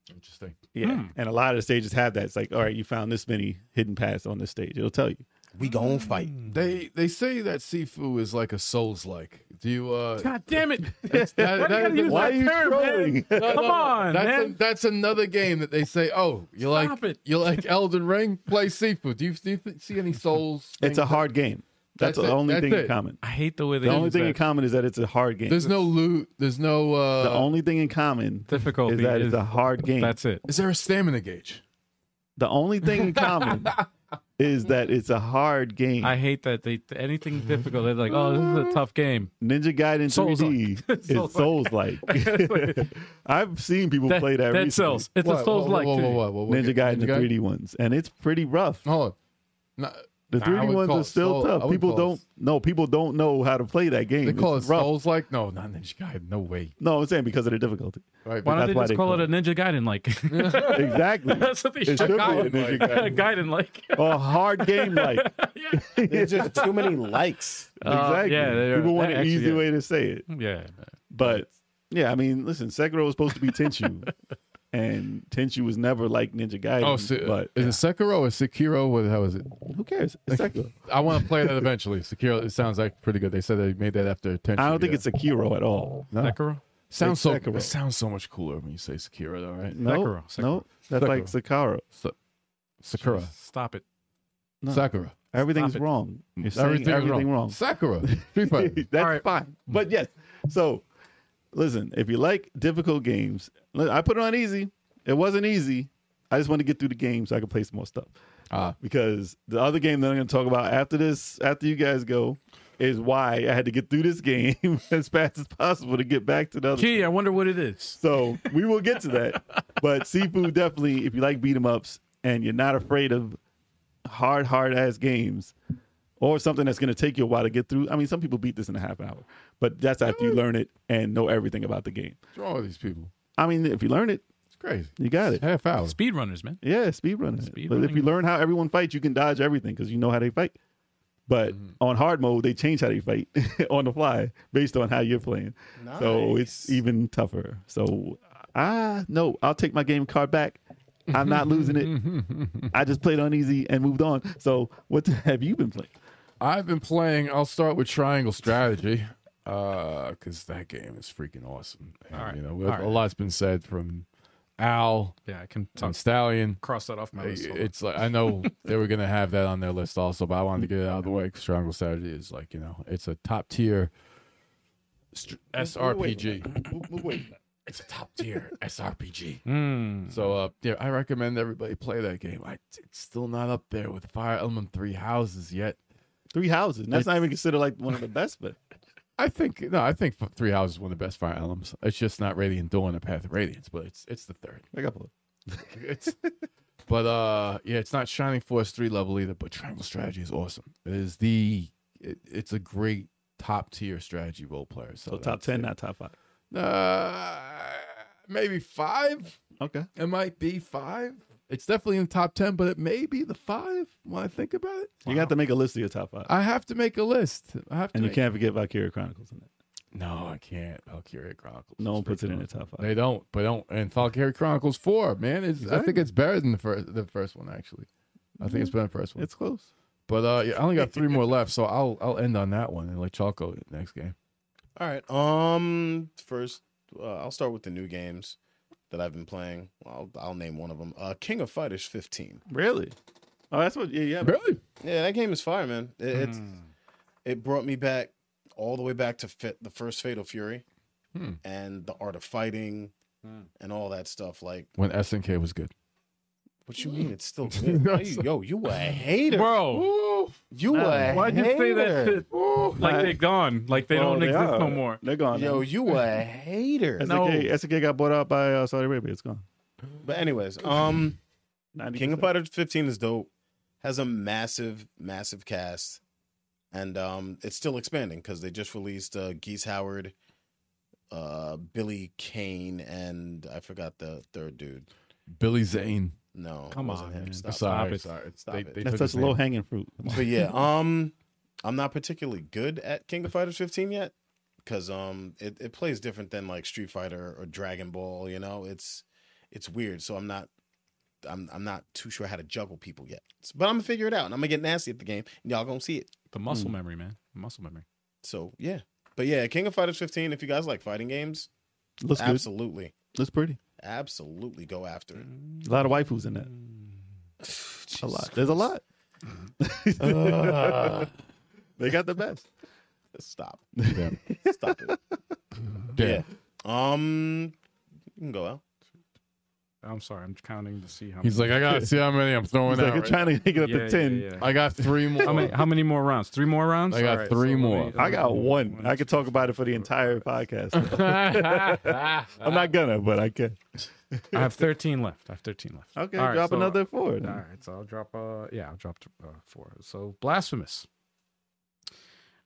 Interesting. Yeah. And a lot of the stages have that. It's like, all right, you found this many hidden paths on this stage. It'll tell you. We gon' fight. They they say that Sifu is like a Souls like. Do you uh God damn it! that's- Why that- do you that- gotta use why that are you term, man? trolling? No, no, Come no. on, that's man. that's another game that they say. Oh, you Stop like it. you like Elden Ring? Play Sifu. Do you, do you th- see any Souls? It's things? a hard game. That's, That's the it. only That's thing in it. common. I hate the way they The only use thing that. in common is that it's a hard game. There's no loot. There's no. uh the only thing in common difficulty is that is- it's a hard game. That's it. Is there a stamina gauge? the only thing in common is that it's a hard game. I hate that they anything difficult. They're like, oh, this is a tough game. Ninja Gaiden Souls-like. 3D is Souls like. I've seen people That, play that. recently. that sells. It's a Souls like. Whoa, whoa, too. whoa, whoa, whoa. Ninja Gaiden the Ninja 3D ones, and it's pretty rough. Hold on. No, The Nah, I 3D wouldn't ones call are it still Soul- I tough. wouldn't People call it- don't no people don't know how to play that game. they call it It's rough. Souls like. No, not Ninja Gaiden. No way. No, I'm saying because of the difficulty. Right. Why but don't that's they why just they call it call a Ninja Gaiden like? Exactly. That's what they It should should be a call it. Ninja Gaiden. Gaiden like. a hard game like. yeah. There's just too many likes. Uh, Exactly. yeah, they are- People want that an actually, easy yeah. way to say it. Yeah. But yeah, I mean, listen, Sekiro was supposed to be Tenchu, and Tenchu was never like Ninja Gaiden. Oh, so, but is it Sekiro or Sekiro? What the hell is it? who cares? It's Sekiro. I want to play that eventually. Sekiro. It sounds like pretty good. They said they made that after attention. I don't think it's Sekiro at all. No, Sekiro. sounds so. Sekiro. It sounds so much cooler when you say Sekiro, though, right? no, Sekiro, Sekiro. no, that's like Sekiro. Sakura. Stop it. No. Sakura. Everything's Stop it. wrong. You're saying everything, wrong. Sakura. Street Fighter. that's All right. fine. But yes, so listen, if you like difficult games, li- I put it on easy. It wasn't easy. I just want to get through the game so I can play some more stuff. Ah. because the other game that I'm going to talk about after this, after you guys go, is why I had to get through this game as fast as possible to get back to the other. Gee, I wonder what it is. So we will get to that. But Seafood definitely, if you like beat 'em ups and you're not afraid of hard, hard ass games or something that's going to take you a while to get through. I mean, some people beat this in a half hour, but that's after you learn it and know everything about the game. What's wrong with these people? I mean, if you learn it, It's crazy. you got it. Half hour. Speedrunners, man. Yeah, speedrunning. Speed Speed but if you running. learn how everyone fights, you can dodge everything because you know how they fight. But on hard mode, they change how they fight on the fly based on how you're playing. So it's even tougher. So ah no, I'll take my game card back. I'm not losing it. I just played on easy and moved on. So what have you been playing? I've been playing. I'll start with Triangle Strategy, because that game is freaking awesome. And, All right. You know, All right. a lot's been said from Al Yeah, I can talk. and Stallion. Cross that off my list. Hold on. It's like I know they were gonna have that on their list also, but I wanted to get it out of the way. 'cause Triangle Strategy is like you know, it's a top tier str- SRPG. It's a top tier SRPG. Mm. So uh, yeah, I recommend everybody play that game. I, it's still not up there with Fire Emblem Three Houses yet. Three houses. And that's not even considered like one of the best, but I think no, I think Three Houses is one of the best Fire Emblems. It's just not Radiant Dawn or Path of Radiance, but it's it's the third. I got one. It's, but uh, yeah, it's not Shining Force three level either. But Triangle Strategy is awesome. It is the it, it's a great top tier strategy role player. So, So top that's ten, it. not top five. uh, maybe five. Okay. It might be five. It's definitely in the top ten, but it may be the five when I think about it. You got to make a list of your top five. I have to make a list. I have to. and you make- can't forget Valkyria Chronicles in that. No, I can't. Valkyria Chronicles. No is one puts it freaking in the top five. They don't, but don't. And Valkyrie Chronicles Four, man, is I think it's better than the first the first one actually. I think it's better than the first one. It's close. but uh, yeah, I only got three more left, so I'll I'll end on that one and let y'all go to the next game. All right. Um, first, uh, I'll start with the new games that I've been playing. I'll, I'll name one of them. Uh, King of Fighters 15. Really? Oh, that's what. Yeah, yeah. Really? Yeah, that game is fire, man. It, it's Hmm. it brought me back all the way back to fit the first Fatal Fury Hmm. and the art of fighting Hmm. and all that stuff. Like, When SNK was good. what you mean? It's still good. Why you- yo, you a hater. Bro, You a why'd you say that hater. shit? Like they're gone. Like Oh, they Well, don't exist are. no more. They're gone. Yo, Yo, you a hater. SNK, no. SNK got bought out by uh, Saudi Arabia. It's gone. But anyways, um. 90%. King of Fighters 15 is dope. Has a massive, massive cast. and um, it's still expanding because they just released uh, Geese Howard, uh, Billy Kane, and I forgot the third dude. Billy Zane. No, it Come wasn't on, him. man. Stop. I'm sorry. it. sorry. Stop they, it. They That's took such his low name. hanging fruit. But yeah, um, I'm not particularly good at King of Fighters 15 yet because um, it, it plays different than like Street Fighter or Dragon Ball. You know, it's it's weird. So I'm not. I'm I'm not too sure how to juggle people yet, but I'm gonna figure it out, and I'm gonna get nasty at the game, and y'all gonna see it. The muscle memory, man. Muscle memory. So yeah, but yeah, King of Fighters 15. If you guys like fighting games, Looks good. absolutely, Looks pretty. absolutely go after it. A lot of waifus in that. a lot. There's a lot. they got the best. Stop, Yeah. stop it. Yeah. Um, you can go out. I'm sorry. I'm counting to see how He's like, I gotta see how many I'm throwing He's out. like, right trying to make it up Yeah, to yeah, 10. yeah. now. I got three more. How many, how many more rounds? Three more rounds? I got Alright, three let more. let I got one. one. I could talk about it for the entire podcast. I'm I'm not gonna, but I can. I have 13 left. I have 13 left. Okay, All right, drop so- another four. then. All right, so I'll drop. Uh, yeah, I'll drop uh, four. So blasphemous.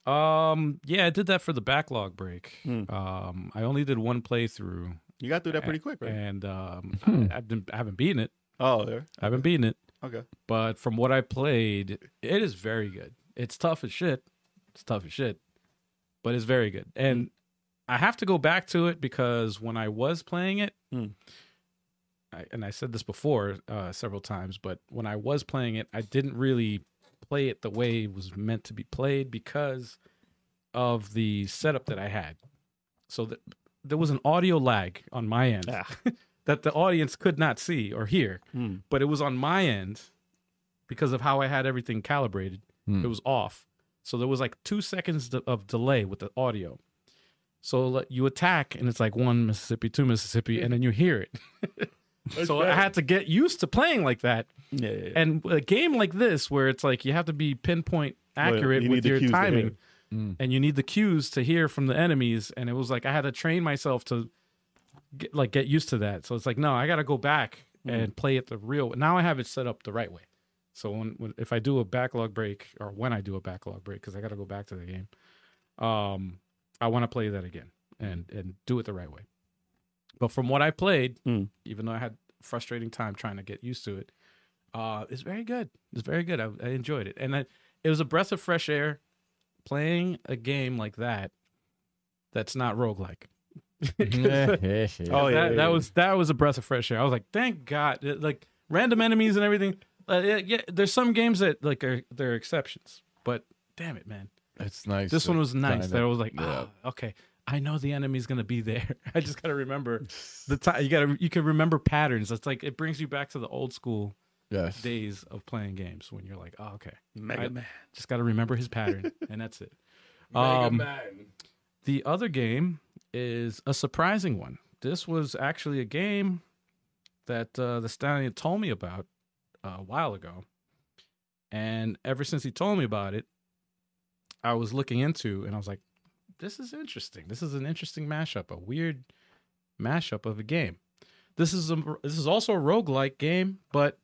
Um, yeah, I did that for the backlog break. Hmm. Um, I only did one playthrough, You got through that pretty quick, right? Hmm. and um, I, I've been, I haven't beaten it. Oh, there. I haven't beaten it, Oh, Okay. but from what I played, it is very good. It's tough as shit. It's tough as shit, but it's very good. Mm. And I have to go back to it because when I was playing it, Hmm. I, and I said this before uh, several times, but when I was playing it, I didn't really play it the way it was meant to be played because of the setup that I had. So that there was an audio lag on my end that the audience could not see or hear, Ah. Hmm. but it was on my end because of how I had everything calibrated. Hmm. It was off. So there was like two seconds de- of delay with the audio. So like, you attack, and it's like one Mississippi, two Mississippi, and then you hear it. so I had to get used to playing like that. Yeah, yeah, yeah. And a game like this, where it's like you have to be pinpoint yeah. accurate You need with the your cues to hear. timing, Mm. and you need the cues to hear from the enemies. And it was like I had to train myself to get, like get used to that. So it's like no, I got to go back Mm. and play it the real. Now I have it set up the right way. So when, when if I do a backlog break or when I do a backlog break, because I got to go back to the game, um, I want to play that again and and do it the right way. But from what I played, Mm. even though I had frustrating time trying to get used to it, uh, it's very good. It's very good. I, I enjoyed it, and I, it was a breath of fresh air playing a game like that. That's not roguelike. Oh, yeah, that, yeah, that yeah. was that was a breath of fresh air. I was like, thank God, It- like random enemies and everything. Uh, yeah, yeah, there's some games that like are they're exceptions, but damn it, man, It's nice. this to one was nice. find That I out. was like, Yeah. "Ah, okay, I know the enemy's gonna be there. I just gotta remember the time. You gotta you can remember patterns. It's like it brings you back to the old school Yes. days of playing games when you're like, oh, okay, Mega I Man. just gotta remember his pattern, and that's it. Um, the other game is a surprising one. This was actually a game that uh, the stallion told me about uh, a while ago, and ever since he told me about it, I was looking into, and I was like, "This is interesting. This is an interesting mashup, a weird mashup of a game. This is a this is also a roguelike game, but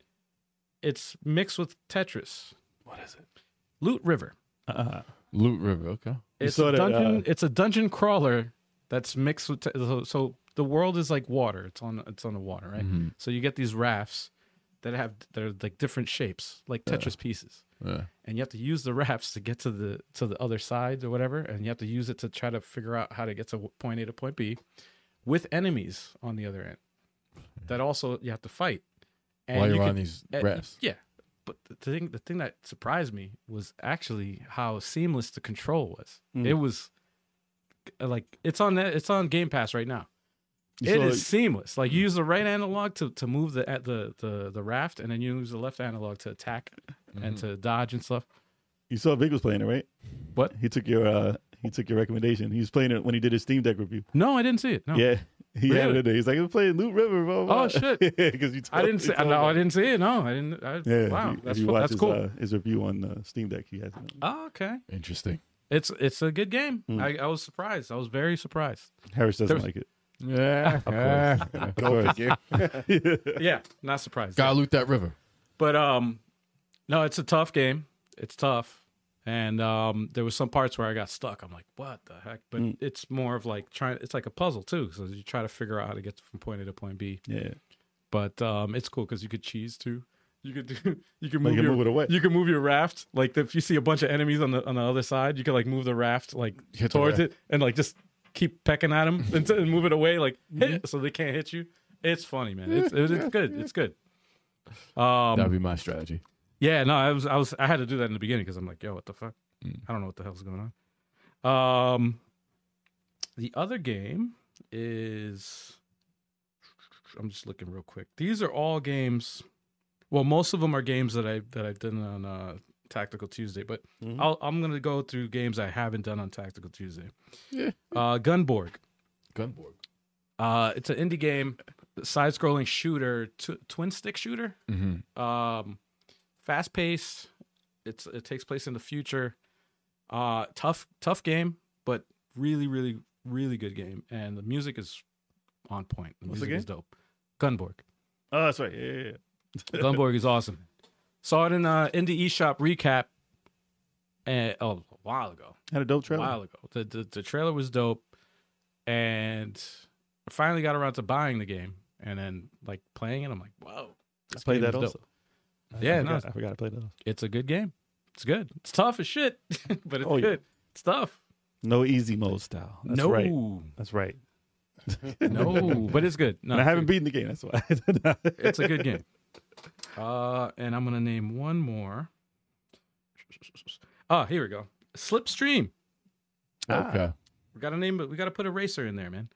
it's mixed with Tetris. What is it? Loot River. Uh, Loot River. Okay. You It's saw a that, dungeon. uh, It's a dungeon crawler that's mixed with. Te- so, so the world is like water. It's on. It's on the water, right? Mm-hmm. Mhm. So you get these rafts that have that are like different shapes, like Tetris pieces, Mm-hmm. Yeah. and you have to use the rafts to get to the to the other side or whatever, and you have to use it to try to figure out how to get to point A to point B, with enemies on the other end, that also you have to fight. And While you you're can- on these uh, reps. Yeah, but the thing the thing that surprised me was actually how seamless the control was. Mm. It was uh, like it's on that it's on Game Pass right now. You it saw is it- seamless. Like you Mm. use the right analog to, to move the at the, the the raft, and then you use the left analog to attack Mm-hmm. and to dodge and stuff. you saw Vic was playing it, right? What? He took your uh, he took your recommendation. He was playing it when he did his Steam Deck review. No, I didn't see it. No, Yeah, he had it Oh. Really? in there. He's like, "I'm playing Loot River." Blah, blah. Oh, shit. Because you, I told- didn't see. you told No, I him. didn't see it. No, I didn't. I, Yeah, wow, if you, that's if you fu- watch that's his, cool. uh, his review on uh, Steam Deck, he has it. oh, okay, Interesting. it's it's a good game. Mm. I, I was surprised. I was very surprised. Harris doesn't like it. Yeah. Of course. Yeah, not surprised. Gotta loot that river. But um, no, it's a tough game. It's tough. and um, there was some parts where I got stuck. I'm like, what the heck? But Mm. it's more of like trying. It's like a puzzle too, so you try to figure out how to get from point A to point B. Yeah. But um, it's cool because you could cheese too. You could do. You can move, Like you can your, move it away. You can move your raft. Like if you see a bunch of enemies on the on the other side, you can like move the raft like Hit the towards raft. it and like just keep pecking at them and, and move it away like hit, so they can't hit you. It's funny, man. It's it's it's good. It's good. Um, That'd be my strategy. yeah, no, I was, I was, I had to do that in the beginning because I'm like, yo, what the fuck? I don't know what the hell's going on. Um, the other game is, I'm just looking real quick. These are all games. Well, most of them are games that I that I've done on uh, Tactical Tuesday, but I'll, I'm gonna go through games I haven't done on Tactical Tuesday. Yeah. Uh, Gunborg. Gunborg. Uh, it's an indie game, side-scrolling shooter, tw- twin stick shooter Mm-hmm. um, fast paced. It's it takes place in the future. Uh, tough tough game, but really really really good game, and the music is on point. The What's the music is dope. Gunborg. Oh, that's right. Yeah, yeah, yeah. Gunborg is awesome. Saw it in uh, indie eShop recap. And, oh, a while ago. Had a dope A trailer. while ago. The, the the trailer was dope, and I finally got around to buying the game, and then like playing it. I'm like, whoa. I this played game is that dope. also. Yeah, I no, forgot, I forgot I played that. Also. it's a good game. It's good. It's tough as shit, but it's Oh, yeah. good. It's tough. No easy mode style. That's no, right. That's right. no, but it's good. No, and I it's haven't good. beaten the game. That's why. It's a good game. Uh, and I'm gonna name one more. Ah, here we go. Slipstream. Ah. Okay. We gotta name it. We gotta put a racer in there, man.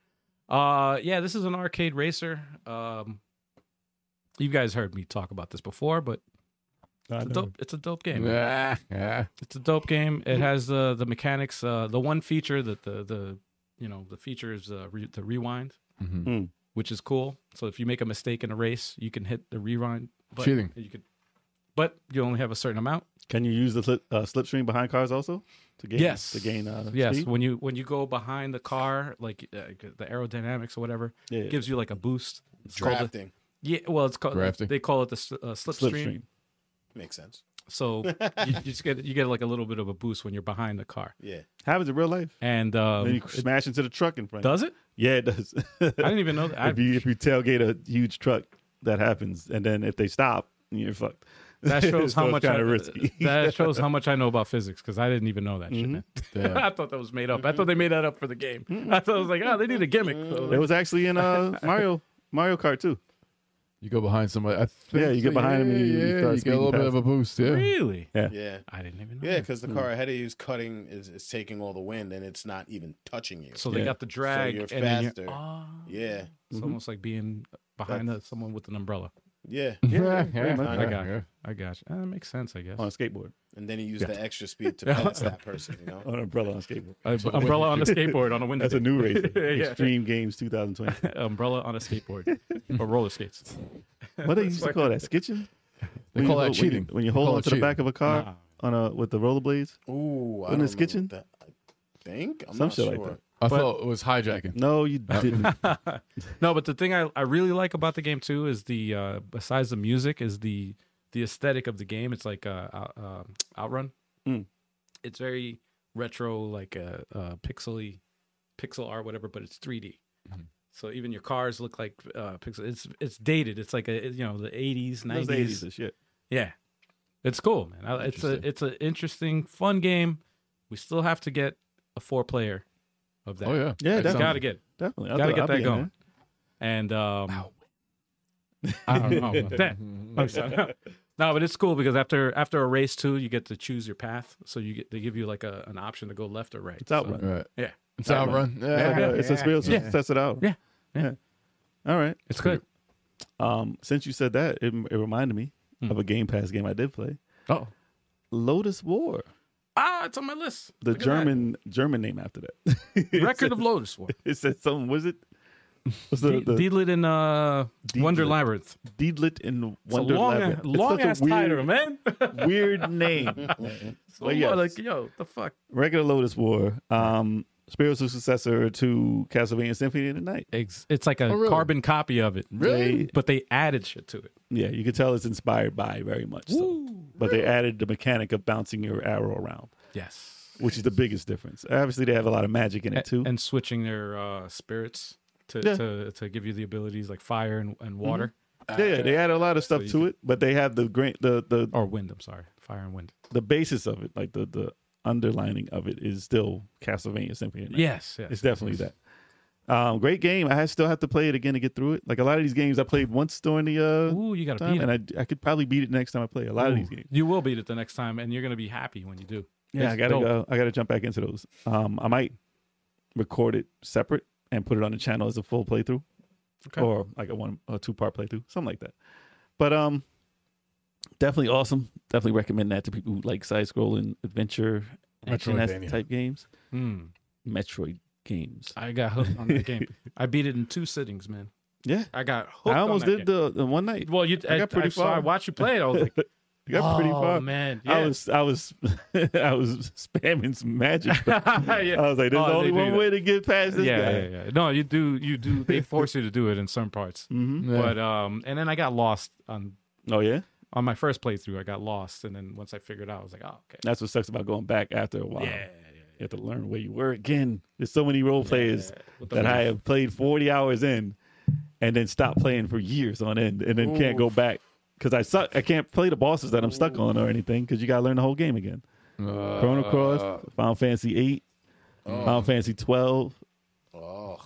Uh, yeah, this is an arcade racer. Um, you guys heard me talk about this before, but I it's a know. dope, it's a dope game. man. Ah, ah. It's a dope game. It has the the mechanics. Uh, the one feature that the the you know the feature is uh, re- the rewind, Mhm. Mm. which is cool. So if you make a mistake in a race, you can hit the rewind. button. Cheating. You could, but you only have a certain amount. Can you use the slip, uh, slipstream behind cars also to gain? yes. To gain. Uh, yes. speed? When you when you go behind the car, like uh, the aerodynamics or whatever, Yeah. it gives you like a boost. It's called the, Drafting yeah. Well, it's called. Drafting. They call it the s- uh, slipstream. slipstream. makes sense. So you, you just get you get like a little bit of a boost when you're behind the car. Yeah, Happens in real life. And then um, you smash into the truck in front. does it? yeah, it does. I didn't even know that. I- if you if you tailgate a huge truck, that happens, and then if they stop, you're fucked. That shows how much kind I, of risky. That shows how much I know about physics because I didn't even know that shit. man. Damn. Mm-hmm. I thought that was made up. I thought they made that up for the game. I thought I was like, oh, they need a gimmick. So- it was actually in uh, Mario Mario Kart too. You go behind somebody. I think Yeah, you get behind him and you- yeah, you yeah, start get a speeding little bit past of a boost. Yeah. really? yeah, I didn't even know. yeah. that. Because Hmm. the car ahead of you is cutting, is, is taking all the wind, and it's not even touching you. So they Yeah. got the drag, you're and then faster. You're, oh, yeah, it's almost like being behind a, someone with an umbrella. yeah. Yeah, very much. I got you. I got you. That makes sense, I guess. On a skateboard, And then you use the extra speed to pass that person. You know, on an umbrella on a skateboard. Uh, umbrella on a skateboard on a window. That's a new race. Yeah. Extreme Games 2020. umbrella on a skateboard or roller skates. What they used to call that? Skitching? They When you call that hold- cheating. When you, when you They hold call it onto the back cheating. of a car on a with the rollerblades. ooh, I In don't his know kitchen? what That, I think I'm Some not shit sure. like that. I thought it was hijacking. No, you didn't. No, but the thing I, I really like about the game too is the uh, besides the music is the the aesthetic of the game. It's like uh, out, uh, Outrun. Mm. It's very retro, like uh, uh, pixely, pixel art, whatever. But it's 3D. So even your cars look like uh, pixel. It's it's dated. It's like a you know the 80s, Those 90s. 80s and shit. Yeah, it's cool, man. I, it's a Interesting. it's an interesting, fun game. We still have to get a four player of that. Oh yeah. Yeah, We definitely. gotta get it. Definitely. Gotta get that going. And um, I don't know. about that. I'm sorry. No, but it's cool because after after a race too, you get to choose your path. So you get they give you like a, an option to go left or right. It's Outrun. Right. Yeah. It's outrun. It's, like Yeah. a, it's a spiritual Yeah. successor to Outrun. Yeah. Yeah. All right. It's good. Um, since you said that, it, it reminded me Mm-hmm. of a Game Pass game I did play. Oh, Lotus War. ah, it's on my list. The Look at German German name after that. that. It record said- of Lotus War. It said something. Was it? Was the, the Deedlit in uh, Wonder Deedlit. Labyrinth. Deedlit in It's a Wonder long, Labyrinth. It's long such a ass weird, title, man. Weird name. so yes. like, yo, the fuck. Regular Lotus War. Um, spiritual successor to Castlevania Symphony of the Night. Ex- It's like a really? carbon copy of it. Oh, Really? But they added shit to it. Yeah, you can tell it's inspired by very much. So. But they added the mechanic of bouncing your arrow around, Yes. which is the biggest difference. Obviously, they have a lot of magic in it too. And switching their uh, spirits to, Yeah. Mm-hmm. to to give you the abilities like fire and, and water yeah, yeah, they add a lot of stuff Ah, you to it, but they have the great the the or wind. I'm sorry, fire and wind. the basis of it, like the the underlining of it, is still Castlevania Symphony. of the Night. Yes. Yes. it's definitely that. Um, great game. I still have to play it again to get through it. Like a lot of these games, I played once during the uh, Ooh, you gotta time, beat it. and I I could probably beat it next time I play a lot of these games. You will beat it the next time, and you're gonna be happy when you do. Yeah, It's I gotta dope. go. I gotta jump back into those. Um, I might record it separate and put it on the channel as a full playthrough, Okay. or like a one a two part playthrough, something like that. But um, definitely awesome. Definitely recommend that to people who like side scrolling adventure action Metroidvania. type games. Hmm. Metroid games. I got hooked on that game. I beat it in two sittings, man. Yeah, I got hooked. I almost on that did game. the, the one night. Well, you. I I, got pretty I saw- I far. watched you play it. I was like, I got pretty oh, far. man. I Yeah. was I was I was spamming some magic. Yeah. I was like, Oh, "There's they only do one that. way to get past this yeah, guy." yeah, yeah. No, you do. You do. They force you to do it in some parts. Mhm. Yeah. But um, and then I got lost on Oh yeah. on my first playthrough. I got lost, and then once I figured it out, I was like, oh, okay. That's what sucks about going back after a while. Yeah, yeah, You have to learn where you were again. There's so many role players What the that fuck? I have played 40 hours in and then stop playing for years on end and then can't go back because I suck. I can't play the bosses that I'm stuck on or anything because you got to learn the whole game again. Uh, Chrono Cross, Final Fantasy 8, Final Fantasy 12, Oh,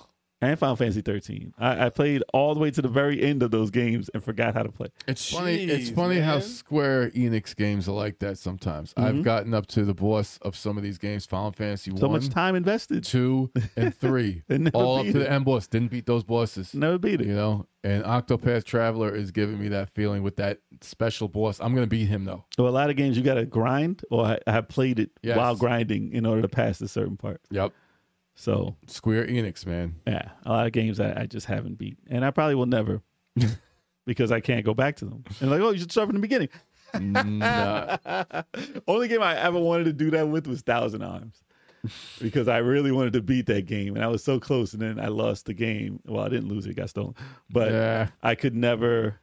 and Final Fantasy 13. I, I played all the way to the very end of those games and forgot how to play. It's funny. It's Jeez, funny how man. Square Enix games are like that sometimes. I've gotten up to the boss of some of these games: Final Fantasy Mm-hmm. So one, much time invested. two, and three. And never all up beat to it. the end boss. Didn't beat those bosses. Never beat You it. know, and Octopath Traveler is giving me that feeling with that special boss. I'm gonna beat him though. So a lot of games you got to grind or I, I played it Yes. while grinding in order to pass a certain part. Yep. So Square Enix, man. yeah, a lot of games I, I just haven't beat, and I probably will never because I can't go back to them. And like, oh, you should start from the beginning. Mm, Nah. Only game I ever wanted to do that with was Thousand Arms because I really wanted to beat that game, and I was so close, and then I lost the game. Well, I didn't lose it; it got stolen, but Yeah. I could never.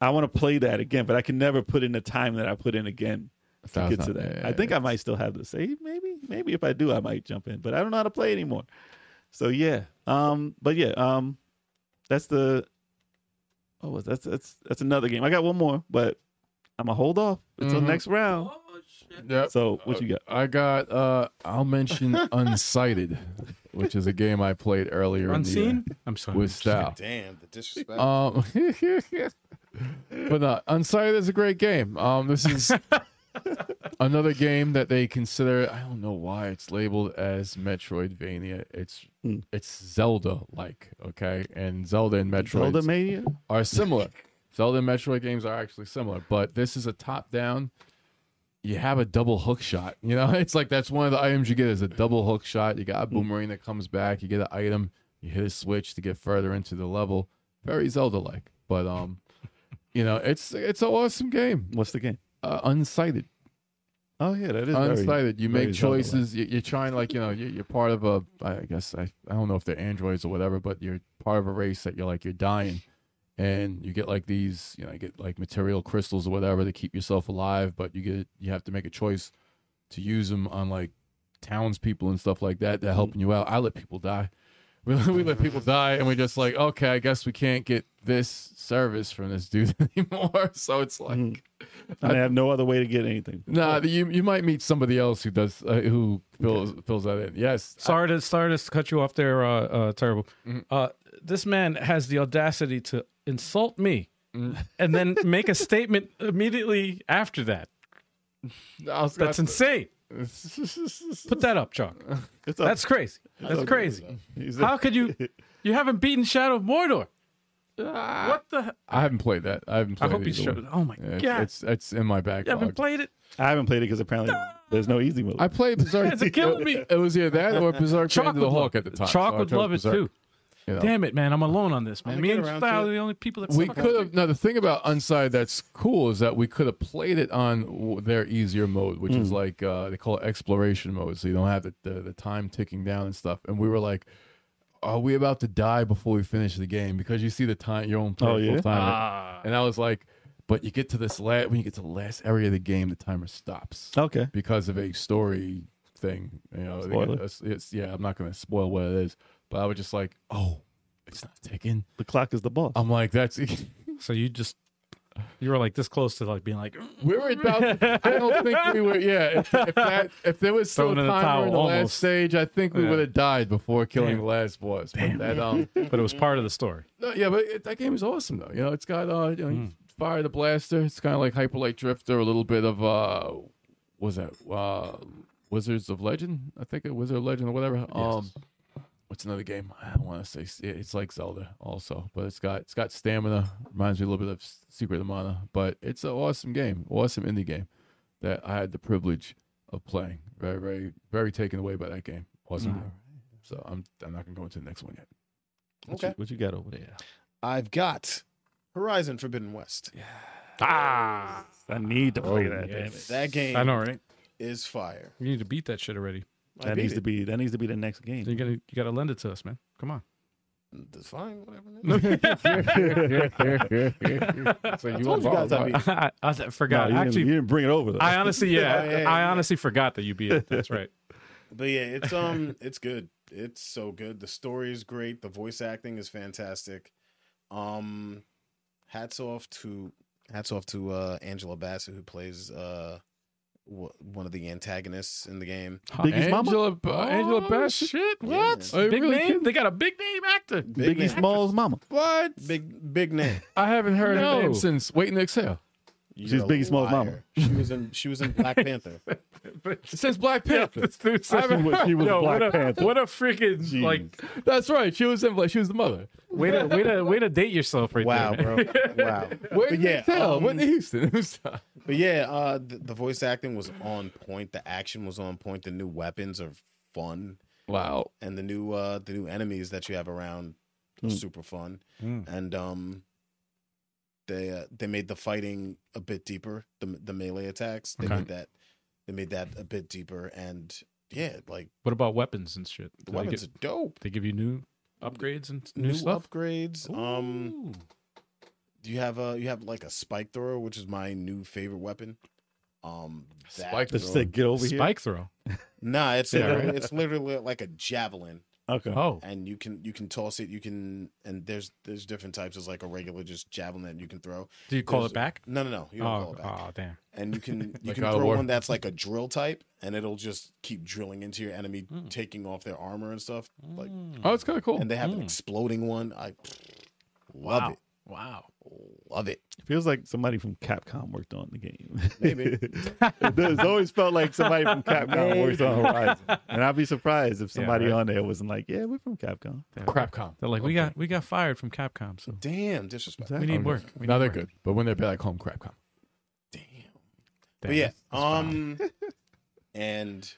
I want to play that again, but I can never put in the time that I put in again to get to Thousand- that. I think I might still have the save, maybe. Maybe if I do, I might jump in, but I don't know how to play anymore. So yeah. Um, but yeah, um that's the oh that's that's that's another game. I got one more, but I'm gonna hold off until Mhm. next round. Yep. So what you got? I got. uh I'll mention Unsighted, which is a game I played earlier. In unseen. I'm the sorry. year with Sal. damn the disrespect. Uh, Um, but no, Unsighted is a great game. Um, this is another game that they consider. I don't know why it's labeled as Metroidvania. It's Hmm. it's Zelda like, okay, and Zelda and Metroid Zelda Mania? are similar. Zelda and Metroid games are actually similar, but this is a top down. You have a double hook shot. You know, it's like that's one of the items you get is a double hook shot. You got a boomerang that comes back. You get an item. You hit a switch to get further into the level. Very Zelda like, but um, you know, it's it's an awesome game. What's the game? Uh, unsighted, Oh yeah, that is very- unsighted. You very make Zelda-like. choices. You, you're trying like you know you- you're part of a. I guess I I don't know if they're androids or whatever, but you're part of a race that you're like you're dying and you get like these you know you get like material crystals or whatever to keep yourself alive but you get you have to make a choice to use them on like townspeople and stuff like Mm-hmm. that that helping you out i let people die we, we let people die and we're just like okay i guess we can't get this service from this dude anymore so it's like Mm-hmm. And I have no other way to get anything. nah you you might meet somebody else who does uh, who fills fills that in yes Sorry to sorry to cut you off there. Uh, uh, terrible. Uh, this man has the audacity to insult me, and then make a statement immediately after that. I was- That's insane. Put that up, Chalk. It's up. That's crazy. That's crazy. He's- How could you? You haven't beaten Shadow of Mordor. What the? he- i haven't played that i haven't I played hope you either showed. one. it. Oh my Yeah, it's, god! it's it's in my you backlog haven't played it. I haven't played it because apparently there's no easy mode. I played Berserk. It's killing me. It was either that or Berserk Chalk Band of the would Hawk love- at the time. Chalk so I would chose love it Berserk. too. You know? Damn it, man! I'm alone on this, man. gonna Me get and around Style to are it. the only people that We suck. could have. Now the thing about Unside that's cool is that we could have played it on w- their easier mode, which Mm. is like uh, they call it exploration mode, so you don't have the, the the time ticking down and stuff. And we were like, "Are we about to die before we finish the game?" Because you see the time your own play Oh, full yeah? timer. Ah. And I was like, "But you get to this last when you get to the last area of the game, the timer stops." Okay. because of a story thing. You know, they- Spoiler. it's, it's- yeah, I'm not going to spoil what it is, but I was just like, oh, it's not ticking. The clock is the boss. I'm like, that's e-" So you just you were like this close to like being like we were about. I don't think we were. Yeah, if, if that if there was still Thrown a in the timer in towel, the last almost. stage, I think we Yeah. would have died before killing Damn. the last boss. But that um, but it was part of the story. no, yeah, but it, that game is awesome though. You know, it's got uh, you know, you fire the blaster. It's kind of like Hyperlight Drifter, a little bit of uh, was that uh, Wizards of Legend? I think it Wizard of Legend or whatever. Um, what's another game? I want to say s- it- it's like Zelda also, but it's got it's got stamina. Reminds me a little bit of S- Secret of Mana, but it's an awesome game, awesome indie game that I had the privilege of playing. Very, very, very taken away by that game. Awesome. game. So I'm I'm not gonna go into the next one yet. What you- What you got over there? I've got Horizon Forbidden West. Ah, I need to play that. That game I know, right? is fire. You need to beat that shit already. I That beat needs to it. be. That needs to be the next game. You gotta you gotta lend it to us, man. Come on. That's fine, whatever. so you told you guys I'd be- I, I forgot. No, you, didn't, you Actually, didn't bring it over. Though. I honestly, yeah, Oh, yeah, yeah. I honestly forgot that you beat it. That's right. But yeah, it's um, it's good. It's so good. The story is great. The voice acting is fantastic. Um, hats off to hats off to uh, Angela Bassett who plays uh, w- one of the antagonists in the game. Biggie's mama? Angela, mama? Uh, Angela Oh, Bassett. Shit, Yeah. what? Are you Big really name? kidding? They got a big name actor. Big Biggie name. Small's mama. What? Big big name. I haven't heard No. her name since Waiting to Exhale. She's Biggie Smalls' mama. She was in she was in Black Panther. Since Black Panther. This dude said- haven't was- she was Yo, Black what a, Panther. What a freaking like That's right. She was in. Black. She was the mother. way to way to way to date yourself right Wow, there. man. bro. Wow. Waiting yeah, to Exhale. um, Whitney Houston. But yeah, uh, the, the voice acting was on point. The action was on point. The new weapons are fun, wow. and the new uh, the new enemies that you have around are super fun. Mm. And um, they uh, they made the fighting a bit deeper. The the melee attacks they Okay. made that they made that a bit deeper. And yeah, like What about weapons and shit? the Do they, weapons give, are dope. they give you new upgrades and new, New stuff. upgrades. Um, Ooh. you have a you have like a spike thrower, which is my new favorite weapon. Um, that Spike Let's say get over here. spike throw. Nah, it's Yeah, literally, right. it's literally like a javelin, Okay. Oh, and you can you can toss it. You can and there's there's different types. It's like a regular just javelin that you can throw. do you call There's- it back? No, no, no. You don't call Oh, it back. oh, damn. And you can you Like can God of throw War. one that's like a drill type, and it'll just keep drilling into your enemy, taking off their armor and stuff. Like, Oh, it's kind of cool. and they have an exploding one. I love Wow. it, Wow. love it. Feels like somebody from Capcom worked on the game. Maybe. it does. always felt like somebody from Capcom worked on Horizon, and I'd be surprised if somebody right. on there wasn't like, "Yeah, we're from Capcom." Crapcom. They're like, we got we got fired from Capcom, so Damn, disrespect. we need work. We Now need they're work. good, but when they're bad, I call them Crapcom. Damn. Damn, But yeah, that's wild. um, and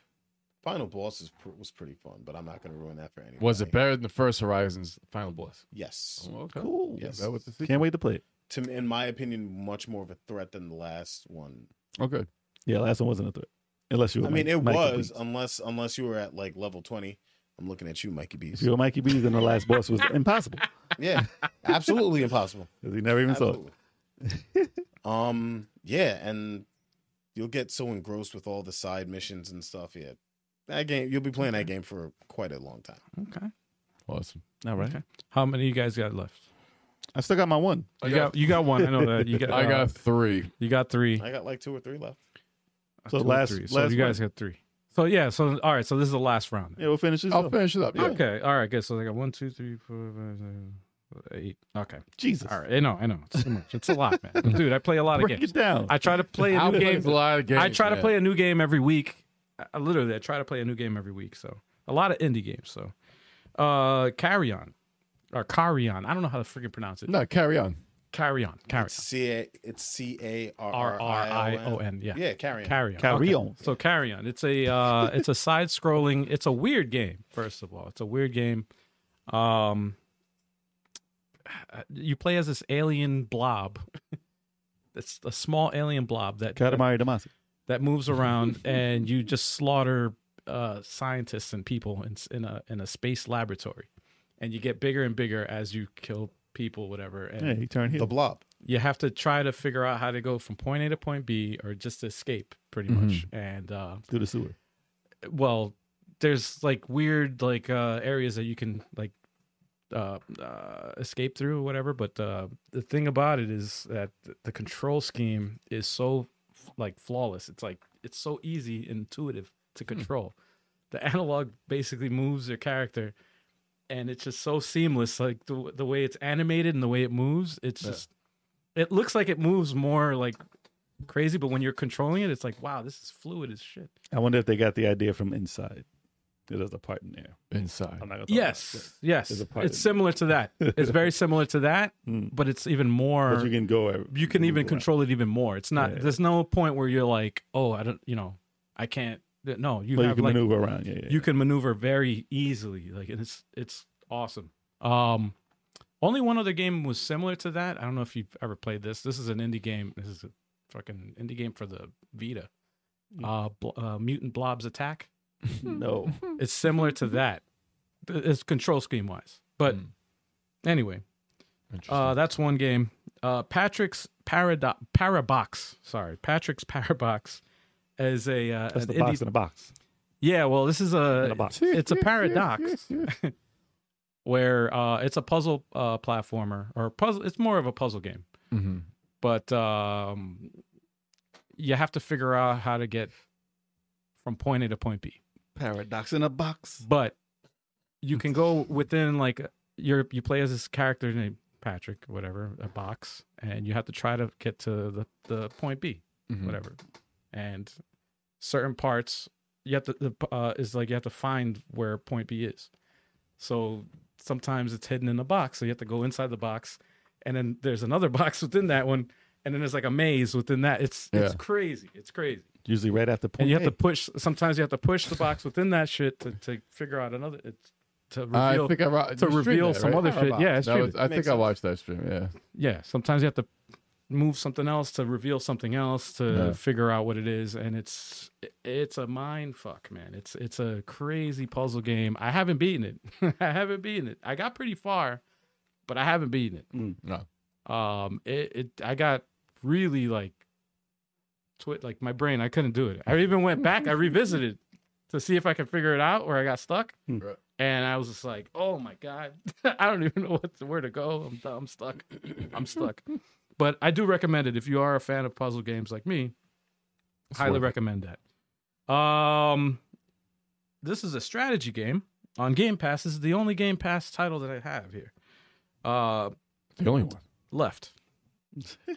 final boss is, pr- was pretty fun, but I'm not going to ruin that for anyone. Was it better than the first Horizon's final boss? Yes. okay. Cool. Yeah, Yes. that was the sequel. Can't wait to play it. To me- in my opinion, much more of a threat than the last one. Oh, good. Yeah, last one wasn't a threat, unless you. Were I mean, Mike- it Mikey was B's. unless unless you were at like level twenty. I'm looking at you, Mikey If Bees. you were Mikey B's, then the last boss was impossible Yeah, absolutely impossible. because he never even saw it. Absolutely. um, yeah, and you'll get so engrossed with all the side missions and stuff. Yeah, that game you'll be playing that game for quite a long time. Okay. Awesome. All right, Okay. How many of you guys got left? I still got my one. You got you got one. I know that. You got I uh, got three. you got three. I got like two or three left. So Two or last- three. so last you guys got three. So yeah, so all right, so this is the last round. Yeah, we'll finish this. I'll up. finish it up. Yeah. Okay, all right, good. So I got one, two, three, four, five, six, eight. Okay. Jesus, All right. I know, I know. It's too much. It's a lot, man. Dude, I play a lot of break games. it down. I try to play a I new played game. a lot of games. I try to man. play a new game every week. I, I literally I try to play a new game every week. So a lot of indie games. So uh Carry On. Or Carrion. I don't know how to freaking pronounce it. No, carry on. Carry on. Carry on. C A it's C A R R R I O N. Yeah. Yeah, carry on. Carry on. Okay. Carry on. So carry on. It's a uh, it's a side scrolling. It's a weird game. First of all, it's a weird game. Um, uh, you play as this alien blob. That's a small alien blob that Katamari Damacy. that moves around, and you just slaughter uh, scientists and people in, s- in a in a space laboratory, and you get bigger and bigger as you kill people, whatever. And Yeah, he turned heel. The blob. you have to try to figure out how to go from point A to point B, or just escape, pretty Mm-hmm. much. And uh, through the sewer. well there's like weird like uh areas that you can like uh, uh escape through or whatever but uh the thing about it is that th- the control scheme is so like flawless it's like it's so easy and intuitive to control the analog basically moves your character and it's just so seamless like the, w- the way it's animated and the way it moves it's just it looks like it moves more like crazy but when you're controlling it it's like wow this is fluid as shit I wonder if they got the idea from inside. There's a part in there. inside. Um, I'm not gonna talk about it, Yes, yes. Oh, There's a part It's in similar to that. It's very similar to that, Hmm. but it's even but- more. but you, you can go. ev- can, even control it even more. It's not. Yeah. There's no point where you're like, oh, I don't. You know, I can't. No, you Well, you have can like maneuver around. Yeah, yeah. you can maneuver very easily. Like and it's it's awesome. Um, only one other game was similar to that. I don't know if you've ever played this. This is an indie game. This is a fucking indie game for the Vita. Hmm. Uh, bl- uh, Mutant Blobs Attack. no. It's similar to that. It's control scheme wise. But Mm. anyway, Interesting. uh, that's one game. Uh, Patrick's Parado- Parabox. Sorry, Patrick's Parabox is a uh, an That's the indie- box in a box. yeah, well, this is a, a box. it's a paradox where uh, it's a puzzle uh, platformer or puzzle. It's more of a puzzle game, Mhm. but um, you have to figure out how to get from point A to point B. Paradox in a box. but you can go within like your you play as this character named Patrick, whatever, a box, and you have to try to get to the, the point B, Mm-hmm. Mhm. whatever. And certain parts you have to the uh, is like you have to find where point B is. So sometimes it's hidden in a box, so you have to go inside the box, and then there's another box within that one, and then there's like a maze within that. It's it's Yeah. crazy. It's crazy Usually right after point. and you have A. to push. Sometimes you have to push the box within that shit to, to figure out another it's, to Uh, I reveal. think I ro- to you streamed reveal that, some right? other shit. Yeah, I That streamed was- I think I watched that stream. Yeah, yeah, sometimes you have to move something else to reveal something else to Yeah. figure out what it is, and it's it's a mind fuck, man. It's it's a crazy puzzle game. I haven't beaten it. I haven't beaten it. I got pretty far, but I haven't beaten it. no, um it, it i got really like twit like my brain i couldn't do it i even went back i revisited to see if i could figure it out where i got stuck Hmm. Right. and i was just like oh my god i don't even know what where to go i'm, I'm stuck i'm stuck but i do recommend it if you are a fan of puzzle games like me highly worth it. recommend that um this is a strategy game on game pass this is the only game pass title that i have here uh the only one. left.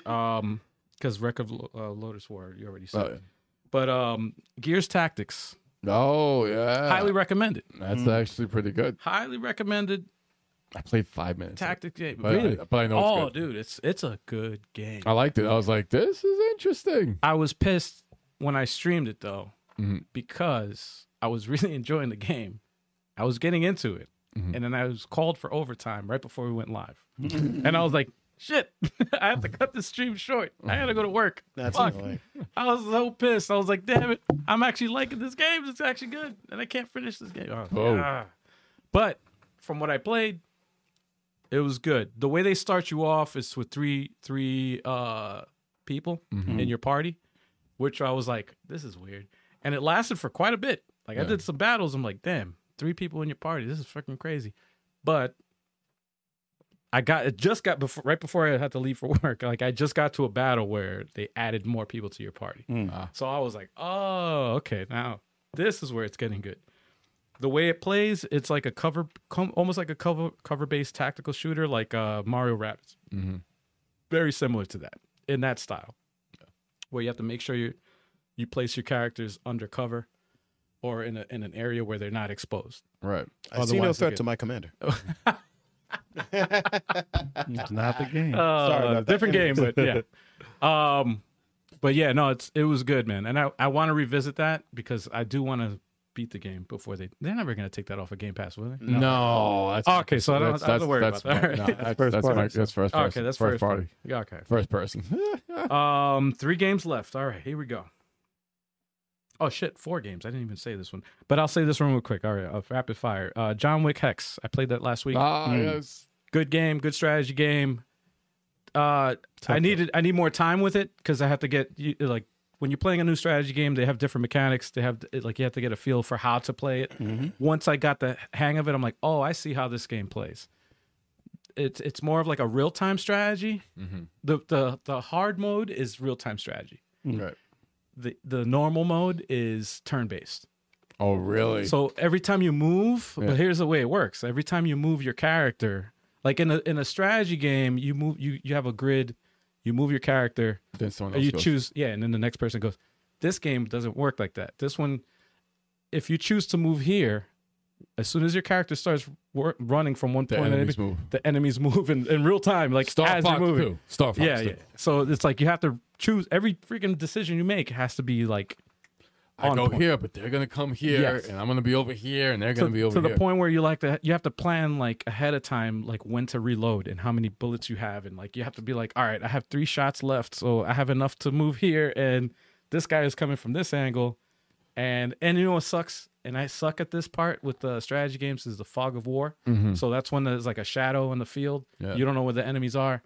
um, because Record of Lo- uh, Lotus War, you already said. Oh, yeah. But um, Gears Tactics, Oh yeah, highly recommended. that's actually pretty good. Highly recommended I played five minutes. tactic game. But I- really? but I know it's oh, good. dude, it's it's a good game. I liked it. I was like, this is interesting. I was pissed when I streamed it though, Mm-hmm. because I was really enjoying the game. I was getting into it, Mm-hmm. and then I was called for overtime right before we went live, and I was like, "Shit, I have to cut this stream short. I gotta go to work." That's Fuck. annoying. I was so pissed. I was like, damn it. I'm actually liking this game. It's actually good. And I can't finish this game. Oh, Whoa. ah. But from what I played, it was good. The way they start you off is with three three uh people in your party, which I was like, this is weird. And it lasted for quite a bit. Like I Yeah. did some battles. I'm like, damn, three people in your party. This is freaking crazy. But I got it just got before right before I had to leave for work. Like I just got to a battle where they added more people to your party. Ah. So I was like, oh, okay, now this is where it's getting good. The way it plays, it's like a cover, com- almost like a cover cover based tactical shooter, like uh, Mario Rabbits. Mhm. Very similar to that in that style, where you have to make sure you you place your characters undercover or in a, in an area where they're not exposed. Right. I see no Otherwise, threat okay. to my commander. Mm, It's not the game. Uh, about that. different game, but yeah. Um, but yeah, no, it's it was good, man, and I I want to revisit that because I do want to beat the game before they. They're never going to take that off of Game Pass, will they? No, Mm. that's okay, so I don't, I don't have to worry that's, about that. no, All right. that's, First that's, party, my- that's first person. okay, that's first party. Yeah, okay. First person. Um, three games left. All right, here we go. Oh shit, four games. I didn't even say this one, but I'll say this one real quick. All right, uh, rapid fire. Uh, John Wick Hex. I played that last week. ah, yes. good game, good strategy game. Uh, I needed I need more time with it because I have to get you, like when you're playing a new strategy game, they have different mechanics. They have like you have to get a feel for how to play it. Once I got the hang of it, I'm like, oh, I see how this game plays. It's it's more of like a real time strategy. The the the hard mode is real time strategy. Right. The the normal mode is turn based. Oh, really? So every time you move, Yeah. but here's the way it works. Every time you move your character, like in a in a strategy game, you move you you have a grid, you move your character, then or someone else you goes. choose yeah, and then the next person goes. This game doesn't work like that. This one, if you choose to move here, as soon as your character starts wor- running from one The point, enemies move. the enemies move in, in real time, like Star as Fox you're moving. 2. Star Fox Yeah, 2. yeah. So it's like you have to choose every freaking decision you make has to be like I on go point. here, but they're gonna come here, Yes. and I'm gonna be over here, and they're to, gonna be over to here. the point where you like to you have to plan like ahead of time like when to reload and how many bullets you have and like you have to be like all right i have three shots left so i have enough to move here and this guy is coming from this angle and and you know what sucks and i suck at this part with the strategy games is the fog of war so that's when there's like a shadow in the field Mm-hmm. Yeah. you don't know where the enemies are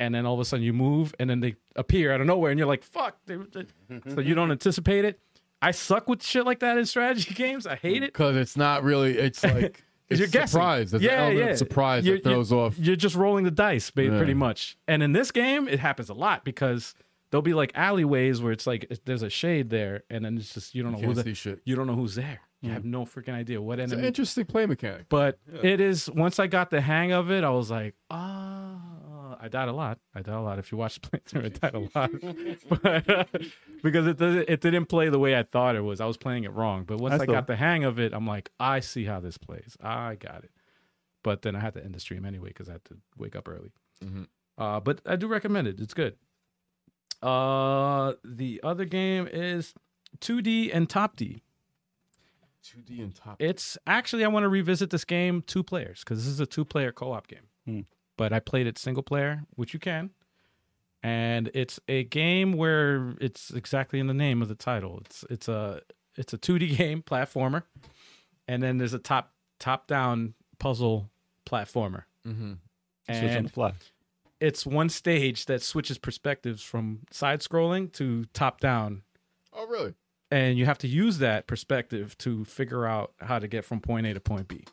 and then all of a sudden you move and then they appear out of nowhere and you're like fuck they, they- so you don't anticipate it i suck with shit like that in strategy games i hate it because it's not really. It's like it's you're guessing. surprise. There's an element of surprise You're- that throws you're, off. You're just rolling the dice, ba- Yeah. pretty much. And in this game, it happens a lot because there'll be like alleyways where it's like it- there's a shade there, and then it's just you don't know who can't the, see shit. you don't know who's there. You have no freaking idea what It's an enemy. interesting play mechanic. But it is once I got the hang of it, I was like, ah. I died a lot. I died a lot. If you watch the playthrough, I died a lot, but, because it doesn't. It didn't play the way I thought it was. I was playing it wrong. But once That's I all got right. the hang of it, I'm like, I see how this plays. I got it. But then I had to end the stream anyway because I had to wake up early. Mhm. Uh, but I do recommend it. It's good. Uh, the other game is 2D and Top D. 2D and top. It's actually I want to revisit this game two players because this is a two player co op game. Hmm. But I played it single player, which you can, and it's a game where it's exactly in the name of the title. It's it's a it's a two D game platformer, and then there's a top top down puzzle platformer, Mm-hmm. Switch on and the fly. it's one stage that switches perspectives from side scrolling to top down Oh, really? and you have to use that perspective to figure out how to get from point A to point B.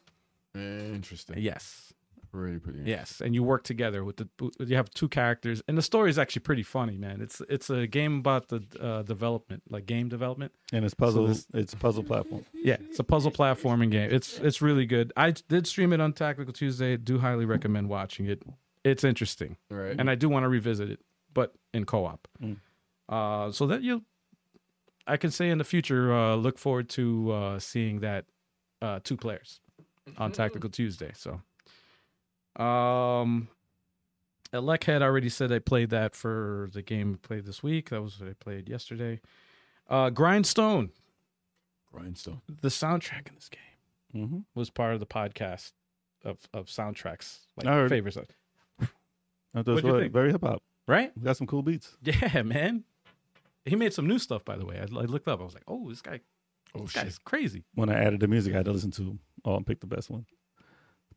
Interesting. Yes, Really pretty. yes, and you work together with the you have two characters, and the story is actually pretty funny, man. It's it's a game about the uh, development, like game development. And it's puzzle. this- it's puzzle platform. Yeah, it's a puzzle platforming game. It's it's really good. I did stream it on Tactical Tuesday. Do highly recommend watching it. It's interesting, Right. and I do want to revisit it, but in co-op. Mm. Uh, so that you, I can say in the future, uh, look forward to uh, seeing that uh, two players on Tactical Tuesday. So, um, Elec had already said I played that for the game we played this week. That was what I played yesterday. Uh, Grindstone, Grindstone. the soundtrack in this game Mm-hmm. was part of the podcast of of soundtracks, like I heard. favorite songs, That's What'd you what- think? Very hip hop. right? We got some cool beats. Yeah, man. He made some new stuff, by the way. I, I looked up. I was like, oh, this guy, Oh this shit. guy's crazy. When I added the music, I had to listen to them all and pick the best one.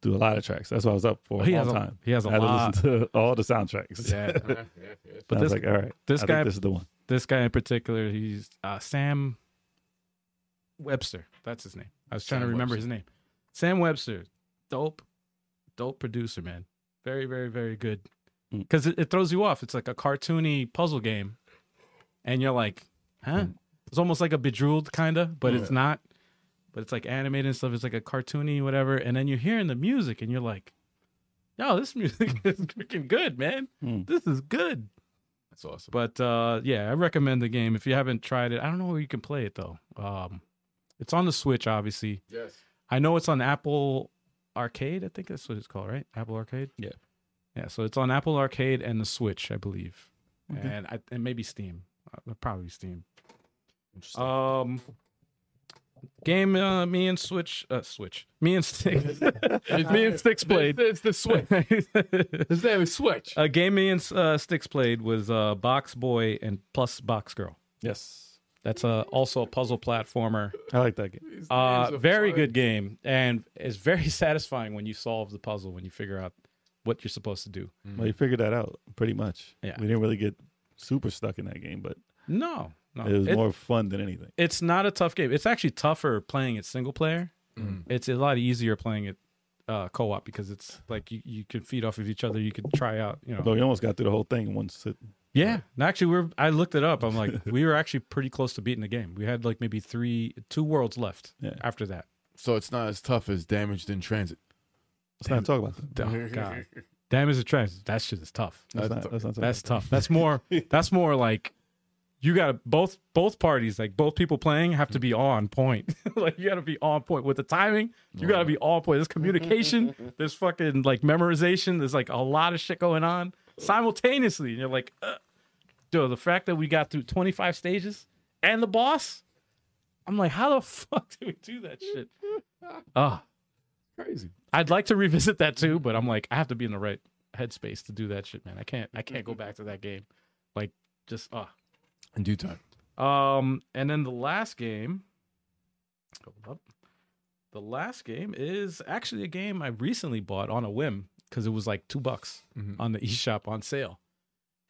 Do a lot of tracks. That's what I was up for Oh, he all has a- time. he has a I had lot. to listen to all the soundtracks. Yeah, But but I this was like, all right, this I think guy- this is the one. this guy in particular, he's uh, Sam Webster. That's his name. I was trying Sam to remember Webster. his name. Sam Webster, dope, dope producer, man. Very, very, very good. Mm. Because it, it throws you off. It's like a cartoony puzzle game, and you're like, huh? Mm. It's almost like a Bejeweled kind of, but it's not. But it's like animated and stuff. It's like a cartoony whatever. And then you're hearing the music, and you're like, yo, this music is freaking good, man. Mm. This is good. That's awesome. But uh, yeah, I recommend the game if you haven't tried it. I don't know where you can play it though. Um, it's on the Switch, obviously. yes. I know it's on Apple Arcade. I think that's what it's called, right? Apple Arcade. Yeah. yeah. So it's on Apple Arcade and the Switch, I believe, Okay. and I, and maybe Steam, uh, probably Steam. Interesting. Um, Game uh, me and Switch uh, Switch. Me and Sticks Me and Sticks played. It's, the switch. His name is Switch. A game me and uh, Sticks played was uh, Box Boy and plus Box Girl. Yes. That's uh, also a puzzle platformer. I like that game. Uh, very good game, and it's very satisfying when you solve the puzzle when you figure out what you're supposed to do. Well, you Mm-hmm. figured that out pretty much. Yeah. We didn't really get super stuck in that game, but No, no, Oh, it was It- more fun than anything. It's not a tough game. It's actually tougher playing it single player. It's a lot easier playing it uh, co-op because it's like you, you can feed off of each other. You could try out, you know. Oh. Though we almost got through the whole thing in one sit. Yeah, and actually, we're. I looked it up. I'm like, we were actually pretty close to beating the game. We had like maybe three, two worlds left Yeah. after that. So it's not as tough as Damaged in Transit. Let's not talk about that. Oh, God, damage the trash. That shit is tough. That's That's not, that's not talk That's tough. That's more. That's more like you got to both both parties, like both people playing, have to be on point. like you got to be on point with the timing. You got to be on point. There's communication. there's fucking like memorization. There's like a lot of shit going on simultaneously, and you're like, Ugh. dude, the fact that we got through 25 stages and the boss. I'm like, how the fuck do we do that shit? Ah, Crazy. I'd like to revisit that too, but I'm like, I have to be in the right headspace to do that shit, man. I can't, I can't go back to that game. Like, just ah. In due time. Um, and then the last game. Hold up. The last game is actually a game I recently bought on a whim because it was like two bucks Mhm. on the eShop on sale,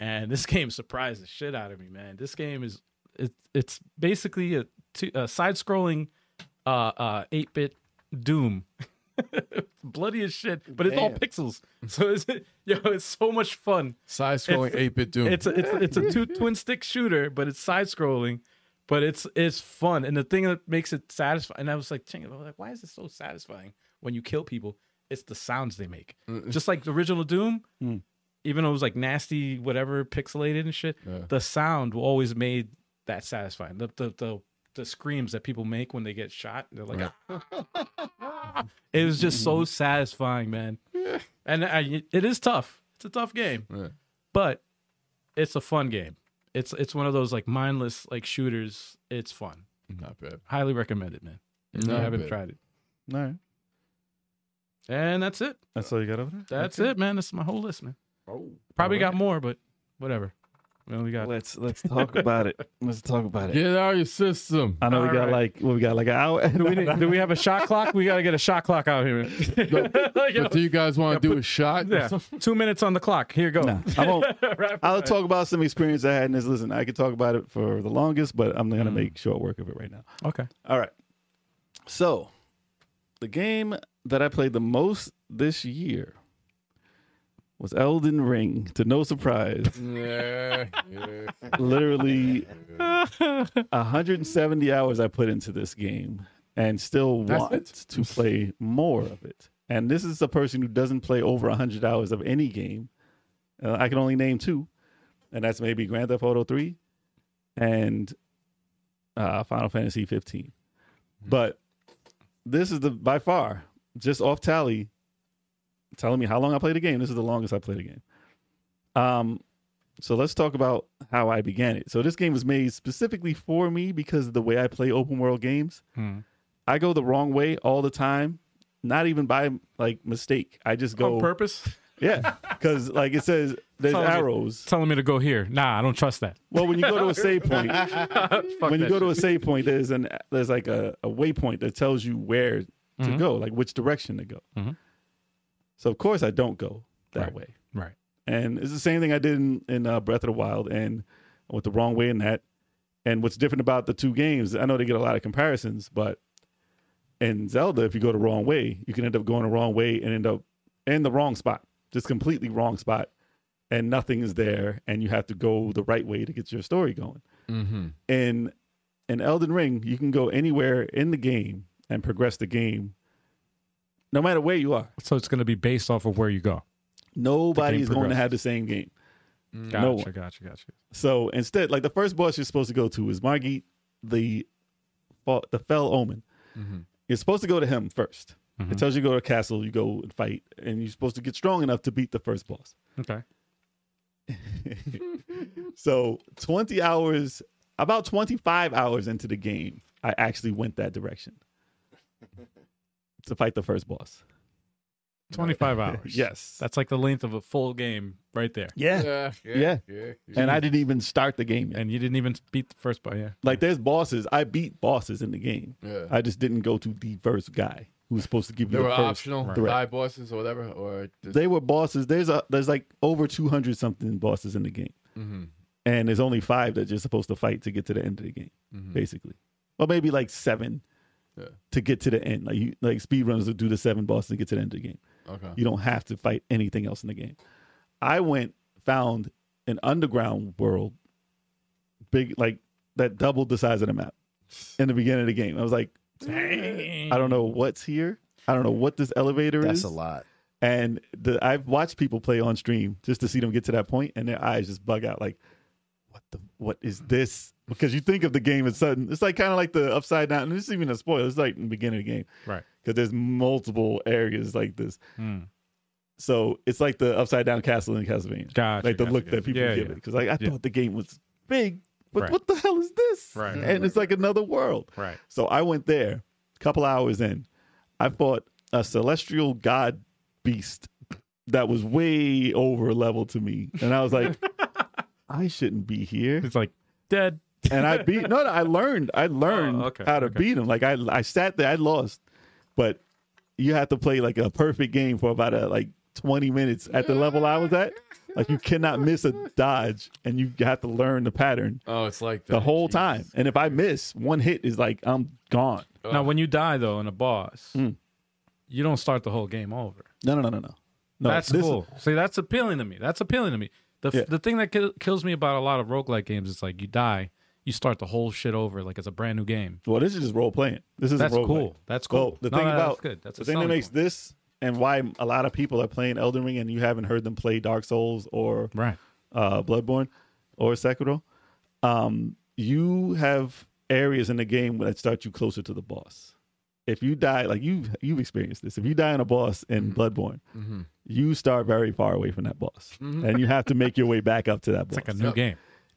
and this game surprised the shit out of me, man. This game is it, it's basically a, two, a side-scrolling uh uh 8-bit Doom. Bloody as shit, but it's all Damn. pixels. So it's, yo, it's so much fun. Side scrolling It's- 8 bit Doom. It's a, it's a- it's a two twin stick shooter, but it's side scrolling, but it's it's fun. And the thing that makes it satisfying, and I was like, "Ching," I was like, why is it so satisfying when you kill people? It's the sounds they make, just like the original Doom. Even though it was like nasty, whatever, pixelated and shit, Uh, the sound always made that satisfying. The the the, the screams that people make when they get shot, they're like, it was just so satisfying, man. And I, it is tough. It's a tough game, Yeah. but it's a fun game. It's it's one of those like mindless like shooters. It's fun. Not bad. Highly recommend it, man. If you Not haven't bad. tried it, All right. and that's it. That's all you got over there? That's it, man. That's my whole list, man. Probably got more, but whatever. We only got Let's let's talk about it. Let's talk about it. Get out of your system. I know we All got right. like what we got like an hour. do we, need, do we have a shot clock? We gotta get a shot clock out here. But do you guys want to do a shot? yeah, two minutes on the clock. Here you go. Nah, I won't. Rapid I'll fire. talk about some experience I had in this. Listen, I could talk about it for the longest, but I'm gonna Mm. make short work of it right now. Okay. All right. So, the game that I played the most this year was Elden Ring. To no surprise, Yeah. yeah. literally 170 hours I put into this game, and still That's want it? to play more of it. And this is a person who doesn't play over 100 hours of any game. Uh, I can only name two, and that's maybe Grand Theft Auto 3 and uh, Final Fantasy 15. But this is the by far just off tally telling me how long I played the game. This is the longest I played a game. Um, so let's talk about how I began it. So this game was made specifically for me because of the way I play open world games. Hmm. I go the wrong way all the time, not even by like mistake. I just go On purpose, yeah, because like it says there's Sounds like- arrows. telling me to go here. Nah, I don't trust that. Well, when you go to a save point, Fuck when you that go to a save point, there's an there's like a, a waypoint that tells you where to Mm-hmm. go, like which direction to go. Mhm. So of course I don't go that way. Right. And it's the same thing I did in, in uh, Breath of the Wild and I went the wrong way in that. And what's different about the two games, I know they get a lot of comparisons, but in Zelda, if you go the wrong way, you can end up going the wrong way and end up in the wrong spot, just completely wrong spot, and nothing is there, and you have to go the right way to get your story going. Mm-hmm. In in Elden Ring, you can go anywhere in the game and progress the game, no matter where you are. So it's going to be based off of where you go. Nobody is going to progresses. have the same game. Gotcha, No one. gotcha, gotcha. So instead, like the first boss you're supposed to go to is Margit, the fa- the fell omen. You're supposed to go to him 1st It tells you to go to a castle, you go and fight, and you're supposed to get strong enough to beat the first boss. Okay. So 20 hours, about 25 hours into the game, I actually went that direction to fight the first boss. 25 hours. Yes. That's like the length of a full game right there. yeah. Yeah, Yeah. yeah, yeah. And I didn't even start the game yet. And you didn't even beat the first boss. Yeah. Like there's bosses. I beat bosses in the game. Yeah. I just didn't go to the first guy who was supposed to give you They the were first optional threat. die bosses or whatever, or just, They were bosses. There's a there's like over two hundred something bosses in the game. And there's only five that you're supposed to fight to get to the end of the game, basically. Or maybe like seven Yeah. to get to the end. Like you like speedrunners will do the seven bosses to get to the end of the game. okay. You don't have to fight anything else in the game. I went found an underground world, big like that doubled the size of the map in the beginning of the game. I was like, Dang. I don't know what's here. I don't know what this elevator That's is. a lot. And the, I've watched people play on stream just to see them get to that point, and their eyes just bug out like, what the what is this? Because you think of the game as sudden. It's like kind of like the upside down. And this is even a spoiler. It's like in the beginning of the game, Right. Because there's multiple areas like this. Hmm. So it's like the upside down castle in Castlevania. Gotcha, like the gotcha, look gotcha. that people Yeah, give yeah. it. Because like I Yeah. thought the game was big, but Right. what the hell is this? Right, right, And it's like another world. Right. So I went there. Couple hours in, I fought a celestial god beast that was way over level to me, and I was like, I shouldn't be here It's like dead. and I beat. No, no, I learned. I learned Oh, okay, how to okay. beat him. Like I, I sat there. I lost, but you have to play like a perfect game for about a, like twenty minutes at the level I was at. Like you cannot miss a dodge, and you have to learn the pattern Oh, it's like the that. whole Jeez. time. And if I miss one hit, is like I'm gone. Now, when you die though in a boss, Mm. you don't start the whole game over. No, no, no, no, no. No, that's this is- cool. See, that's appealing to me. That's appealing to me. The, Yeah. the thing that kill, kills me about a lot of roguelike games is like you die, you start the whole shit over like it's a brand new game. Well, this is just role playing. This is That's role cool. That's cool. the No, thing no, about that's good. That's the a thing that selling makes point. this and why a lot of people are playing Elden Ring and you haven't heard them play Dark Souls or Right. uh, Bloodborne or Sekiro, um, you have areas in the game that start you closer to the boss. If you die, like you you've experienced this, if you die on a boss in Mm-hmm. Bloodborne, you start very far away from that boss, and you have to make your way back up to that boss. Mm-hmm. It's like a new game.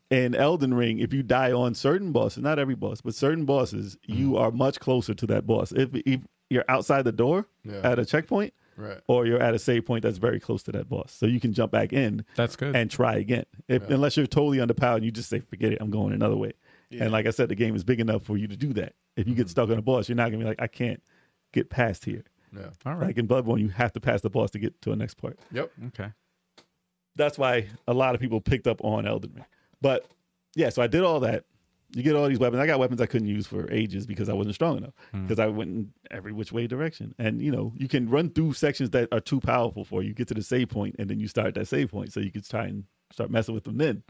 in Elden Ring, if you die on certain bosses, not every boss, but certain bosses, you Mm-hmm. are much closer to that boss. If, if you're outside the door Yeah. at a checkpoint, Right. or you're at a save point that's very close to that boss, so you can jump back in That's good. and try again. If, Unless you're totally underpowered and you just say, forget it, I'm going another way. And like I said, the game is big enough for you to do that. If you Mm-hmm. get stuck on a boss, you're not gonna be like, I can't get past here. Yeah. All right. Like in Bloodborne, you have to pass the boss to get to a next part. Yep. okay. That's why a lot of people picked up on Elden Ring. But yeah, so I did all that. You get all these weapons. I got weapons I couldn't use for ages because I wasn't strong enough. Because I went in every which way direction. And you know, you can run through sections that are too powerful for you. Get to the save point, and then you start that save point, so you can try and start messing with them then.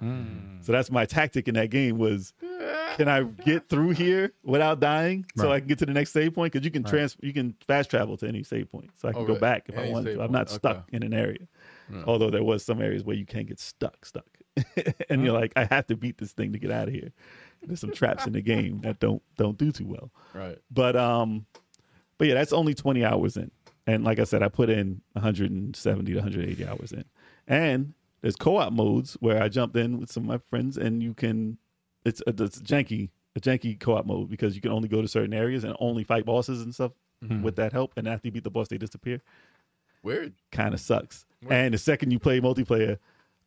So that's my tactic in that game was can I get through here without dying so Right. I can get to the next save point? Because you can trans you can fast travel to any save point. So I can Oh, go really? back if I Any want save to. I'm point, not stuck okay. in an area. Although there was some areas where you can get stuck, stuck. and you're like, I have to beat this thing to get out of here. There's some traps in the game that don't don't do too well. Right. But um but yeah, that's only 20 hours in. And like I said, I put in 170 to 180 hours in. And there's co-op modes where I jumped in with some of my friends and you can it's a, it's a janky a janky co-op mode because you can only go to certain areas and only fight bosses and stuff Mm-hmm. with that help and after you beat the boss they disappear Weird. kind of sucks. And the second you play multiplayer,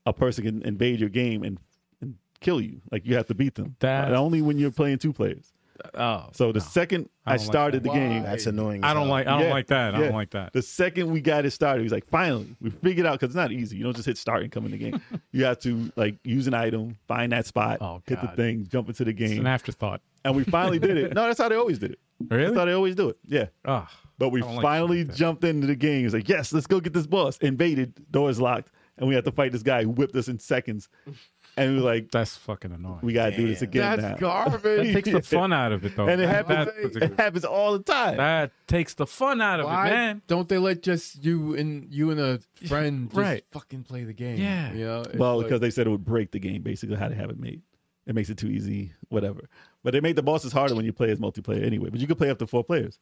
a person can invade your game and, and kill you. Like you have to beat them. That's- And only when you're playing two players. Oh. So the second I I, don't like started that. the game, That's annoying. as I don't hell. like I don't Yeah, like that. I yeah. don't like that. the second we got it started, he's like, finally, we figured out because it's not easy. You don't just hit start and come in the game. you have to like use an item, find that spot, Oh, hit the God. thing, jump into the It's an game, afterthought. and we finally did it. No, that's how they always did it. That's how Really? they always do it. Yeah. Ah. But we I don't like finally shit like that. jumped into the game. It's like, yes, let's go get this boss. Invaded, doors locked, and we had to fight this guy who whipped us in seconds. And we were like, That's fucking annoying. we gotta do this again That's now. that garbage. takes the fun out of it though. And it happens. That, It particular- happens all the time. that takes the fun out of Why it, man. don't they let just you and you and a friend just Right. fucking play the game? Yeah. You know? It's well, like- because they said it would break the game, basically how they have it made. It makes it too easy, whatever. But they make the bosses harder when you play as multiplayer anyway. But you can play up to four players,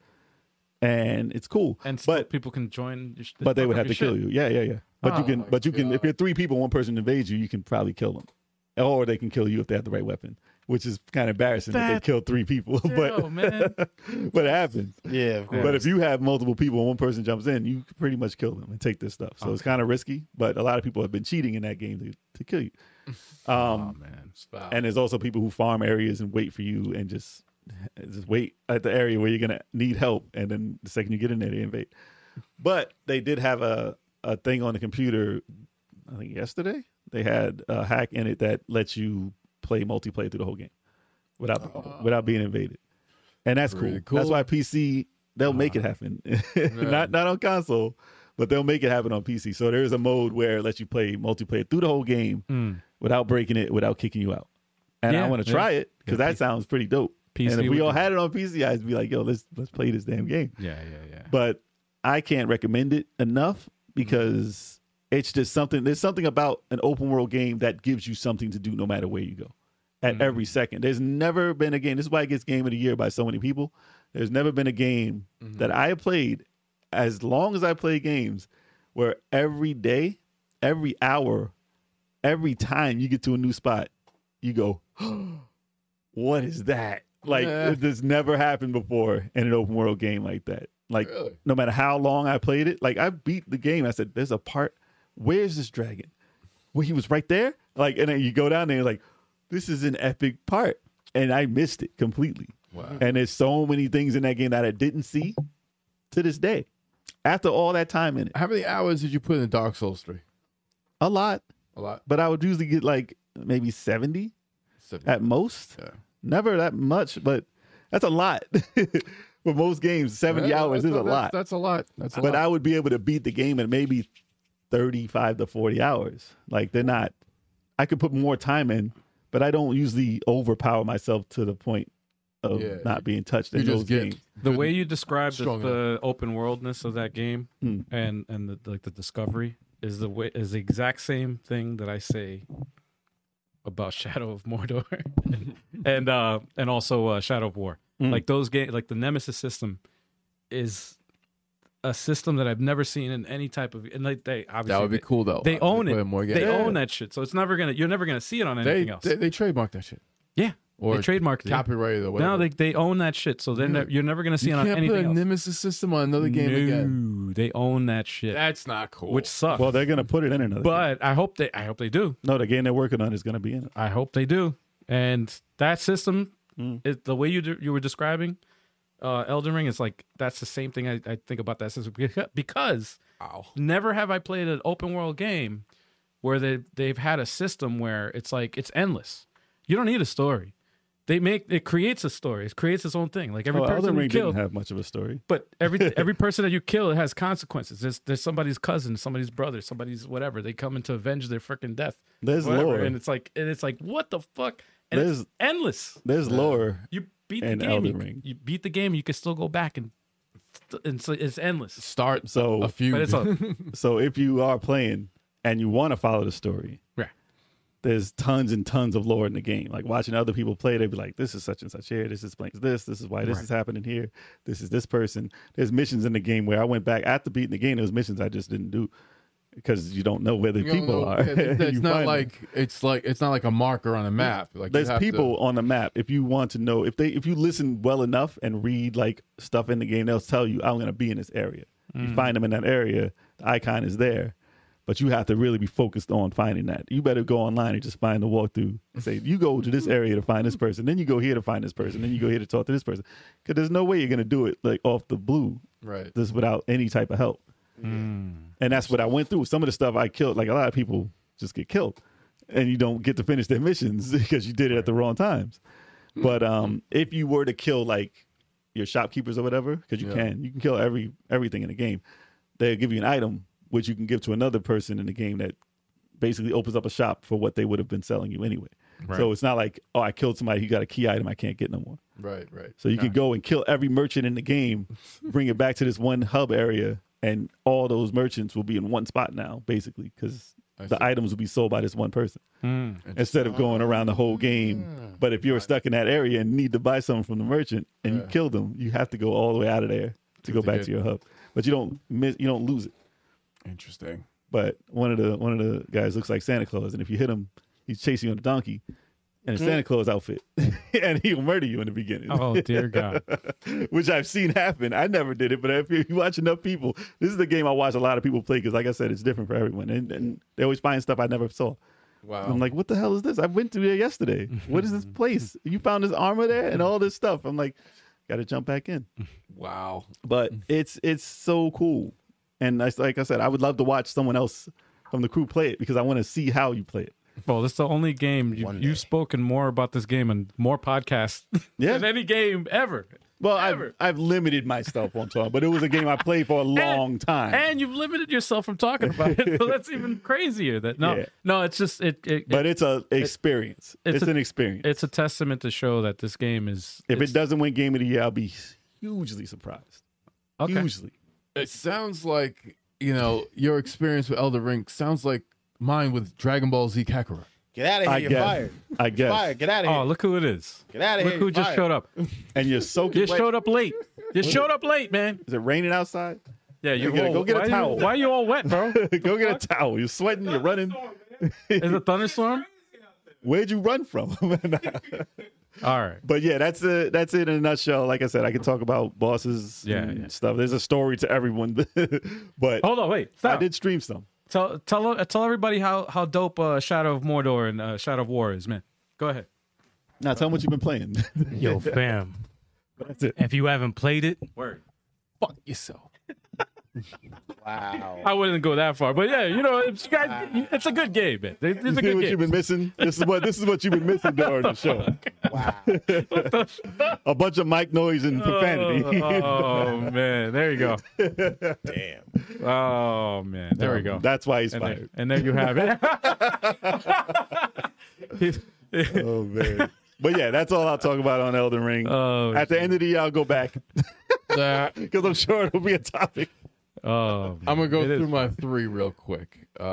and it's cool. And still but people can join. Your, sh- but they fuck would up have your to kill shit. you. Yeah, yeah, yeah. But Oh you can, my but you can. If God. you're three people, one person invades you, you can probably kill them. or they can kill you if they have the right weapon, which is kind of embarrassing that, That- they killed three people. Yo, but man. but it happens. Yeah, of course. But if you have multiple people and one person jumps in, you can pretty much kill them and take this stuff. So it's kind of risky. But a lot of people have been cheating in that game to, to kill you. Um, man. and there's also people who farm areas and wait for you and just just wait at the area where you're gonna need help and then the second you get in there they invade but they did have a, a thing on the computer i think yesterday they had a hack in it that lets you play multiplayer through the whole game without without being invaded and that's cool. Pretty cool. that's why pc they'll make it happen not not on console but they'll make it happen on pc so there is a mode where it lets you play multiplayer through the whole game Hmm. without breaking it, without kicking you out. And Yeah, I want to yeah. try it because that sounds pretty dope. PC and if would we all be- had it on PC, I'd be like, yo, let's let's play this damn game. Yeah, yeah, yeah. But I can't recommend it enough because it's just something. There's something about an open world game that gives you something to do no matter where you go. At every second, there's never been a game. This is why it gets game of the year by so many people. There's never been a game that I have played as long as I play games where every day, every hour, every time you get to a new spot, you go, "What is that?" Like Yeah. this never happened before in an open world game like that. Like Really? no matter how long I played it, like I beat the game. I said, "There's a part. Where's this dragon? Well, he was right there." Like, and then you go down there, you're like, "This is an epic part," and I missed it completely. Wow. And there's so many things in that game that I didn't see to this day. After all that time in it, How many hours did you put in Dark Souls three? a lot, A lot. but I would usually get like maybe seventy Seven. at most. Yeah. Never that much, but that's a lot. For most games, 70 Yeah, hours is that's- a that's- lot. That's a lot. That's a But lot. I would be able to beat the game in maybe 35 to 40 hours. Like they're not, I could put more time in, but I don't usually overpower myself to the point of Yeah. not being touched in you those just get games. the way you described the, strong the open worldness of that game Hmm. and and the, like the discovery is the way is the exact same thing that I say about Shadow of Mordor and uh and also uh, Shadow of War. Hmm. Like those game like the Nemesis system is a system that I've never seen in any type of and like they obviously That would be they, cool though. they Obviously, own it. put in More they games. own that shit. So it's never gonna you're never gonna see it on anything They, else. they they trademarked that shit. yeah. Or they trademarked it. Copyrighted or whatever. Now they they own that shit. So then Yeah. you're never gonna see you it on can't anything put a else. Nemesis system on another game again. No, they own that shit, That's not cool. which sucks. Well, they're going to put it in another. game. but I hope they, I hope they do. no, the game they're working on is going to be in it. I hope they do. And that system, Mm. is the way you de- you were describing uh, Elden Ring, is like that's the same thing I, I think about that system Beca- because Ow. never have I played an open world game where they they've had a system where it's like it's endless. You don't need a story. They make it creates a story. It creates its own thing. Like every Well, person Oh, Elden you Ring kill, didn't have much of a story. But every every person that you kill it has consequences. There's there's somebody's cousin, somebody's brother, somebody's whatever. They come in to avenge their freaking death. There's whatever. lore. and it's like and it's like what the fuck? And it's There's- endless. There's lore. You beat the And game. Elden you, Ring. you beat the game. You can still go back and and so it's endless. Start So a few. But it's a So if you are playing and you want to follow the story, Right. there's tons and tons of lore in the game. Like watching other people play, they'd be like, "This is such and such here. This explains this. This is why this is happening here. This is this person." There's missions in the game where I went back after beating the game. There was missions I just didn't do because you don't know where the You don't people know- are. yeah, It's it's You not find them. like it's like it's not like a marker on a map. Like you Mm-hmm. there's have to- people on the map. If you want to know, if they if you listen well enough and read like stuff in the game, they'll tell you I'm going to be in this area. Mm. You find them in that area, the icon is there, but you have to really be focused on finding that. You better go online and just find the walkthrough. And say you go to this Mm-hmm. area to find this person, then you go here to find this person, then you go here to talk to this person, because there's no way you're going to do it like off the blue right. this without any type of help. And that's what I went through. Some of the stuff I killed, like a lot of people just get killed and you don't get to finish their missions because you did it at the wrong times. But um if you were to kill like your shopkeepers or whatever, because you Yeah. can, you can kill every everything in the game. They'll give you an item which you can give to another person in the game that basically opens up a shop for what they would have been selling you anyway. So it's not like, oh, I killed somebody, he got a key item I can't get no more. Right. Right. So you could go and kill every merchant in the game, bring it back to this one hub area, and all those merchants will be in one spot now, basically, because I the see. Hmm. items will be sold by this one person instead of going around the whole game. But if you're stuck in that area and need to buy something from the merchant and you kill them, you have to go all the way out of there to go to back get- to your hub. But you don't miss, you don't lose it. Interesting. But one of the one of the guys looks like Santa Claus, and if you hit him, he's chasing you on a donkey in a Hmm. Santa Claus outfit, and he'll murder you in the beginning. Oh dear God! which I've seen happen. I never did it, but if you watch enough people, this is the game I watch a lot of people play because, like I said, it's different for everyone, and, and they always find stuff I never saw. Wow. I'm like, what the hell is this? I went through there yesterday. What is this place? You found this armor there and all this stuff. I'm like, got to jump back in. wow. But it's it's so cool, and that's like I said, I would love to watch someone else from the crew play it because I want to see how you play it. Well, this is the only game you, One you've day. spoken more about this game and more podcasts Yeah. than any game ever. Well, Ever. I've, I've limited myself on time, but it was a game I played for a long time. And you've limited yourself from talking about it, so that's even crazier. That no, Yeah. no, it's just it. it but it, it's a experience. it's It's, a- an experience. it's a testament to show that this game is. if it's- it doesn't win Game of the Year, I'll be hugely surprised. okay. Hugely. It sounds like you know your experience with Elder Ring sounds like mine with Dragon Ball Z Kakarot. Get out of here. I You're guess. fired. I guess. Fired. Get out of Oh, here. look who it is! Get out of Look here. who just Fired. showed up. And you're soaking. You wet. showed up late. You showed up late, man. Is it raining outside? Yeah, you gotta all- go get a why you- towel. why you all wet, bro? Go get a towel. You're sweating. You're running. Is it thunderstorm? Where'd you run from? All right. but yeah, that's it. That's it in a nutshell. Like I said, I could talk about bosses Yeah, and yeah. stuff. There's a story to everyone, but Hold on, wait. I Stop. did stream some. Tell tell uh, tell everybody how how dope uh, Shadow of Mordor and uh, Shadow of War is, man. Go ahead. Now tell them what you've been playing. Yo, fam. that's it. If you haven't played it, Word. Fuck yourself. Wow. I wouldn't go that far, but yeah, you know, it's, you guys, it's a good game, man. It's a You see good what you've game. been missing. This is what this is what you've been missing during the show. a bunch of mic noise and profanity. Oh man, there you go. Damn. Oh man, there we go. That's why he's and, there, fired. and there you have it. He's- Oh man. But yeah, that's all I'll talk about on Elden Ring. oh, At the end of the year, I'll go back Nah, because I'm sure it'll be a topic. oh, I'm gonna go It is. through my three real quick. Uh,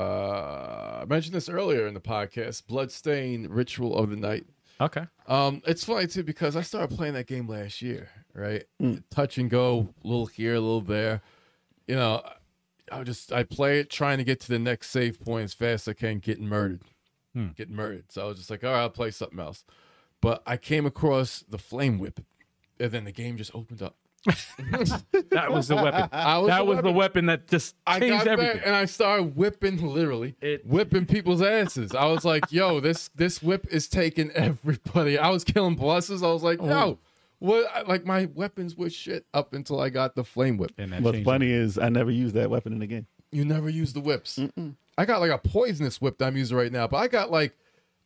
I mentioned this earlier in the podcast. Bloodstain Ritual of the Night. okay. Um, it's funny too because I started playing that game last year, right? Hmm. Touch and go, a little here, a little there. You know, I would just I play it trying to get to the next save point as fast as I can, getting murdered, Hmm. getting murdered. So I was just like, all right, I'll play something else. But I came across the flame whip, and then the game just opened up. That was the weapon. I Ah, that was the weapon that just I changed got everything. there and I started whipping, literally It- whipping people's asses. I was like, "Yo, this this whip is taking everybody." I was killing bosses. I was like, Oh. "Yo, what?" I- Like my weapons were shit up until I got the flame whip. and that What's changed funny is I never used that weapon in the game. You never use the whips. I got like a poisonous whip that I'm using right now, but I got like,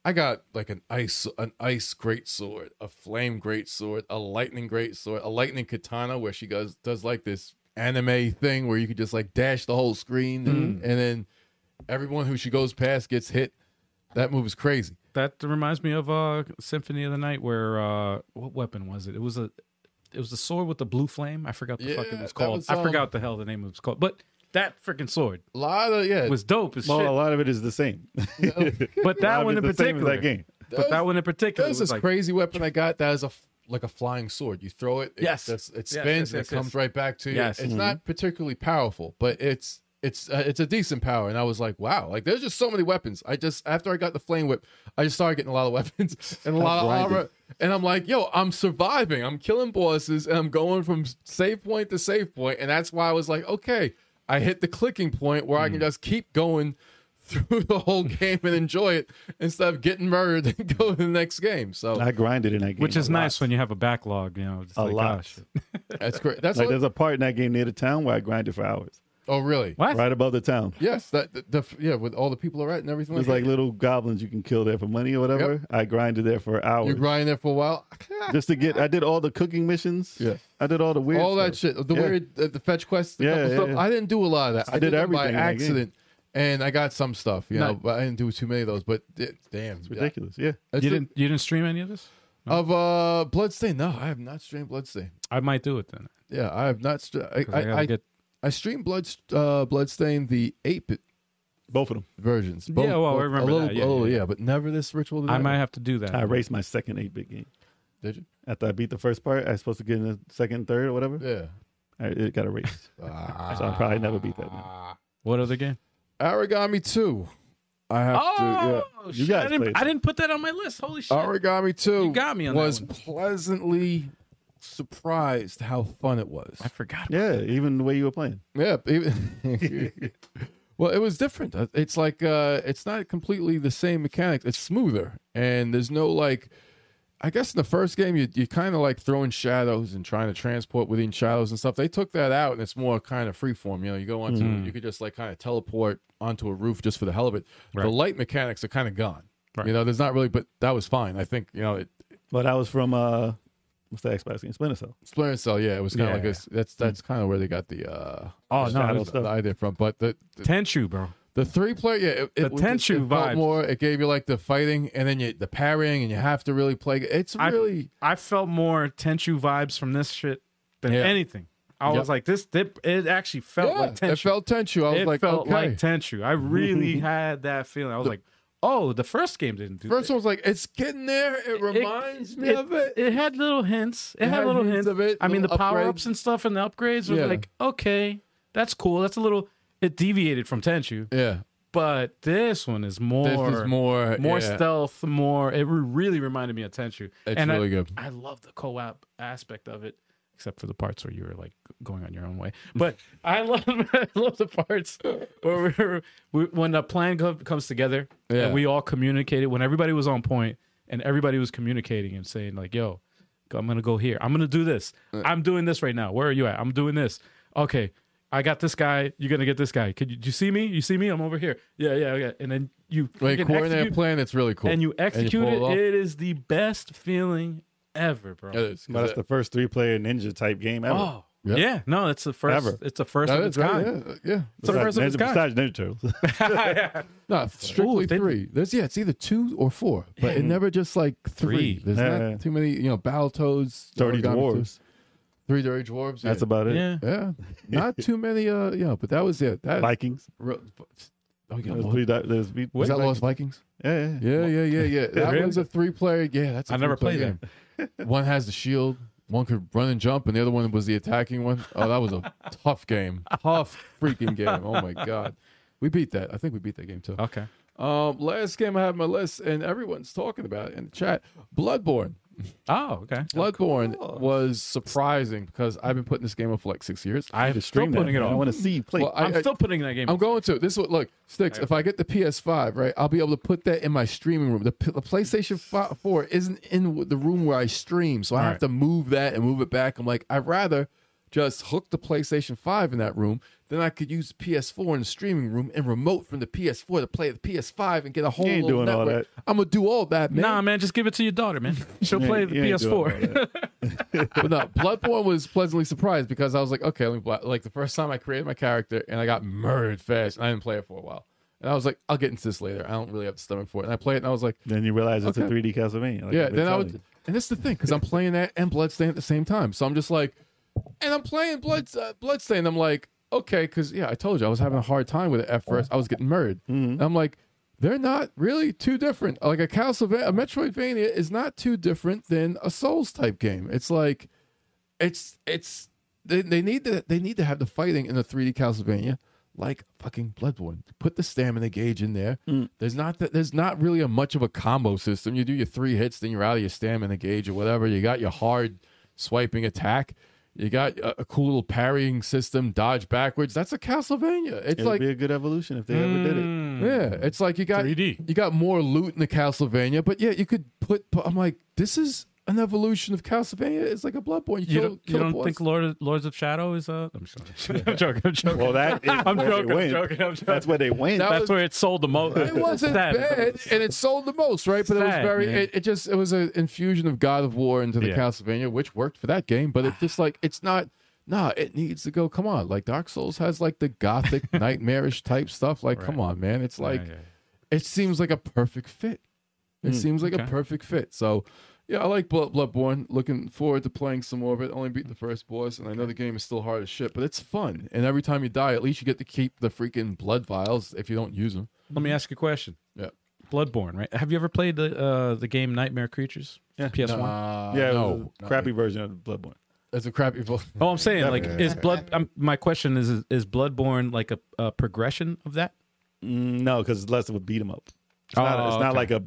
I got like an ice an ice great sword, a flame great sword, a lightning great sword, a lightning katana where she goes does like this anime thing where you could just like dash the whole screen and, and then everyone who she goes past gets hit. That move is crazy. That reminds me of uh, Symphony of the Night, where uh, what weapon was it? It was a, it was the sword with the blue flame. I forgot the fuck it Yeah, was that called. was, I um, forgot the hell the name it was called. But that freaking sword A lot of yeah, was dope as Well, a shit. lot of it is the same. But A lot that of one in it's the same as particular, that game. but that one in particular There's was this like, crazy weapon I got that is a f- like a flying sword. You throw it, it Yes. that's- it Yes, yes, spins, and yes, it comes yes. right back to you. Yes. Mm-hmm. It's not particularly powerful, but it's it's uh, it's a decent power. And I was like, wow, like there's just so many weapons. I just after I got the flame whip, I just started getting a lot of weapons and a lot of armor. And I'm like, yo, I'm surviving. I'm killing bosses, and I'm going from save point to save point. And that's why I was like, okay, I hit the clicking point where I Hmm. can just keep going through the whole game and enjoy it instead of getting murdered and go to the next game. So I grinded in that game. which is a lot. nice when you have a backlog. You know, it's A like, lot. gosh. That's great. That's Like what, there's a part in that game near the town where I grinded for hours, oh really? What? right above the town. Yes, that the, the yeah with all the people are at and everything. There's like, like little goblins you can kill there for money or whatever. Yep. I grinded there for that. you hours grind there for a while. just to get. I did all the cooking missions. Yeah. I did all the weird. all that stuff. shit. The Yeah. weird the, the fetch quests. The Yeah, couple yeah, stuff. yeah. I didn't do a lot of that. I did it everything in by that game. accident, and I got some stuff. You know, No. but I didn't do too many of those. But it, damn, It's ridiculous. Yeah. That's You it. didn't you didn't stream any of this? of uh Bloodstain. No, I have not streamed Bloodstain. I might do it then. Yeah, I have not. St- I, 'cause I, I, gotta I, get. I streamed Blood uh, Bloodstain the eight bit Both of them. versions. Yeah, well, I remember a little, that. Yeah, a little, yeah, yeah, yeah. but never this ritual. I might have to do that. I raced my second eight bit game. Did you? After I beat the first part, I was supposed to get in the second, third, or whatever. Yeah. Ah. I, it got erased. so I probably never beat that. Now. What other game? Origami 2. I have Oh, to. Yeah. shit. I, didn't, I didn't put that on my list. Holy shit. Origami 2 You got me on that was one. pleasantly surprised how fun it was. I forgot. Yeah, even the way you were playing. Yeah. it- well, it was different. It's like uh it's not completely the same mechanic. It's smoother and there's no like I guess in the first game you you kind of like throwing shadows and trying to transport within shadows and stuff. They took that out and it's more kind of freeform. You know, you go onto you could just like kind of teleport onto a roof just for the hell of it. The light mechanics are kind of gone. You know, there's not really but that was fine. I think, you know, it But I was from uh, what's the Xbox game? Splinter Cell. Splinter Cell, yeah, it was kind of Yeah. Hmm. like this. That's that's kind of where they got the uh Oh, no, it the, was- the idea from. But the, the Tenchu, bro. the three player, yeah, it, it, The Tenchu it felt vibes. more. It gave you like the fighting, and then you the parrying, and you have to really play. It's I- really I felt more Tenchu vibes from this shit than Yeah. anything. I Yep. was like, this. Dip, it actually felt like yeah, Tenchu. it felt Tenchu. I was it like, felt okay. like Tenchu. I really had that feeling. I was like, oh, the first game didn't do First that. one was like, it's getting there. It reminds me it, of it. It had little hints. It, It had, had little hints hints of it, I mean, the little power upgrades. ups and stuff and the upgrades were Yeah. like, okay, that's cool. That's a little. It deviated from Tenchu, yeah, but this one is more. this is more, more yeah, stealth, more. It re- really reminded me of Tenchu. It's and really I, good. I love the co-op aspect of it, except for the parts where you were like going on your own way. But I love, I love the parts where we were, we, when the plan co- comes together Yeah. and we all communicated. When everybody was on point and everybody was communicating and saying like, "Yo, I'm gonna go here. I'm gonna do this. I'm doing this right now. Where are you at? I'm doing this. Okay." I got this guy. You're gonna get this guy. Could you, do you see me? You see me? I'm over here. Yeah, yeah, yeah. And then you Like freaking coordinated execute- plan, it's really cool. and you execute pull it off. it, it is the best feeling ever, bro. It is, 'cause But that's it- the first three-player ninja type game ever. oh, Yeah. yeah. No, it's the first. Ever. It's the first that of its is right, kind. yeah, yeah. It's the first of Besides its Ninja, kind. besides Ninja Turtles. No, strictly Ooh, they- three. There's yeah, it's either two or four, but it never just like three. Three. There's Yeah. not too many, you know, Battletoads, Dirty Origami Dwarves. two- three dirty dwarves. That's yeah. about it. Yeah. yeah, not too many. Uh, yeah, but that was it. That Vikings. real- oh, yeah, There's Lo- three di- there's be- was that Vikings. Lost Vikings? Yeah, yeah. Yeah, yeah, yeah, yeah. That Really? was a three-player. Yeah, that's. I I never played that. one has the shield. One could run and jump, and the other one was the attacking one. Oh, that was a tough game, tough freaking game. Oh my god, we beat that. I think we beat that game too. Okay. Um, last game I have on my list, and everyone's talking about it in the chat. Bloodborne. Oh, okay. Bloodborne was surprising because I've been putting this game up for like six years. I'm still Stream that. putting it I on. want to see you play. Well, I, I'm I- still putting that game. I'm going to. This is what look sticks. If I get the PS5, right, I'll be able to put that in my streaming room. The, P- the PlayStation 5, Four isn't in w- the room where I stream, so I have right. to move that and move it back. I'm like, I'd rather just hook the PlayStation Five in that room. Then I could use the PS4 in the streaming room and remote from the PS4 to play the PS5 and get a whole. ain't little doing all network. that. I'm gonna do all that, man. Nah, man, just give it to your daughter, man. She'll play the You ain't doing PS4. all that. but no, Bloodborne was pleasantly surprised because I was like, okay, let me bla- like the first time I created my character and I got murdered fast, and I didn't play it for a while. And I was like, I'll get into this later. I don't really have the stomach for it. And I played it, and I was like, Then you realize it's Okay. a 3D Castlevania. like yeah. I've been Then I telling would, you. and that's the thing because I'm playing that and Bloodstain at the same time, so I'm just like, and I'm playing Blood uh, Bloodstain. I'm like, okay, because yeah, I told you I was having a hard time with it at first. I was getting murdered. And I'm like, they're not really too different. Like a Castlevania, a Metroidvania is not too different than a Souls type game. It's like it's it's they, they need to they need to have the fighting in the 3D Castlevania like fucking Bloodborne. Put the stamina gauge in there. Hmm. There's not that there's not really a much of a combo system. You do your three hits, then you're out of your stamina gauge or whatever. You got your hard swiping attack. You got a, a cool little parrying system, dodge backwards. That's a Castlevania. It's It would like be a good evolution if they ever did it. yeah, it's like you got 3D. you got more loot in the Castlevania, but yeah, you could put. I'm like, this is an evolution of Castlevania. It's like a Bloodborne. You, You kill, don't, kill you a don't boss. think Lord, Lords of Shadow is uh I'm joking. I'm joking. I'm joking. Well, that is I'm where joking. they I'm win. joking. I'm joking. That's where they win. That That's was- where it sold the most. it wasn't Sad. bad, and it sold the most, right? But it was Sad, very. man. It, it just it was an infusion of God of War into the Yeah. Castlevania, which worked for that game. But it's just like it's not. Nah, it needs to go. Come on, like Dark Souls has like the gothic, nightmarish type stuff. Like, come on, man, it's like Yeah, Hmm, yeah. it seems like a perfect fit. It seems like a perfect fit. So, yeah, I like Blood, Bloodborne. Looking forward to playing some more of it. Only beat the first boss, and I know the game is still hard as shit, but it's fun. And every time you die, at least you get to keep the freaking blood vials if you don't use them. Let me ask you a question. Yeah. Bloodborne, right? Have you ever played the uh, the game Nightmare Creatures? Yeah. PS One. Nah, yeah, it was no, a crappy version of Bloodborne. that's a crappy. Oh, I'm saying like is blood. I'm, my question is is Bloodborne like a, a progression of that? Mm, no, because it's less of a beat 'em up. It's, not, Oh, it's not okay. like a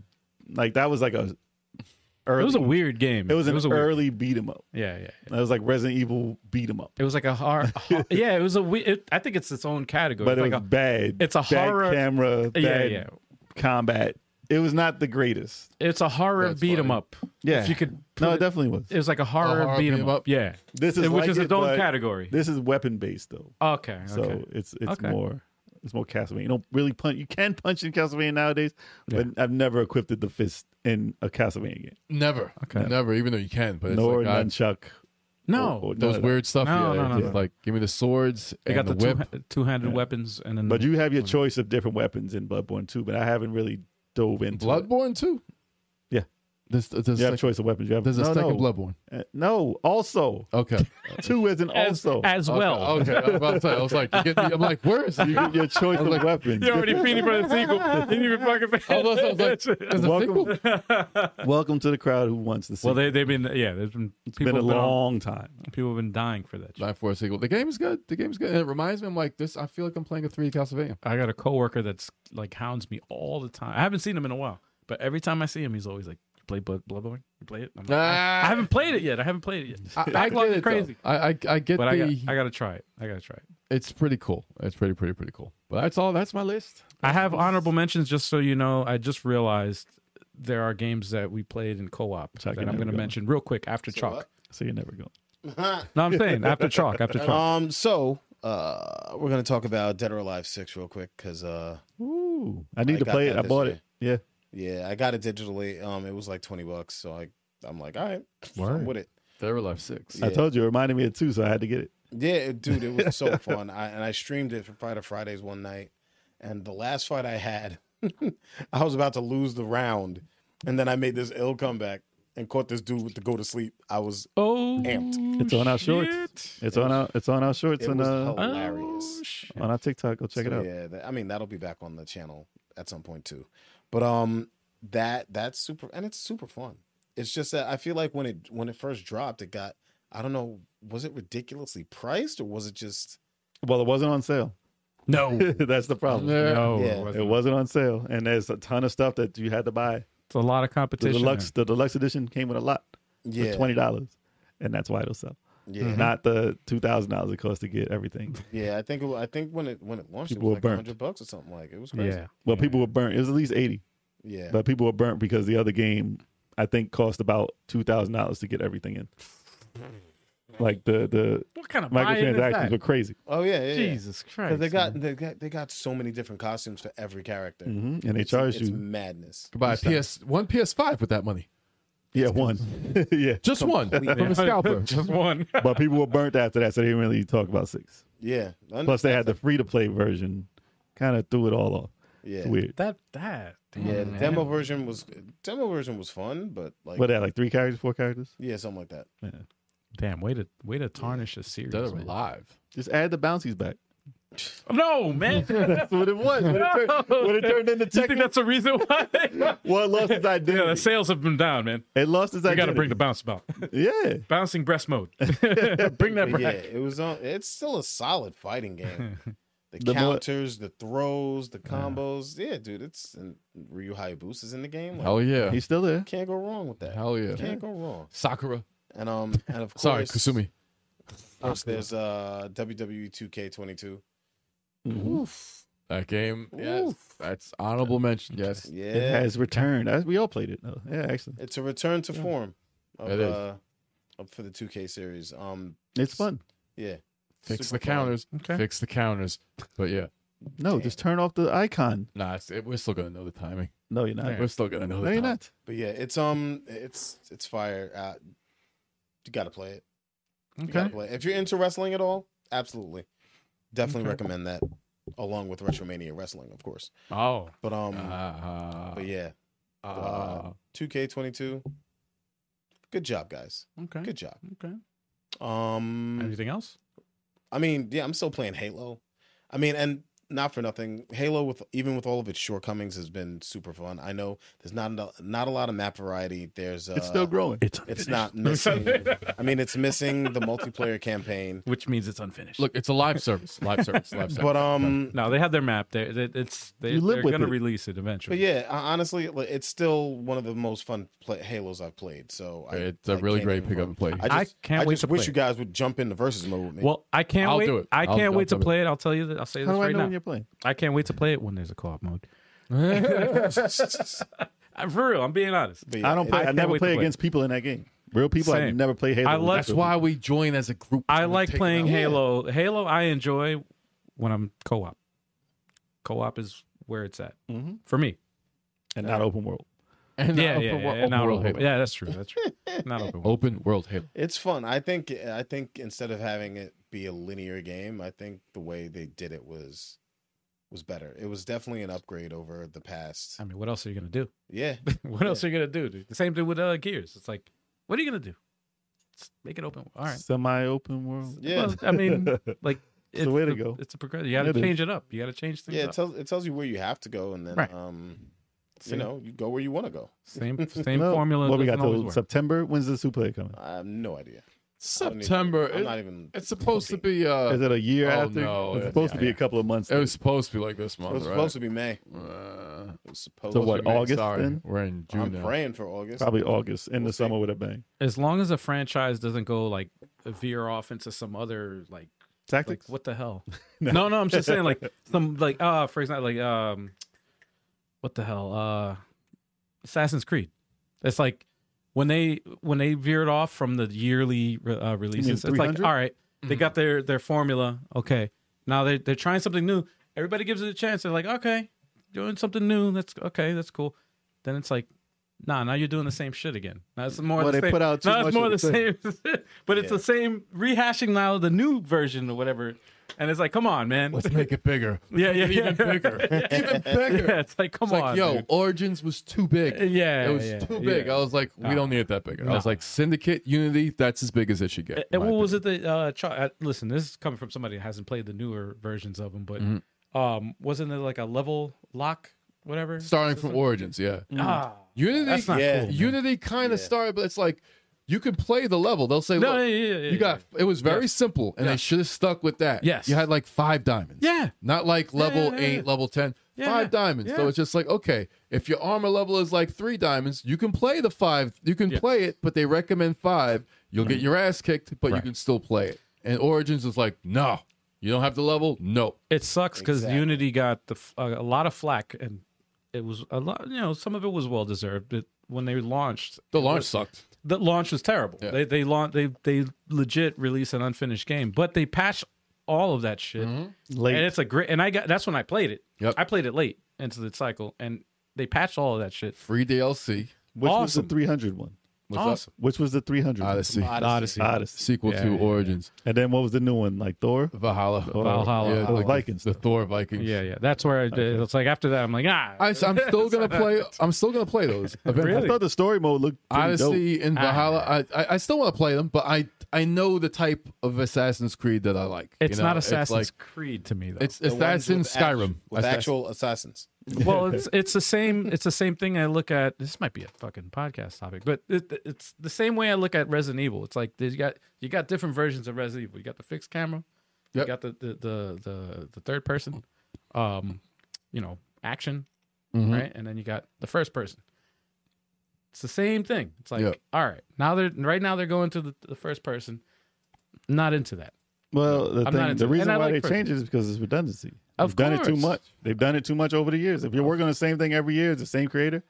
like that was like a. Early, It was a weird game. It was an a weird- early beat 'em up. yeah, yeah. yeah. That was like Resident Evil beat 'em up, It was like a horror. yeah, it was a. We- it, I think it's its own category. but It's it was like a- bad. it's a bad horror- camera. Bad yeah, yeah. combat. It was not the greatest. It's a horror That's beat 'em funny. up. Yeah. if you could. No, put it definitely was. It was like a horror, horror beat 'em 'em up. up. Yeah, This is It- which like is it, its own but category. This is weapon based though, Okay, okay. so it's it's Okay. more it's more Castlevania. You don't really punch. You can punch in Castlevania nowadays, but I've never equipped the fist in a Castlevania game, Never. Okay. Never, even though you can. But it's nor like, I- nunchuck. no, or- or none those of that. weird stuff. No, yeah, no, no, just no. Like, give me the swords they got and the, the, whip. two two handed weapons and then But you have your Mm. choice of different weapons in Bloodborne too. But I haven't really dove into it. Bloodborne too. Yeah. This, this You have choice of weapons. You have There's a no, second no. Bloodborne. Oh. Uh, no, also Okay. two is an as, also. as well. Okay. Oh. okay. I, was about to say, I was like, you get me, I'm like, where is you you? get your choice of weapons. You're already feeding for the sequel. You didn't even fucking. I was, I was like, there's a Welcome. sequel? Welcome to the crowd who wants the well, sequel. they they've been yeah. There's been it's people been a have on- long time. people have been dying for that. shit. Not for a sequel. The game is good. The game is good. And it reminds me, I'm like, this. I feel like I'm playing a 3D Castlevania. I got a coworker that's like hounds me all the time. I haven't seen him in a while, but every time I see him, he's always like, "You play Blood Bloodborne? You play it?" I'm like, I haven't played it yet. I haven't played it yet. I, I Ah. Backlog get is it. Crazy. crazy. I, I I get But I got, the. I got to try it. I got to try it. it's pretty cool. It's pretty pretty pretty cool. But that's all. That's my list. I have honorable mentions, just so you know. I just realized there are games that we played in co-op Chuck, that I'm you never going to go. mention real quick after chalk. So you're never going. No, I'm saying after chalk, after Oh, chalk. Um, so uh, we're gonna talk about Dead or Alive Six real quick because uh, Ooh, I need I to got play it. that I this bought year. it. Yeah, yeah, I got it digitally. Um, it was like twenty bucks, so I I'm like, all right, I'm with it. They're Life Six. I Yeah. told you it reminded me of two, so I had to get it. Yeah, it- dude, it was so fun. I, and I streamed it for Fighter Fridays one night, and the last fight I had, I was about to lose the round, and then I made this ill comeback and caught this dude with the go to sleep. I was Oh, Amped. It's on our shorts. shit. It's on our it's on our shorts it and was uh, hilarious. Oh, shit. on our TikTok. Go check it So, out. Yeah, that, I mean that'll be back on the channel at some point too. But um, that that's super, and it's super fun. It's just that I feel like when it when it first dropped, it got I don't know, was it ridiculously priced or was it just Well, it wasn't on sale. No, That's the problem. no, Yeah. it It wasn't. wasn't on sale, and there's a ton of stuff that you had to buy. it's a lot of The competition. deluxe, the deluxe edition came with a lot for yeah twenty dollars, and that's why it'll sell. Mm-hmm. yeah Not the two thousand dollars it costs to get everything. yeah I think it, wa- I think when it when it launched People were it was like burnt. hundred bucks or something like it was there. crazy Yeah, Well, people were burnt. It was at least eighty, yeah but people were burnt because the other game I think cost about two thousand dollars to get everything in. Like the the what kind of buy-in is microtransactions that? were crazy, oh yeah, yeah, yeah. Jesus Christ! Because man. they got, they got they got so many different costumes for every character, hmm and they It's- charged it's you. madness. Could buy a PS one PS5 with that money. Yeah, one. yeah, Just one from a scalper. just one. but people were burnt after that, so they didn't really talk about six. Yeah, Plus, they had the free to play version, kind of threw it all off. It's yeah Mm-hmm. weird. that that damn, yeah. The man. demo version was demo version was fun, but like What, they had like three characters, four characters? yeah, something like that. Damn, way to way to tarnish a series. Dead or man. Alive. Just add the bouncies back. No, man. That's what it was. When it turned, when it turned into you think technical, that's a reason why? yeah, well, it lost its identity. the sales have been down, man. it lost its You got to identity. bring the bounce about. yeah. Bouncing breast mode. bring that But yeah, back. it was on. It's still a solid fighting game. The, The mo- counters, the throws, the combos. Yeah, dude, it's and Ryu Hayabusa's in the game. Like, Hell yeah. He's still there. can't go wrong with that. Hell yeah. Can't go wrong. Sakura. And um and of course, Sorry, Kasumi. Of course, there's uh WWE 2K22. That game. Yes. That's honorable mention. Yes. Yeah, It has returned. I, we all played it. though. Yeah, actually, it's a return to form. Of, It is. Uh, up for the 2K series. Um, it's fun. yeah. Fix Super the counters. Okay. Fix the counters. But yeah. No, just turn off the icon. Nah, it's, it, we're still gonna know the timing. No, you're not. We're still gonna know No, the you're timing. not. But yeah, it's um, it's it's fire. Uh, you gotta play it. You gotta Okay. play. it. If you're into wrestling at all, absolutely, definitely recommend that, along with WrestleMania wrestling, of course. Oh, uh, But um, Ah, but uh, yeah, ah. 2K22. Good job, guys. okay. Good job. Okay. Um, Anything else? I mean, yeah, I'm still playing Halo. I mean, and not for nothing, Halo with even with all of its shortcomings has been super fun. I know there's not eno- not a lot of map variety. There's uh, It's still growing. It's not missing. I mean, it's missing the multiplayer campaign. which means it's unfinished. Look, it's a live service. Live service. Live service. But um, no, they have their map. They, they, it's they, You live they're with going to it. release it but eventually. yeah, uh, honestly, like, it's still one of the most fun play- Halos I've played. So I, it's a I really can't great even pickup and vote. play. I, just, can't I wait just to wish play you it. guys would jump into versus mode with me. Well, I can't I'll wait. do it. I I'll can't wait to jump in it. play it. I'll tell you. That, I'll say How this do I right know when now. you're playing? I can't wait to play it when there's a co-op mode. Uh, For real, I'm being honest. But yeah, I don't it- play. I I, can't never wait to play play. against people in that game. Real people. I Same. never play Halo. I with like- that That's why we join as a group. I like Take it playing out. Halo. Halo, I enjoy when I'm co-op. Co-op is where it's at Mm-hmm. for me. and not open world. And Yeah, open yeah, world- yeah, open not world open- Halo. yeah, that's true. That's true. Not open. world. Open world Halo. It's fun. I think I think instead of having it be a linear game, I think the way they did it was was better. It was definitely an upgrade over the past. I mean, what else are you gonna do? Yeah. what else are you gonna do? Dude? The same thing with uh, Gears. It's like, what are you gonna do? Just make it open. All right. Semi-open world. Yeah. Well, I mean, like it's, the way to a- go. It's a progress. You got to It is. change it up. You got to change things. Yeah, up. it tells it tells you where you have to go and then Right. um you know, you go where you want to go. same same No, formula. What we got doesn't always till work. September? When's the Super coming? I have no idea. I don't even- September. I'm it- not even it's supposed to be. Uh, Is it a year oh, after? no, it's yeah, supposed to be a couple of months. it was supposed to be like this It month, was right? supposed to be May. Uh, It was supposed So to what, be May. August sorry, then? we're in June I'm now. praying for August. probably August in the summer with a bang. As long as a franchise doesn't go like veer off into some other like like Tactics. what the hell? no. no, I'm just saying like some like uh for example like um what the hell uh Assassin's Creed. It's like when they when they veered off from the yearly re- uh, releases. It's like 300? all right, Mm-hmm. they got their their formula. Okay, now they they're trying something new. Everybody gives it a chance. They're like okay, doing something new. That's okay. That's cool. Then it's like. Nah, now you're doing the same shit again. Now it's more Well, the they same. put out too now much it's more of the the same, but it's the same rehashing now the new version or whatever. And it's like, come on, man. Let's make it bigger. yeah, yeah, yeah. Even bigger. Even bigger. yeah, it's like, come It's like, on, yo, dude. Uh, Origins was too big. Yeah, it was yeah, too big. yeah. I was like, we Nah. don't need it that big. I was Nah. like, Syndicate, Unity, that's as big as it should get. in And my what was it that uh, Char- uh, listen? This is coming from somebody that hasn't played the newer versions of them, but Mm-hmm. um, wasn't there like a level lock, whatever? starting from Origins, yeah. Ah. Unity, That's not Yeah. cool, man. Unity kind of started, but it's like you can play the level. They'll say, No, "Look, yeah, yeah, yeah, you got." It was very simple, and Yeah. they should have stuck with that. Yes. you had like five diamonds. Yeah. not like level yeah, yeah, eight, yeah. level ten. Yeah, five yeah, diamonds. So yeah. it's just like, okay, if your armor level is like three diamonds, you can play the five. You can play it, but they recommend five. You'll get your ass kicked, but you can still play it. And Origins is like, no, you don't have the level. No, It sucks because Exactly. Unity got the f- uh, a lot of flack, and it was a lot. You know, some of it was well deserved. But when they launched, the launch sucked. the launch was terrible. Yeah. They they launch they they legit released an unfinished game, but they patched all of that shit. Late. And it's a great and I got that's when I played it. Mm-hmm. Yep. I played it late into the cycle and they patched all of that shit. Free DLC. Which was the awesome. 300 one? What's awesome. Which was the 300 one? Odyssey. Odyssey. Odyssey. Sequel to Origins. And then what was the new one? Like Thor? Valhalla. Oh, Valhalla. Yeah, Those like Vikings. the Thor Vikings. Yeah, yeah. That's where I did. It's like after that I'm like, ah, I, am still gonna play. I'm still gonna play those. Eventually. I thought the story mode looked pretty dope. Odyssey Ah. and Valhalla. I, I I still want to play them, but I I know the type of Assassin's Creed that I like. it's you know? not Assassin's It's like, Creed to me though. it's, it's The that's ones in with act- Skyrim. with Assassin- actual assassins. well, it's it's the same it's the same thing I look at. This might be a fucking podcast topic, but it, it's the same way I look at Resident Evil. It's like you got you got different versions of Resident Evil. You got the fixed camera, Yep. you got the the, the the the third person, um, you know, action, Mm-hmm. right, and then you got the first person. It's the same thing. It's like Yep. all right, now they're right now they're going to the, the first person. Not into that. Well, the, I'm not thing, into the it. reason And I why like they first- changed it is because it's redundancy. Of They've done it too course. much. They've done it too much over the years. If you're working on the same thing every year, it's the same creator.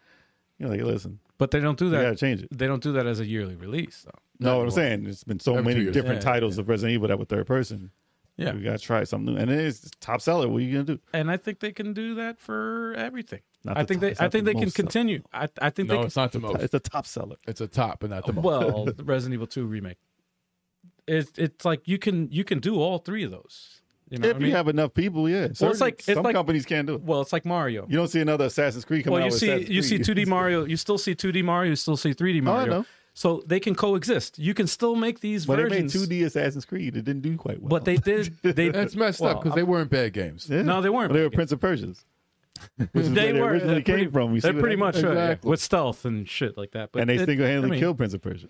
You're like, listen, But they don't do you gotta that. change it. They don't do that as a yearly release though. No, what I'm saying, there's been so Every two many years. different titles of Resident Evil that were third person. Yeah. we gotta try something new, and it is top seller. What are you gonna do? and I think they can do that for everything. Not I the think top- they, it's I not think the they can most top. continue. I, I think No, they it's not the most. It's the top seller. It's a top, but not the can, most. well, the Resident Evil Two remake. It's it's like you can you can do all three of those. You know, if what I mean? you have enough people, yeah. Certain- like- it's some like- companies can't do it. well, it's like Mario. You don't see another Assassin's Creed coming well, you out. with see Assassin's you see Creed. 2D Mario. You still see 2D Mario. You still see 3D Mario. Oh, know. So they can coexist. You can still make these But they made versions. 2D Assassin's Creed. It didn't do quite well. But they did. They That's messed well, up because they weren't bad games. Yeah. No, they weren't Well, they bad were games. Prince of Persians. Which is They where they were originally they're came pretty, from. You see They're what pretty I- much right, yeah, Exactly. with stealth and shit like that. But and they it- single handedly I mean, killed Prince of Persia.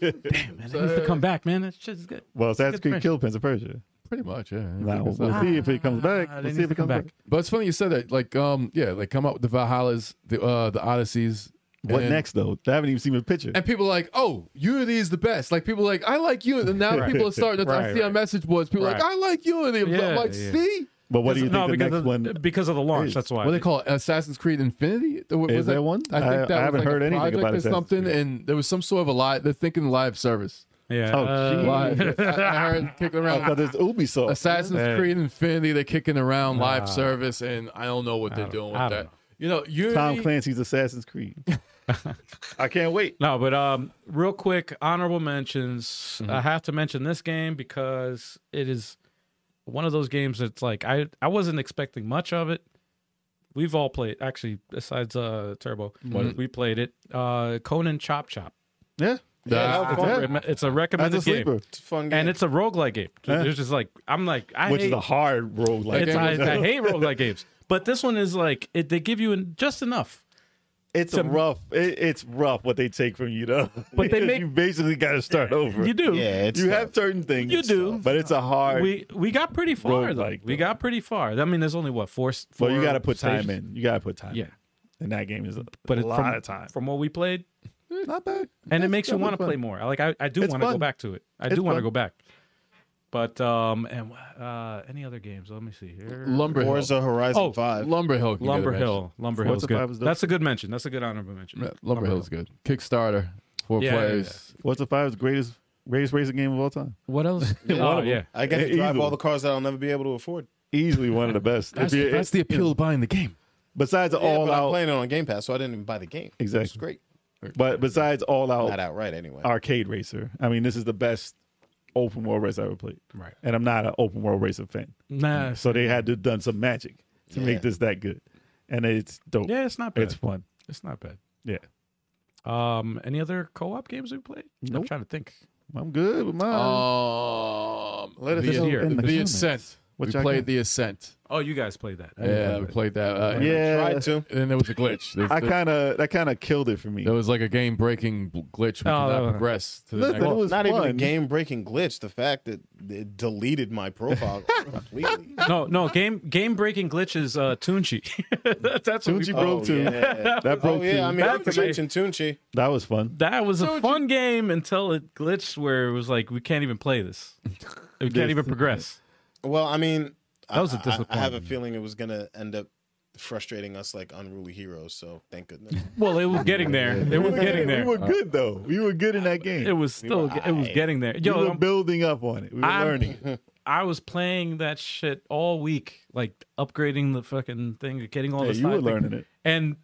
Man, it needs to come back, man. That shit's good. Well, Assassin's good Ah, Creed friend. killed Prince of Persia. Pretty much, yeah. Now, Because, we'll, uh, see if it comes back. Ah, they We'll need see if to it come back. comes back. But it's funny you said that. Like, um, yeah, like come up with the Valhallas, the uh, the Odysseys. What and- next, though? I haven't even seen the picture. And people are like, oh, Unity is the best. Like people are like, I like Unity. And now people are starting to I Right, see on right. message boards. People are like, Right. I like Unity. I'm Yeah, like, yeah. see, But what do you think no, the because next of, one? because of the launch. is? That's why. what they call it, Assassin's Creed Infinity. There was Is there one? I think that I- I was haven't like heard a anything project about or Assassin's something. Creed. And there was some sort of a live. They're thinking live service. Yeah. Oh, uh, gee. Live. I, I heard kicking around. Because Oh, it's Ubisoft. Assassin's Hey. Creed Infinity. They're kicking around live service, and I don't know what they're don't- doing I with don't that. know. You know, Unity. Tom Clancy's Assassin's Creed. I can't wait. No, but um, real quick, honorable mentions. I have to mention this game because it is one of those games that's like I I wasn't expecting much of it. We've all played actually, besides uh Turbo, we played it. Uh Conan Chop Chop. Yeah. Yeah, It's a recomm- It's a recommended That's a game, sleeper. It's a fun game. and it's a roguelike game. There's just like I'm like I Which hate, is a hard roguelike. it's, game. I, I hate roguelike games, but this one is like it, they give you in, just enough. It's to- rough. It, it's rough what they take from you, though. But they make- you basically got to start over. You do, yeah, it's you tough. have certain things You do. but it's a hard. we we got pretty far though. Roguelike, we though. got pretty far. I mean, there's only what four. s- well, you four got to put time stations? in. You got to put time. Yeah, in. and that game is a, but a it- lot from, of time. from what we played, Not bad. and it That's makes you want to definitely play fun. more. I Like I, I do It's want to go fun. back to it. I It's do want to fun. go back. But um, and uh, any other games? Let me see here. Lumber Hill. Forza Horizon Oh, 5. Lumber Hill. can get Lumber a Hill. Lumber Hill's Forza five is good. dope. That's a good mention. That's a good honorable mention. mention. Lumber, Hill's good. Kickstarter. Four Yeah, yeah, players. What's the five's greatest greatest racing game of all time? What else? oh, yeah. I got to Yeah, drive easily. all the cars that I'll never be able to afford. Easily one of the best. If you- that's the appeal of buying the game. besides Yeah, all but I'm out, playing it on Game Pass, so I didn't even buy the game. It's exactly. great. But besides Oh. all Not out outright, anyway. arcade racer, I mean, this is the best open world race I ever played. Right. And I'm not an open world racer fan, Nah. so they had to done some magic to Yeah. make this that good, and it's dope. Yeah, it's not bad. it's It's, fun. not bad. Yeah, Um, any other co-op games we played? I'm Nope. trying to think. I'm good with mine. Oh, Um, Let us the, know in the, the comments Ascent. what we y'all played got. the Ascent. Oh, you guys played that. I didn't Yeah, play we that. played that. Uh, yeah, Tried to. And then there was a glitch. There's- I kind of that kind of killed it for me. There was like a game breaking glitch. We could Oh, that not was- progress to the Listen, next. it was Not even a fun. game breaking glitch. The fact that it deleted my profile completely. No, no game game breaking glitches. Uh, Tunchi. that's that's what we Tunchi played. broke too. yeah. That broke Oh, yeah. I too. mean, I That could was- mention Tunchi. That was fun. That was a fun game until it glitched where it was like we can't even play this. We can't even progress. Well, I mean, That was a I- I- I have a disappointment. feeling it was going to end up frustrating us like unruly heroes. So thank goodness. Well, it was getting there. It was getting We there. were good though. We were good in that It game. was still it was getting there. we Yo, were I'm- building up on it. We were I'm- learning. I was playing that shit all week, like upgrading the fucking thing, getting all Yeah, the you were side thing, learning it. and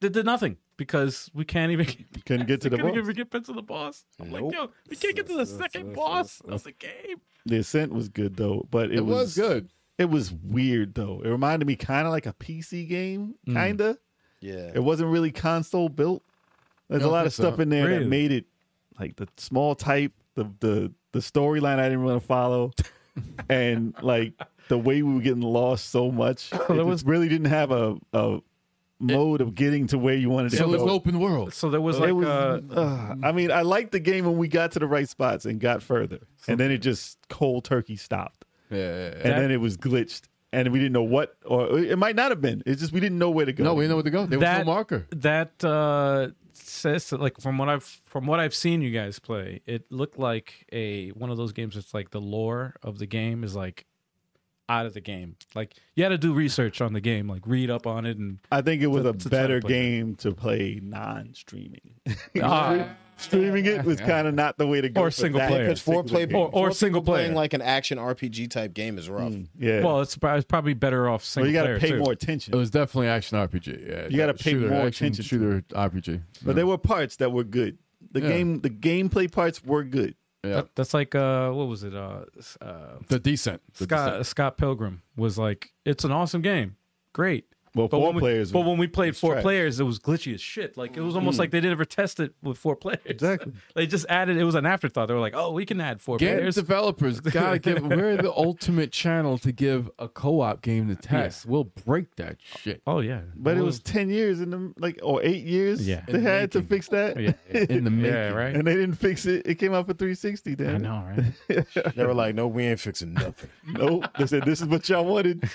it did nothing because we can't even get Couldn't get to the couldn't boss. even get to the boss. I'm like, yo, we can't get to the second boss of the game. The ascent was good though, but it, It was good. It was weird though. It reminded me kind of like a PC game, Mm. kinda. Yeah. It wasn't really console built. There's I a don't lot think of so. stuff in there Really? that made it like the small type, the the the storyline I didn't want to follow, and like the way we were getting lost so much. it just really didn't have a a mode of getting to where you wanted to So go. it's an open world. So there was it like was. uh, ugh. I mean, I liked the game when we got to the right spots and got further, and then it just cold turkey stopped, Yeah, yeah, yeah. and then it was glitched, and we didn't know what, or it might not have been. It's just we didn't know where to go. No, we didn't know where to go. There was That- no marker. that uh says that, like from what i've from what i've seen you guys play it looked like a one of those games that's like the lore of the game is like out of the game like you had to do research on the game like read up on it and I think it was to- a to try to better play that. game to play non-streaming. Ah. streaming it was kind of not the way to go. Or for single that player. Because four play particular Or- game. or four single people playing player. Hmm. like an action RPG type game is rough. yeah. well Well, it's, prob- it's probably better off single you got player, to pay too. more It attention. was definitely action RPG. Yeah, You gotta pay shooter, more action attention to Shooter RPG. but there were parts that were good. The Yeah. game, the gameplay parts were good. Yeah. That- that's like uh what was it uh, s- uh The Descent. The scott Descent. scott pilgrim was like it's an awesome game great Well, But four when we, players. But when we played it's four trash. Mm. players, it was glitchy as shit. Like it was almost like they didn't ever test it with four players. Exactly. they just added. It was an afterthought. They were like, "Oh, we can add four Get players." developers gotta give. We're the ultimate channel to give a co-op game to test. We'll break that shit oh yeah, but it was ten years in the like or eight years. Yeah. they In had to making. fix that, yeah, yeah. in the making. yeah, right. and they didn't fix it. It came out for 360. Then I know, right? They were like, no, we ain't fixing nothing. Nope. They said this is what y'all wanted.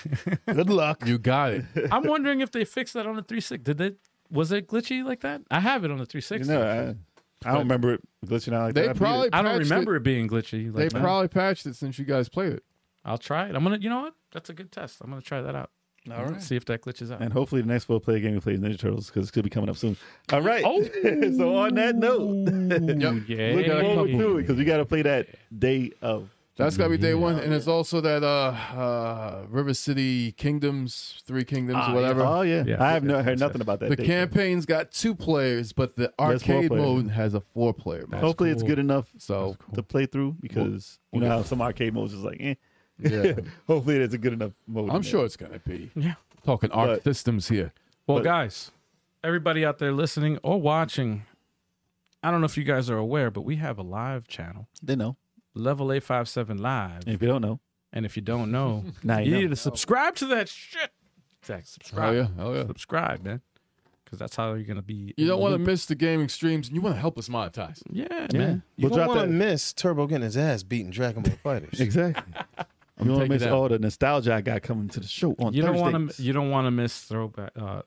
Good luck. You got it. I'm wondering if they fixed that on the 360. Did they? Was it glitchy like that? I have it on the You 360. know, I, I don't remember it glitching out like They that. I beat probably. it. I don't patched remember It. it being glitchy. They Like that. probably patched it since you guys played it. I'll try it. I'm gonna. You know what? That's a good test. I'm gonna try that out. All right. See if that glitches out. And hopefully the next four player game we play is Ninja Turtles because it's gonna be coming up soon. All right. Oh. so on that note, Ooh, yeah. look forward to it because we gotta play that day of. That's gotta be day one, and it's also that uh, uh River City Kingdoms, Three Kingdoms, or whatever. Oh yeah, Yeah. I have not heard nothing about that. The day. campaign's got two players, but the There's four arcade players. mode has a four-player mode. Hopefully it's cool. good enough So to play through because you know how some arcade modes is like, eh. yeah, Hopefully it's a good enough mode. in I'm there. sure it's gonna be. Yeah. Talking arc But- systems here. Well, But- guys, everybody out there listening or watching, I don't know if you guys are aware, but we have a live channel, they know. Level A Five Seven Live. And if you don't know, And if you don't know, now you you need know. to subscribe to that shit. Zach, subscribe. Oh yeah, oh yeah. Subscribe, man. Because that's how you're gonna be. You don't want to miss the gaming streams, and you want to help us monetize. Yeah, man. You We'll don't drop want to that. miss Turbo getting his ass beating Dragon Ball Fighters. Exactly. you don't want to taking miss that. all the nostalgia I got coming to the show on You don't Thursday. want to. You don't want to miss throwback. Uh,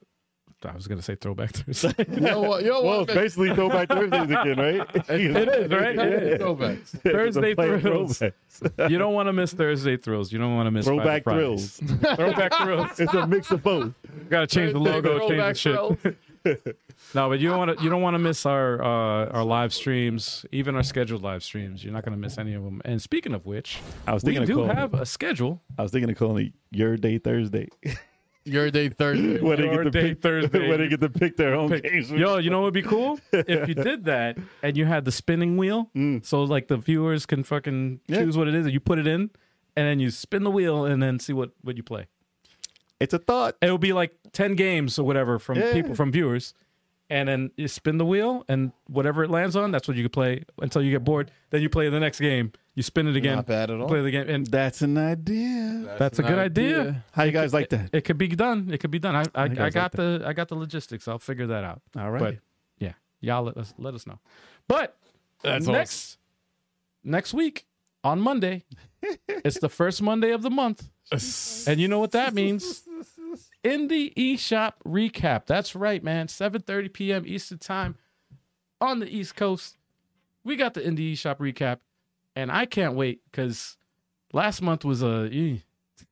I was gonna say throwback Thursday. You know what? You know well, what? it's basically throwback Thursdays again, right? It is, right? It is. Throwbacks. Thursday Play thrills. throwbacks. you don't want to miss Thursday thrills. You don't want to miss Five Throwback Fridays. thrills. throwback thrills. It's a mix of both. Gotta change the logo, change the Throwback shit. trails. No, but you don't want to. You don't want to miss our uh, our live streams, even our scheduled live streams. You're not gonna miss any of them. And speaking of which, I was we thinking of do calling. have a schedule. I was thinking of calling it Your Day Thursday. Your day Thursday. Where they Your get to Day pick, Thursday. Where they get to pick their own games. Yo, you know what would be cool if you did that and you had the spinning wheel, so like the viewers can fucking choose what it is, and you put it in, and then you spin the wheel, and then see what what you play. It's a thought. It would be like ten games or whatever from Yeah. people from viewers, and then you spin the wheel, and whatever it lands on, that's what you could play until you get bored. Then you play the next game. You spin it again. Not bad at all. Play the game, and That's an idea. That's a an good idea. How you guys like that? It could be done. It could be done. I I, think I, I was like got the I got the logistics. I'll figure that out. All right. But yeah, y'all let us let us know. But That's next next week on Monday, it's the first Monday of the month, and you know what that means. Indie eShop recap. That's right, man. 7:30 p.m. Eastern time on the East Coast. We got the Indie eShop recap, and I can't wait because last month was a. eh.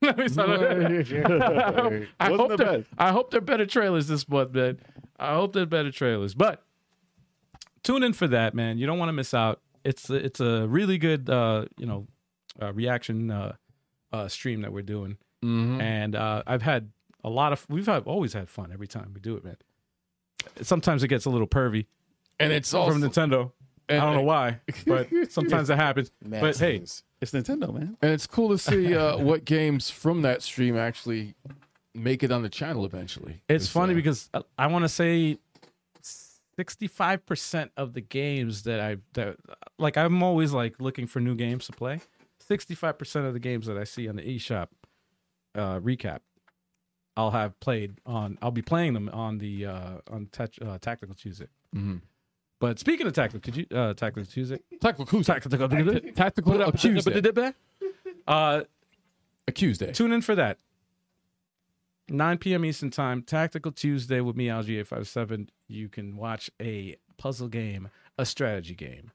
Let me start- I, Wasn't hope the there, best. I hope there are better trailers this month, man. I hope there are better trailers. But tune in for that, man. You don't want to miss out. It's a, it's a really good uh, you know uh, reaction uh, uh, stream that we're doing, Mm-hmm. and uh, I've had a lot of we've had, always had fun every time we do it, man. Sometimes it gets a little pervy And it's also from Nintendo. I don't know why, but sometimes that happens. Mad but hey, scenes. It's Nintendo, man. and it's cool to see uh, what games from that stream actually make it on the channel eventually. uh, It's funny because I, I want to say sixty-five percent of the games that I that like I'm always like looking for new games to play. Sixty-five percent of the games that I see on the eShop uh, recap, I'll have played on. I'll be playing them on the uh, on touch, uh, Tactical Tuesday. Mhm. But speaking of Tactical, could you uh, Tactical Tuesday? Tactical Cruise. Tactical Tactical Accused. Uh, Accused Day. Tune in for that. 9 p.m. Eastern Time, Tactical Tuesday with me, LGA57. You can watch a puzzle game, a strategy game,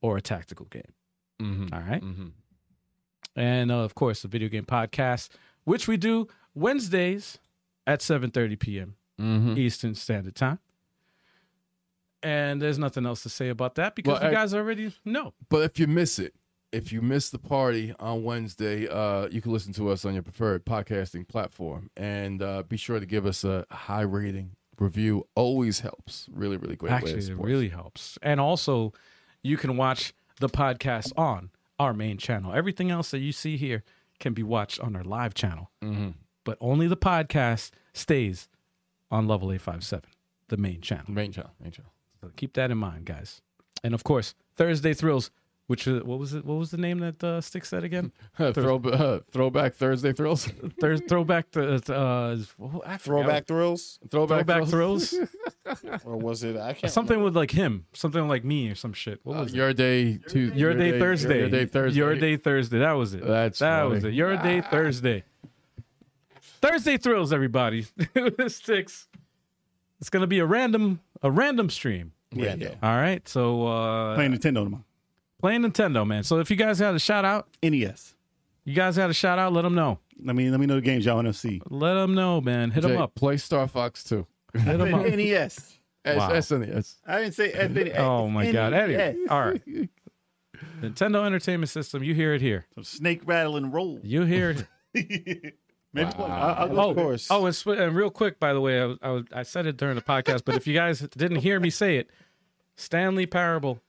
or a tactical game. Mhm. All right? Mhm. And uh, of course, the video game podcast, which we do Wednesdays at 7:30 p.m. Mhm. Eastern Standard Time. And there's nothing else to say about that because Well, you I- guys already know. But if you miss it, if you miss the party on Wednesday, uh, you can listen to us on your preferred podcasting platform. And uh, be sure to give us a high rating review. Always helps. Really, really great. way to Actually, it support us. really helps. And also, you can watch the podcast on our main channel. Everything else that you see here can be watched on our live channel. But but only the podcast stays on Level 857, the main channel. Main channel, main channel. So keep that in mind, guys. And of course, Thursday Thrills, which uh, what was it? What was the name that uh, Stick said again? Throw, uh, throwback Thursday thrills. Thursday Throwback to uh, what- I forgot. Throwback thrills, Throwback, Throwback Thrills, or was it? I can't. something with like him, something like me, or some shit. What Uh, was it? your day Tuesday. Your, day, Thursday. Your day Thursday. Your day Thursday. That was it. That's that funny. Ah. was it. Your day Thursday. Thursday thrills everybody. Sticks. It's gonna be a random a random stream. Rando. All right. So uh Playing Nintendo tomorrow. playing Nintendo, man. So if you guys had a shout out, NES. you guys had a shout out, let them know. Let me let me know the games y'all want to see. Let them know, man. Hit Jay, them up. Play Star Fox too. Hit them up. NES. That's- Wow. that's in the- that's- E I didn't say E FNES. Oh my god. Anyway. NES. All right. Nintendo Entertainment System, you hear it here. Some snake rattling roll. You hear it. Maybe one. I- I'll go Oh, Oh, and, sw- and real quick, by the way, I, was- I, was- I said it during the podcast, but if you guys didn't hear me say it, Stanley Parable,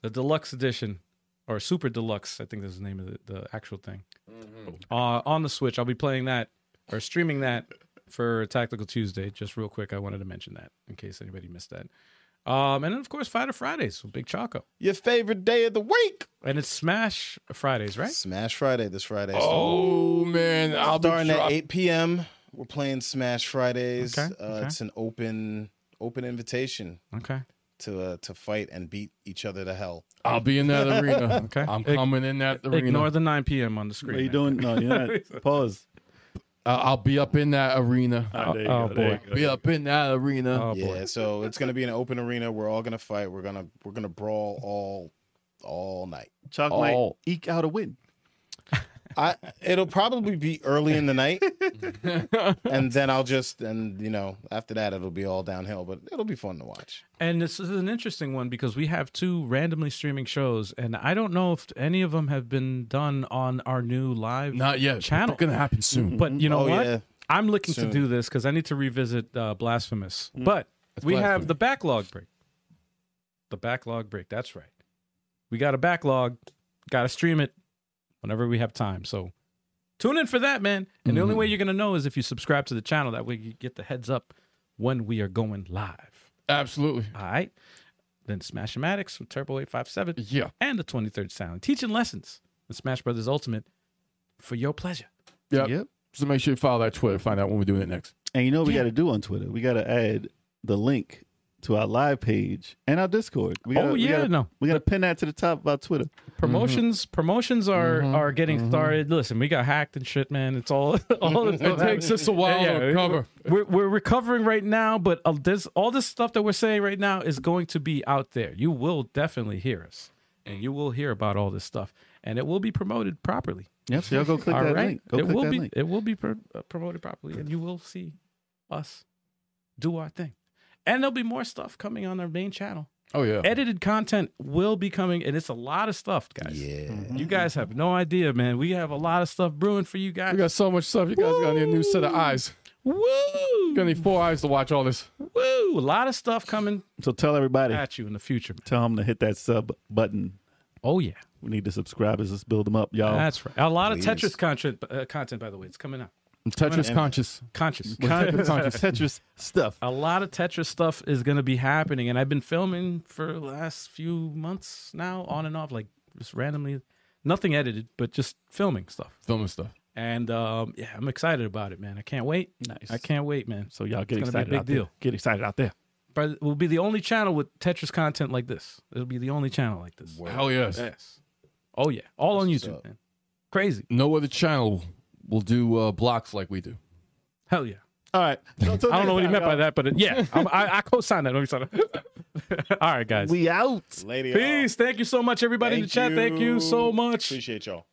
the deluxe edition, or super deluxe, I think that's the name of the, the actual thing, Mm-hmm. uh, on the Switch. I'll be playing that or streaming that for Tactical Tuesday. Just real quick, I wanted to mention that in case anybody missed that. Um, and then, of course, Fighter Fridays with Big Choco. Your favorite day of the week? And it's Smash Fridays, right? Smash Friday this Friday. Oh man, I'll be starting at drop- 8 p.m. We're playing Smash Fridays. Okay, Uh, okay. It's an open open invitation Okay. to uh, to fight and beat each other to hell. I'll be in that arena. Okay. I'm Ig- coming in that arena. Ignore the 9 p.m. on the screen. What are you man. doing? No, you're not. Pause. I- I'll be up in that arena. Oh, there you oh, go, there you boy. go. Be up in that arena. Oh, boy. yeah, so it's gonna be an open arena. We're all gonna fight. We're gonna we're gonna brawl all all night. Chalk Oh. might eke out a win. I it'll probably be early in the night, and then I'll just and you know after that it'll be all downhill. But it'll be fun to watch. And this is an interesting one because we have two randomly streaming shows, and I don't know if any of them have been done on our new live. Not yet. but Channel. It's gonna happen soon. but you know Oh, what? yeah. I'm looking Soon. Mm. to do this because I need to revisit uh, Blasphemous. But we have the backlog break. The backlog break. That's right. We got a backlog. Got to stream it whenever we have time. So tune in for that, man. And the Mm-hmm. only way you're gonna know is if you subscribe to the channel. That way you get the heads up when we are going live. Absolutely. All right. Then Smashematics from Turbo 857 Yeah. and the 23rd Sound. Teaching lessons in Smash Brothers Ultimate for your pleasure. Yep. Yep. So make sure you follow that Twitter. Find out when we're doing it next. And you know what we got to do on Twitter? We got to add the link to our live page and our Discord. We gotta, oh, yeah. we gotta, no. we gotta pin that to the top of our Twitter. Promotions promotions are Mm-hmm. are getting started. Listen, we got hacked and shit, man. It's all all It takes us a while Yeah, to we- recover. We're, we're recovering right now, but uh, this all this stuff that we're saying right now is going to be out there. You will definitely hear us, and you will hear about all this stuff, and it will be promoted properly. Yep. So y'all go click All that right. link. Go it click will that be link. it will be pro- uh, promoted properly, and you will see us do our thing. And there'll be more stuff coming on our main channel. Oh yeah. Edited content will be coming, and it's a lot of stuff, guys. Yeah, You guys have no idea, man. We have a lot of stuff brewing for you guys. We got so much stuff. You guys gonna need a new set of eyes. woo, Gonna need four eyes to watch all this. woo, a lot of stuff coming So tell everybody. at you in the future. man. Tell them to hit that sub button. Oh yeah, We need the subscribers. Let's build them up, y'all. that's right. A lot please. of Tetris content, uh, content by the way, it's coming out. I'm Tetris conscious. Conscious. Tetris, Tetris stuff. a lot of Tetris stuff is going to be happening, and I've been filming for the last few months now, on and off, like just randomly, nothing edited, but just filming stuff. Filming stuff. And um, yeah, I'm excited about it, man. I can't wait. Nice. I can't wait, man. So y'all get It's gonna be a excited big out there. deal. Get excited out there. But we'll be the only channel with Tetris content like this. It'll be the only channel like this. Hell yes. Yes. Oh yeah, all on That's what's YouTube, up. man. Crazy. No other channel will do uh, blocks like we do. Hell yeah. All right. So until I don't know what he next meant by time, that, but it, yeah, I'm, I, I co-signed that. Let me sign it. all right, guys. y'all. We out. lady. Peace. Thank you so much, everybody in the Thank chat. Thank you so you. much. Appreciate y'all.